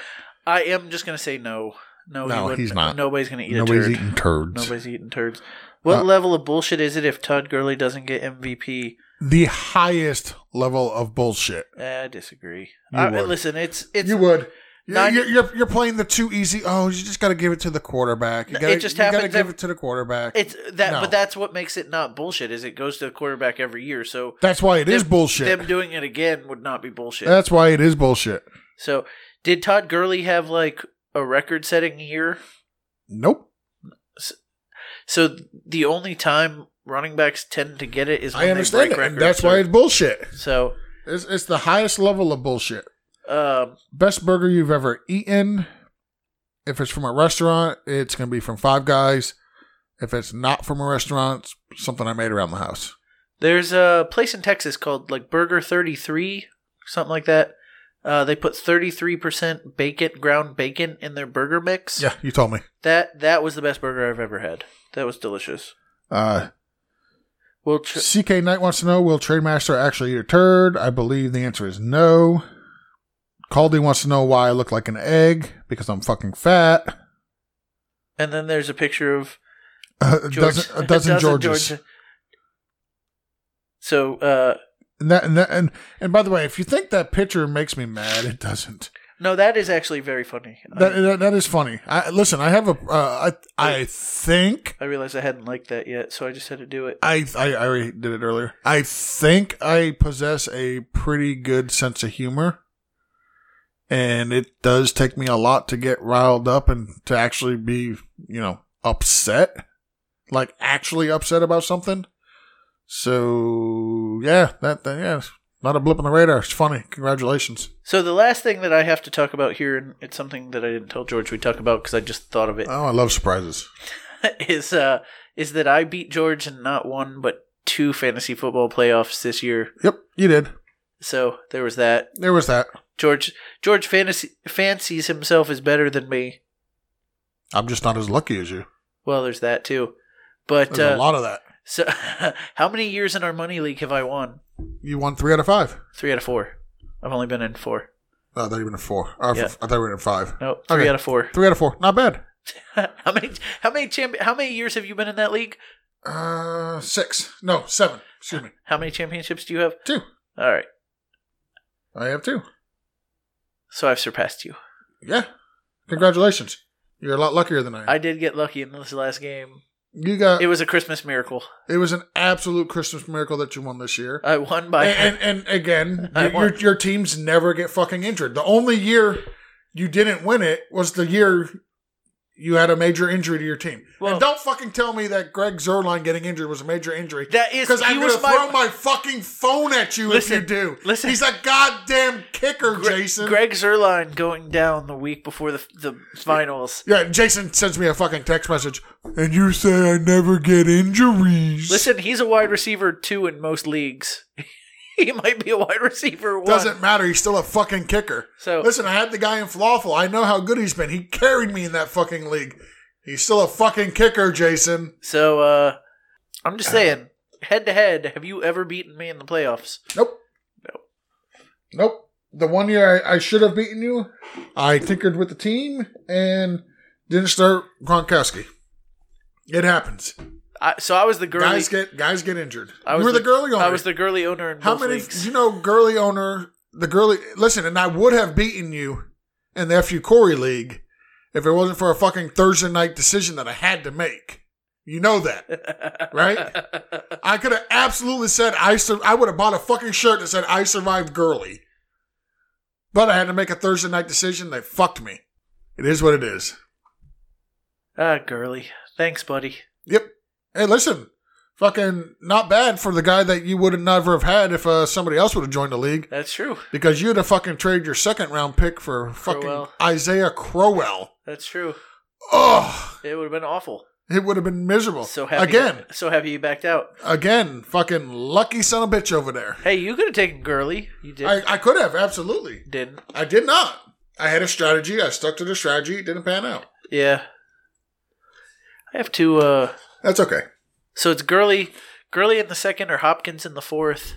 A: I am just gonna say no. No, he
B: No,
A: wouldn't.
B: he's not.
A: Nobody's gonna eat
B: Nobody's
A: a turd.
B: eating turds.
A: Nobody's eating turds. What
B: Uh,
A: level of bullshit is it if Todd Gurley doesn't get MVP?
B: the highest level of bullshit.
A: Eh, I disagree.
B: You
A: I,
B: would.
A: listen, it's it's
B: you would.
A: Nine-
B: you're, you're, you're playing the too easy. Oh, you just got to give it to the quarterback. You
A: It
B: gotta,
A: just
B: you gotta
A: happens
B: give
A: ev-
B: it to the quarterback.
A: it's that,
B: No.
A: but that's what makes it not bullshit. Is it goes to the quarterback every year, so
B: That's why it is
A: them-
B: bullshit.
A: Them doing it again would not be bullshit.
B: That's why it is bullshit.
A: so, did Todd Gurley have like a record-setting year?
B: Nope.
A: So the only time running backs tend to get it is when
B: I understand
A: they
B: it.
A: break
B: and
A: records.
B: that's why it's bullshit.
A: so
B: It's, it's the highest level of bullshit.
A: um,
B: Best burger you've ever eaten. If it's from a restaurant, it's going to be from Five Guys. If it's not from a restaurant, it's something I made around the house.
A: there's a place in Texas called like Burger 33, something like that. Uh, they put 33% bacon, ground bacon in their burger mix.
B: Yeah, you told me.
A: That that was the best burger I've ever had. That was delicious.
B: Uh,
A: Well, tr-
B: CK Knight wants to know Will Trademaster actually eat a turd? I believe the answer is no. Caldy wants to know why I look like an egg because I'm fucking fat.
A: and then there's a picture of
B: Uh, a
A: George, [LAUGHS]
B: dozen, a dozen Georges.
A: George- So uh,
B: And, that, and, that, and, and by the way, if you think that picture makes me mad, it doesn't.
A: no, that is actually very funny.
B: That,
A: I,
B: that, that is funny. I, listen, I have a. Uh, I, I think.
A: I realized I hadn't liked that yet, so I just had to do it.
B: I, I, I already did it earlier. I think I possess a pretty good sense of humor. And it does take me a lot to get riled up and to actually be, you know, upset. Like actually upset about something. So yeah, that, that yeah, it's not a blip on the radar. It's funny. Congratulations.
A: So the last thing that I have to talk about here, and it's something that I didn't tell George we talk about because I just thought of it,
B: Oh, I love surprises.
A: [LAUGHS] is uh, is that I beat George in not one but two fantasy football playoffs this year.
B: Yep, you did.
A: So there was that.
B: There was that.
A: George George fantasy, fancies himself is better than me.
B: I'm just not as lucky as you.
A: Well, there's that too. But
B: There's
A: uh,
B: a lot of that.
A: so, [LAUGHS] how many years in our money league have I won?
B: You won three out of five.
A: Three out of four. I've only been in four.
B: Oh, I thought you were in four. Or
A: Yeah.
B: f- I thought you were in five.
A: No, three
B: Okay.
A: out of four. [LAUGHS]
B: Three out of four. Not bad.
A: how many? How many champ? How many years have you been in that league?
B: Uh, six. No, seven. Excuse me.
A: How many championships do you have?
B: Two.
A: All right,
B: I have two.
A: so I've surpassed you.
B: Yeah. Congratulations. You're a lot luckier than I am.
A: I did get lucky in this last game.
B: you got
A: It
B: it,
A: was a Christmas miracle.
B: was an absolute Christmas miracle that you won this year.
A: I won by.
B: and, and and again,
A: [LAUGHS] I
B: your, your
A: won.
B: your teams never get fucking injured. The only year you didn't win it was the year you had a major injury to your team.
A: Well-
B: and don't fucking tell me that Greg Zerline getting injured was a major injury.
A: That is-
B: because I'm
A: he
B: gonna
A: was my-
B: throw my fucking phone at you
A: Listen,
B: if you do.
A: listen.
B: he's a goddamn kicker,
A: Gre-
B: Jason.
A: Greg Zerline going down the week before the the finals.
B: yeah, Jason sends me a fucking text message, and you say I never get injuries.
A: Listen, he's a wide receiver two in most leagues. [LAUGHS] he might be a wide receiver one.
B: Doesn't matter. He's still a fucking kicker.
A: So-
B: listen, I had the guy in Flawful. I know how good he's been. He carried me in that fucking league. He's still a fucking kicker, Jason.
A: So uh, I'm just saying, head to head, have you ever beaten me in the playoffs?
B: Nope.
A: Nope.
B: Nope. The one year I, I should have beaten you, I tinkered with the team and didn't start Gronkowski. It happens.
A: I, so I was the girly.
B: Guys get guys get injured.
A: I was
B: you were the, girly owner.
A: I was the girly owner in
B: How
A: both
B: many?
A: leagues.
B: You know, girly owner, the girly. Listen, and I would have beaten you in the FU Corey League if it wasn't for a fucking Thursday night decision that I had to make. You know that,
A: [LAUGHS]
B: right? I could have absolutely said I. Sur- I would have bought a fucking shirt that said "I survived girly," but I had to make a Thursday night decision. They fucked me. It is what it is.
A: [LAUGHS] Ah, girly. Thanks, buddy.
B: Yep. Hey, listen, fucking not bad for the guy that you would have never have had if uh, somebody else would have joined the league.
A: That's true.
B: Because you'd have fucking traded your second round pick for fucking
A: Crowell.
B: Isaiah Crowell.
A: That's true.
B: Ugh.
A: It would have been awful.
B: It would have been miserable.
A: So happy.
B: again,
A: So happy you backed out.
B: again, fucking lucky son of a bitch over there.
A: Hey, you could have taken girly. You did.
B: I, I could have, absolutely.
A: Didn't.
B: I did not. I had a strategy. I stuck to the strategy. It didn't pan out.
A: Yeah. I have to. uh
B: That's okay.
A: So it's girly, girly in the second, or Hopkins in the fourth.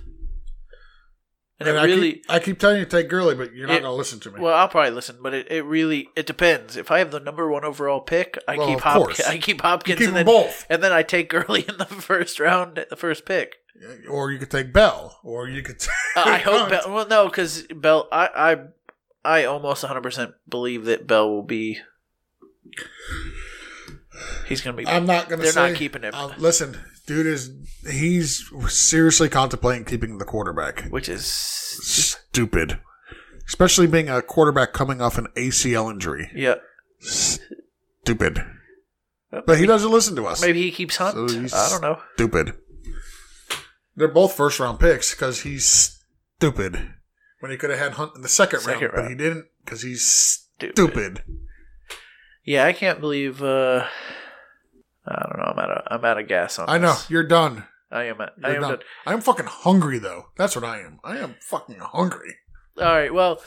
A: And, it
B: I
A: really.
B: keep, I keep telling you to take Gurley, but you're not
A: It-
B: going to listen to me.
A: Well, I'll probably listen, but it, it really it depends. If I have the number one overall pick, I
B: Well,
A: keep
B: of
A: Hopkins. [LAUGHS]
B: course.
A: I keep
B: you
A: Hopkins,
B: keep
A: and
B: them
A: then
B: both.
A: and then I take Gurley [LAUGHS] in the first round at the first pick.
B: Or you could take Bell. Or you could.
A: Uh,
B: [LAUGHS]
A: I hope Bell. Well, no, because Bell. I I I almost 100 percent believe that Bell will be. He's gonna be.
B: I'm not going to
A: They're
B: say.
A: not keeping him.
B: Uh, listen, dude is he's seriously contemplating keeping the quarterback.
A: which is
B: Stupid, especially being a quarterback coming off an ACL injury.
A: yeah.
B: Stupid. But he doesn't listen to us.
A: Maybe he keeps Hunt.
B: So he's-
A: I don't know.
B: Stupid. They're both first round picks because he's stupid. When he could have had Hunt in the second,
A: Second
B: round, but
A: round.
B: he didn't because he's
A: Stupid.
B: stupid.
A: Yeah, I can't believe. uh I don't know. I'm out of I'm out of gas on.
B: I know
A: this.
B: you're done.
A: I am. I
B: You're
A: am
B: done.
A: done.
B: I'm fucking hungry though. That's what I am. I am fucking hungry.
A: All right. Well,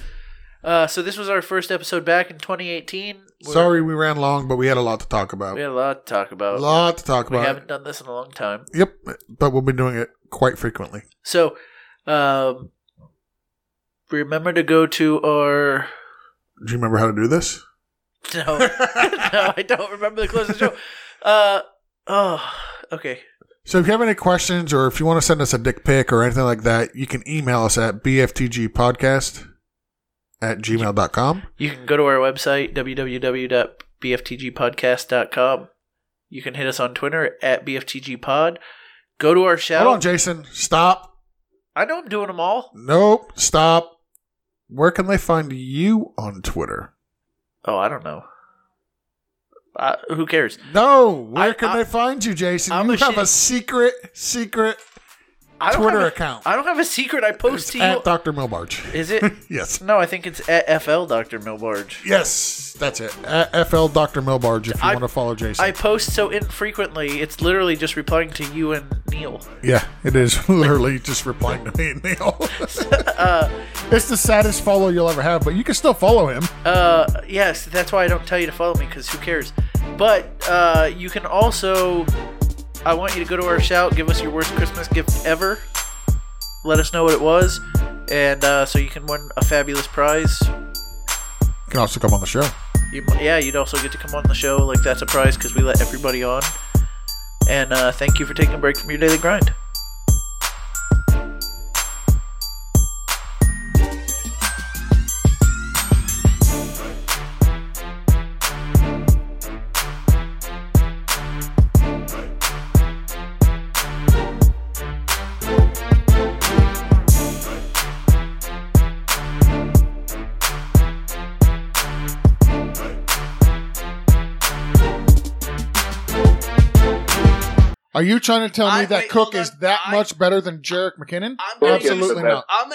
A: uh, so this was our first episode back in 2018. We're-
B: Sorry we ran long, but we had a lot to talk about.
A: we had a lot to talk
B: a
A: about.
B: lot to talk
A: we
B: about.
A: haven't done this in a long time.
B: Yep, but we'll be doing it quite frequently.
A: So, um, remember to go to our. [LAUGHS]
B: Do you remember how to do this?
A: No, no, I don't remember the close
B: [LAUGHS]
A: of the show. Uh, oh, okay.
B: So if you have any questions or if you want to send us a dick pic or anything like that, you can email us at bftgpodcast at gmail.com.
A: You can go to our website, www.bftgpodcast.com. You can hit us on Twitter at bftgpod. Go to our shout
B: Hold on, Jason. Stop.
A: I know I'm doing them all.
B: Nope. Stop. Where can they find you on Twitter?
A: Oh, I don't know. Uh, who cares?
B: No. Where
A: I-
B: can
A: I-
B: they find you, Jason?
A: I'm
B: you
A: a
B: have
A: shit-
B: a secret, secret
A: I don't
B: Twitter
A: have a-
B: account.
A: I don't have a secret. I post
B: It's
A: to you.
B: at Dr. Milbarge. [LAUGHS]
A: Is it?
B: Yes.
A: No, I think it's at FL Dr. Milbarge.
B: Yes. That's it. At FL Dr. Milbarge if you
A: I-
B: want to follow Jason.
A: I post so infrequently, it's literally just replying to you and Neil. [LAUGHS]
B: Yeah, it is [LAUGHS] literally just replying to [LAUGHS] me and Neil. it's the saddest follow you'll ever have, but you can still follow him.
A: Uh, yes, that's why I don't tell you to follow me, because who cares? But uh, you can also. I want you to go to our shout, give us your worst Christmas gift ever. Let us know what it was, and uh, so you can win a fabulous prize.
B: You can also come on the show.
A: You, yeah, you'd also get to come on the show. Like, that's a prize because we let everybody on. And uh, thank you for taking a break from your daily grind.
B: Are you trying to tell me
C: I-
B: that Cook is
C: wait, hold on.
B: that
C: I-
B: much better than Jarek McKinnon?
C: I'm gonna-
B: Absolutely not.
C: I'm